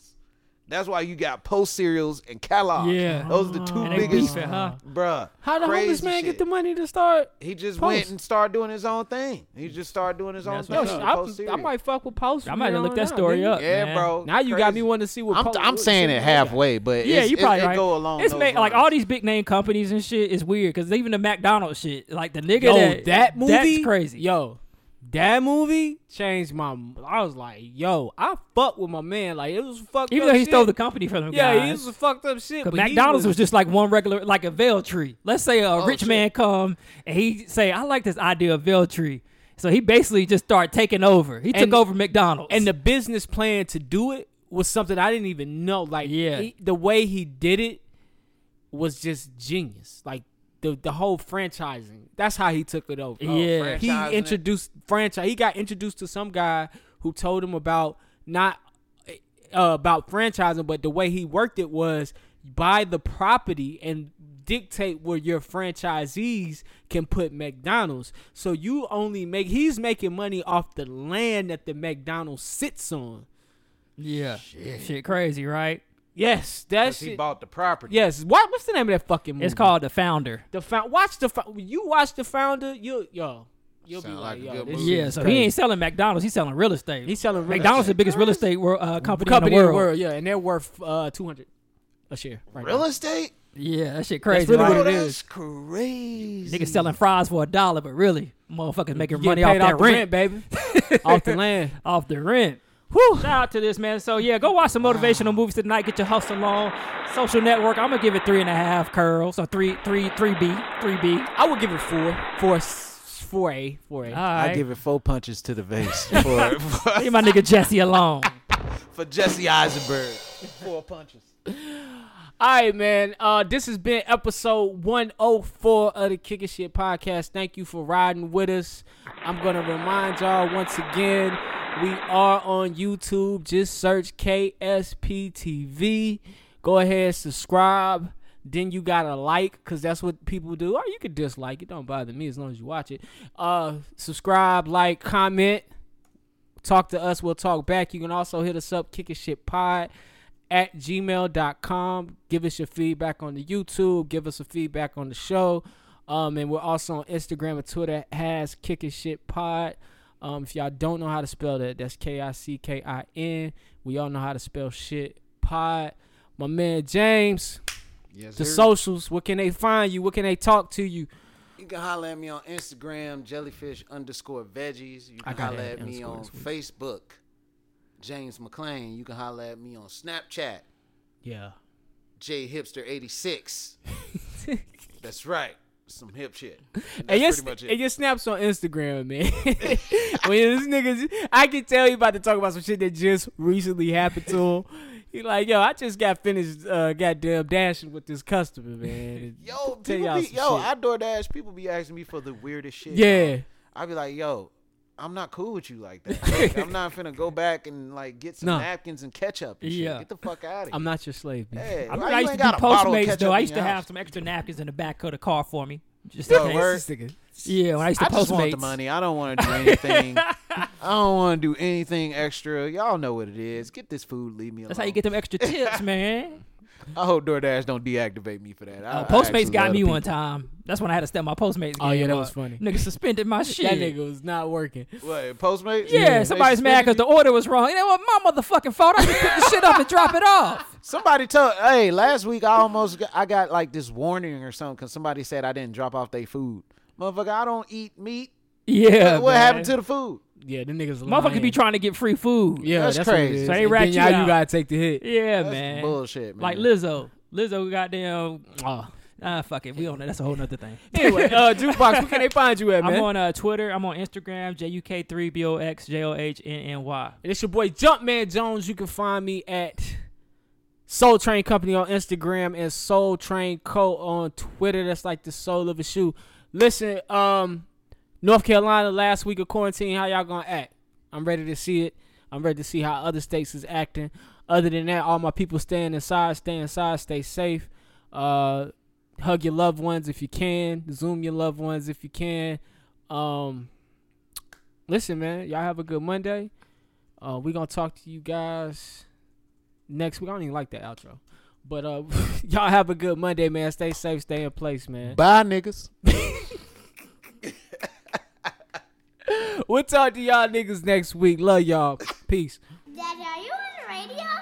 Speaker 8: That's why you got Post cereals and Kellogg's.
Speaker 5: Yeah.
Speaker 8: those are the two
Speaker 5: And they
Speaker 8: biggest,
Speaker 5: beef it, huh?
Speaker 8: bruh.
Speaker 4: How the homeless
Speaker 8: crazy
Speaker 4: man
Speaker 8: shit.
Speaker 4: get the money to start?
Speaker 8: He just
Speaker 4: Post?
Speaker 8: went and started doing his own thing. He just started doing his own
Speaker 5: That's
Speaker 8: thing.
Speaker 5: what's
Speaker 8: with
Speaker 4: I,
Speaker 8: Post
Speaker 4: I
Speaker 8: cereal.
Speaker 4: might fuck with Post.
Speaker 5: I
Speaker 4: from
Speaker 5: might
Speaker 4: here
Speaker 5: have looked
Speaker 4: on
Speaker 5: that
Speaker 4: out,
Speaker 5: story
Speaker 4: nigga.
Speaker 5: up.
Speaker 8: Yeah,
Speaker 5: man.
Speaker 8: bro.
Speaker 4: Now you got me
Speaker 8: Crazy.
Speaker 4: wanting to see what
Speaker 8: I'm,
Speaker 4: Post-
Speaker 8: I'm
Speaker 4: what-
Speaker 8: saying it halfway, but
Speaker 5: Yeah,
Speaker 8: it's-
Speaker 5: you probably
Speaker 8: it, it
Speaker 5: right.
Speaker 8: go along.
Speaker 5: It's
Speaker 8: those
Speaker 5: made, like
Speaker 8: lines.
Speaker 5: all these big name companies and shit is weird because even the McDonald's shit, like the nigga
Speaker 4: Yo,
Speaker 5: that
Speaker 4: that movie,
Speaker 5: that's crazy.
Speaker 4: Yo, that movie changed my. I was like, yo, I fuck with my man. Like it was fucked.
Speaker 5: even
Speaker 4: up
Speaker 5: though he
Speaker 4: shit.
Speaker 5: stole the company from them
Speaker 4: Yeah,
Speaker 5: guys.
Speaker 4: he was some fucked up shit. But
Speaker 5: Cause
Speaker 4: he
Speaker 5: McDonald's was, just like one regular, like a veil tree. Let's say a
Speaker 4: Oh,
Speaker 5: rich man come and he say, "I like this idea of veil tree." So he basically just started taking over. He
Speaker 4: And-
Speaker 5: took over McDonald's.
Speaker 4: and the business plan to do it was something I didn't even know. Like,
Speaker 5: Yeah.
Speaker 4: he- the way he did it was just genius. Like the the whole franchising. That's how he took it over.
Speaker 5: Yeah.
Speaker 8: Oh,
Speaker 4: he introduced franchise. He got introduced to some guy who told him about not uh, about franchising, but the way he worked it was buy the property and dictate where your franchisees can put McDonald's. So you only make he's making money off the land that the McDonald's sits on.
Speaker 5: yeah, shit. crazy, right?
Speaker 4: Yes, that
Speaker 8: 'Cause he
Speaker 4: shit.
Speaker 8: bought the property.
Speaker 4: Yes, what what's the name of that fucking movie?
Speaker 5: It's called the founder.
Speaker 4: the found. Watch the Fou- you watch the founder. You yo you'll be
Speaker 8: Sound
Speaker 4: like,
Speaker 8: like a
Speaker 4: yo
Speaker 8: good
Speaker 4: this
Speaker 8: movie.
Speaker 4: shit
Speaker 5: Yeah,
Speaker 4: is
Speaker 5: so
Speaker 4: crazy.
Speaker 5: he ain't selling McDonald's. He's selling real estate.
Speaker 4: he's selling real
Speaker 5: McDonald's
Speaker 4: estate.
Speaker 5: the biggest real estate wor- uh, company,
Speaker 4: company
Speaker 5: in the world.
Speaker 4: yeah, and they're worth uh, two hundred a share. Right now.
Speaker 8: Real estate?
Speaker 5: Yeah, that shit crazy.
Speaker 4: really
Speaker 5: right?
Speaker 4: what it
Speaker 8: that's
Speaker 4: is.
Speaker 8: crazy.
Speaker 5: Niggas selling fries for a dollar, but really, motherfuckers making
Speaker 4: You
Speaker 5: money
Speaker 4: get
Speaker 5: off
Speaker 4: paid
Speaker 5: that
Speaker 4: off the
Speaker 5: rent,
Speaker 4: baby, off the land.
Speaker 5: off the rent. Shout out to this man. So yeah, go watch some motivational movies tonight. Get your hustle on. Social network. I'm gonna give it three and a half curls or three, three, three B, three B.
Speaker 4: I would give it four, four, s- four A, four A.
Speaker 5: I give
Speaker 8: it four punches to the face for, for,
Speaker 5: Leave my nigga Jesse alone.
Speaker 8: for Jesse Eisenberg. Four punches.
Speaker 4: All right, man. Uh, this has been episode 104 of the Kicking Shit Podcast. Thank you for riding with us. I'm going to remind y'all once again we are on YouTube. Just search KSPTV. Go ahead, subscribe. Then you got to like because that's what people do. Or you could dislike it. Don't bother me as long as you watch it. Uh, subscribe, like, comment talk to us we'll talk back you can also hit us up kicking shit pod at gmail.com give us your feedback on the youtube give us a feedback on the show um, and we're also on instagram and twitter has kicking shit pod um, if y'all don't know how to spell that that's k-i-c-k-i-n we all know how to spell shit pod my man james
Speaker 8: Yes,
Speaker 4: the
Speaker 8: sir.
Speaker 4: socials what can they find you what can they talk to you
Speaker 8: You can holler at me on Instagram, jellyfish underscore veggies. You
Speaker 4: I
Speaker 8: can
Speaker 4: got
Speaker 8: holler
Speaker 4: that
Speaker 8: at me
Speaker 4: underscore
Speaker 8: on
Speaker 4: this week.
Speaker 8: Facebook, James McLean. You can holler at me on Snapchat,
Speaker 4: yeah
Speaker 8: jhipster86. That's right. Some hip shit.
Speaker 4: And your,
Speaker 8: That's pretty much it.
Speaker 4: and your snaps on Instagram, man. when this niggas, I can tell you about to talk about some shit that just recently happened to him. He like, yo, I just got finished, uh, goddamn dashing with this customer, man.
Speaker 8: Yo,
Speaker 4: Tell
Speaker 8: people
Speaker 4: y'all
Speaker 8: be,
Speaker 4: some
Speaker 8: yo,
Speaker 4: shit.
Speaker 8: I DoorDash. People be asking me for the weirdest shit.
Speaker 4: Yeah.
Speaker 8: dog. I be like, yo, I'm not cool with you like that. Like, I'm not finna go back and like get some
Speaker 4: No.
Speaker 8: napkins and ketchup. And shit.
Speaker 5: Yeah.
Speaker 8: Get the fuck out of here.
Speaker 4: I'm not your slave, man.
Speaker 8: Hey,
Speaker 5: I
Speaker 8: why
Speaker 5: remember
Speaker 8: you
Speaker 5: I used to
Speaker 8: ain't
Speaker 5: do
Speaker 8: got a bottle of
Speaker 5: Postmates
Speaker 8: ketchup
Speaker 5: though. I
Speaker 8: in
Speaker 5: used to
Speaker 8: your
Speaker 5: have
Speaker 8: house?
Speaker 5: some extra napkins in the back of the car for me. Just
Speaker 8: Oh,
Speaker 5: in
Speaker 8: word?
Speaker 5: case.
Speaker 4: This nigga.
Speaker 5: Yeah, when I used to
Speaker 8: I just want the
Speaker 5: Postmates.
Speaker 8: money. I don't want to do anything. I don't want to do anything extra. Y'all know what it is. Get this food. Leave me alone.
Speaker 5: That's how you get them extra tips, man.
Speaker 8: I hope DoorDash don't deactivate me for that. I-
Speaker 5: Uh,
Speaker 8: I actually
Speaker 5: Postmates got
Speaker 8: love
Speaker 5: me
Speaker 8: the
Speaker 5: one
Speaker 8: people.
Speaker 5: time. That's when I had to step my Postmates.
Speaker 4: Oh,
Speaker 5: game
Speaker 4: yeah, that
Speaker 5: up.
Speaker 4: was funny.
Speaker 5: Nigga suspended my shit.
Speaker 4: That nigga was not working.
Speaker 8: What? Postmates?
Speaker 5: Yeah,
Speaker 8: They
Speaker 5: somebody's mad because
Speaker 8: suspended
Speaker 5: the order was wrong. You know what? My motherfucking fault. I just pick the shit up and drop it off.
Speaker 8: you? Somebody told. Hey, last week I almost got, I got like this warning or something because somebody said I didn't drop off their food. Motherfucker, I don't eat meat.
Speaker 5: Yeah,
Speaker 8: what
Speaker 5: man.
Speaker 8: happened to the food?
Speaker 4: Yeah, the niggas.
Speaker 5: Motherfuckers
Speaker 4: lying.
Speaker 5: be trying to get free food.
Speaker 4: Yeah,
Speaker 8: That's
Speaker 4: that's, what it
Speaker 8: crazy.
Speaker 4: is.
Speaker 8: So
Speaker 5: they
Speaker 4: And
Speaker 5: rat
Speaker 4: then
Speaker 5: you
Speaker 4: y'all-
Speaker 5: out.
Speaker 4: gotta take the hit.
Speaker 5: Yeah,
Speaker 8: That's
Speaker 5: man.
Speaker 8: bullshit, man.
Speaker 5: Like Lizzo. Lizzo, goddamn. Oh, nah, fuck it. We on that. That's a whole nother thing.
Speaker 4: Anyway, uh, jukebox, where can they find you at, man?
Speaker 5: I'm on uh, Twitter. I'm on Instagram. JUK3BOXJOHNNY.
Speaker 4: And it's your boy Jumpman Jones. You can find me at Soul Train Company on Instagram and Soul Train Co on Twitter. That's like the soul of a shoe. Listen, um, North Carolina last week of quarantine, how y'all gonna act? I'm ready to see it. I'm ready to see how other states is acting. Other than that, all my people staying inside, stay inside, stay safe. Uh hug your loved ones if you can. Zoom your loved ones if you can. Um, listen, man, y'all have a good Monday. Uh, we gonna talk to you guys next week. I don't even like that outro, but uh, y'all have a good Monday, man. Stay safe, stay in place, man.
Speaker 3: Bye, niggas.
Speaker 4: We'll talk to y'all niggas next week. Love y'all. Peace.
Speaker 2: Daddy, are you on the radio?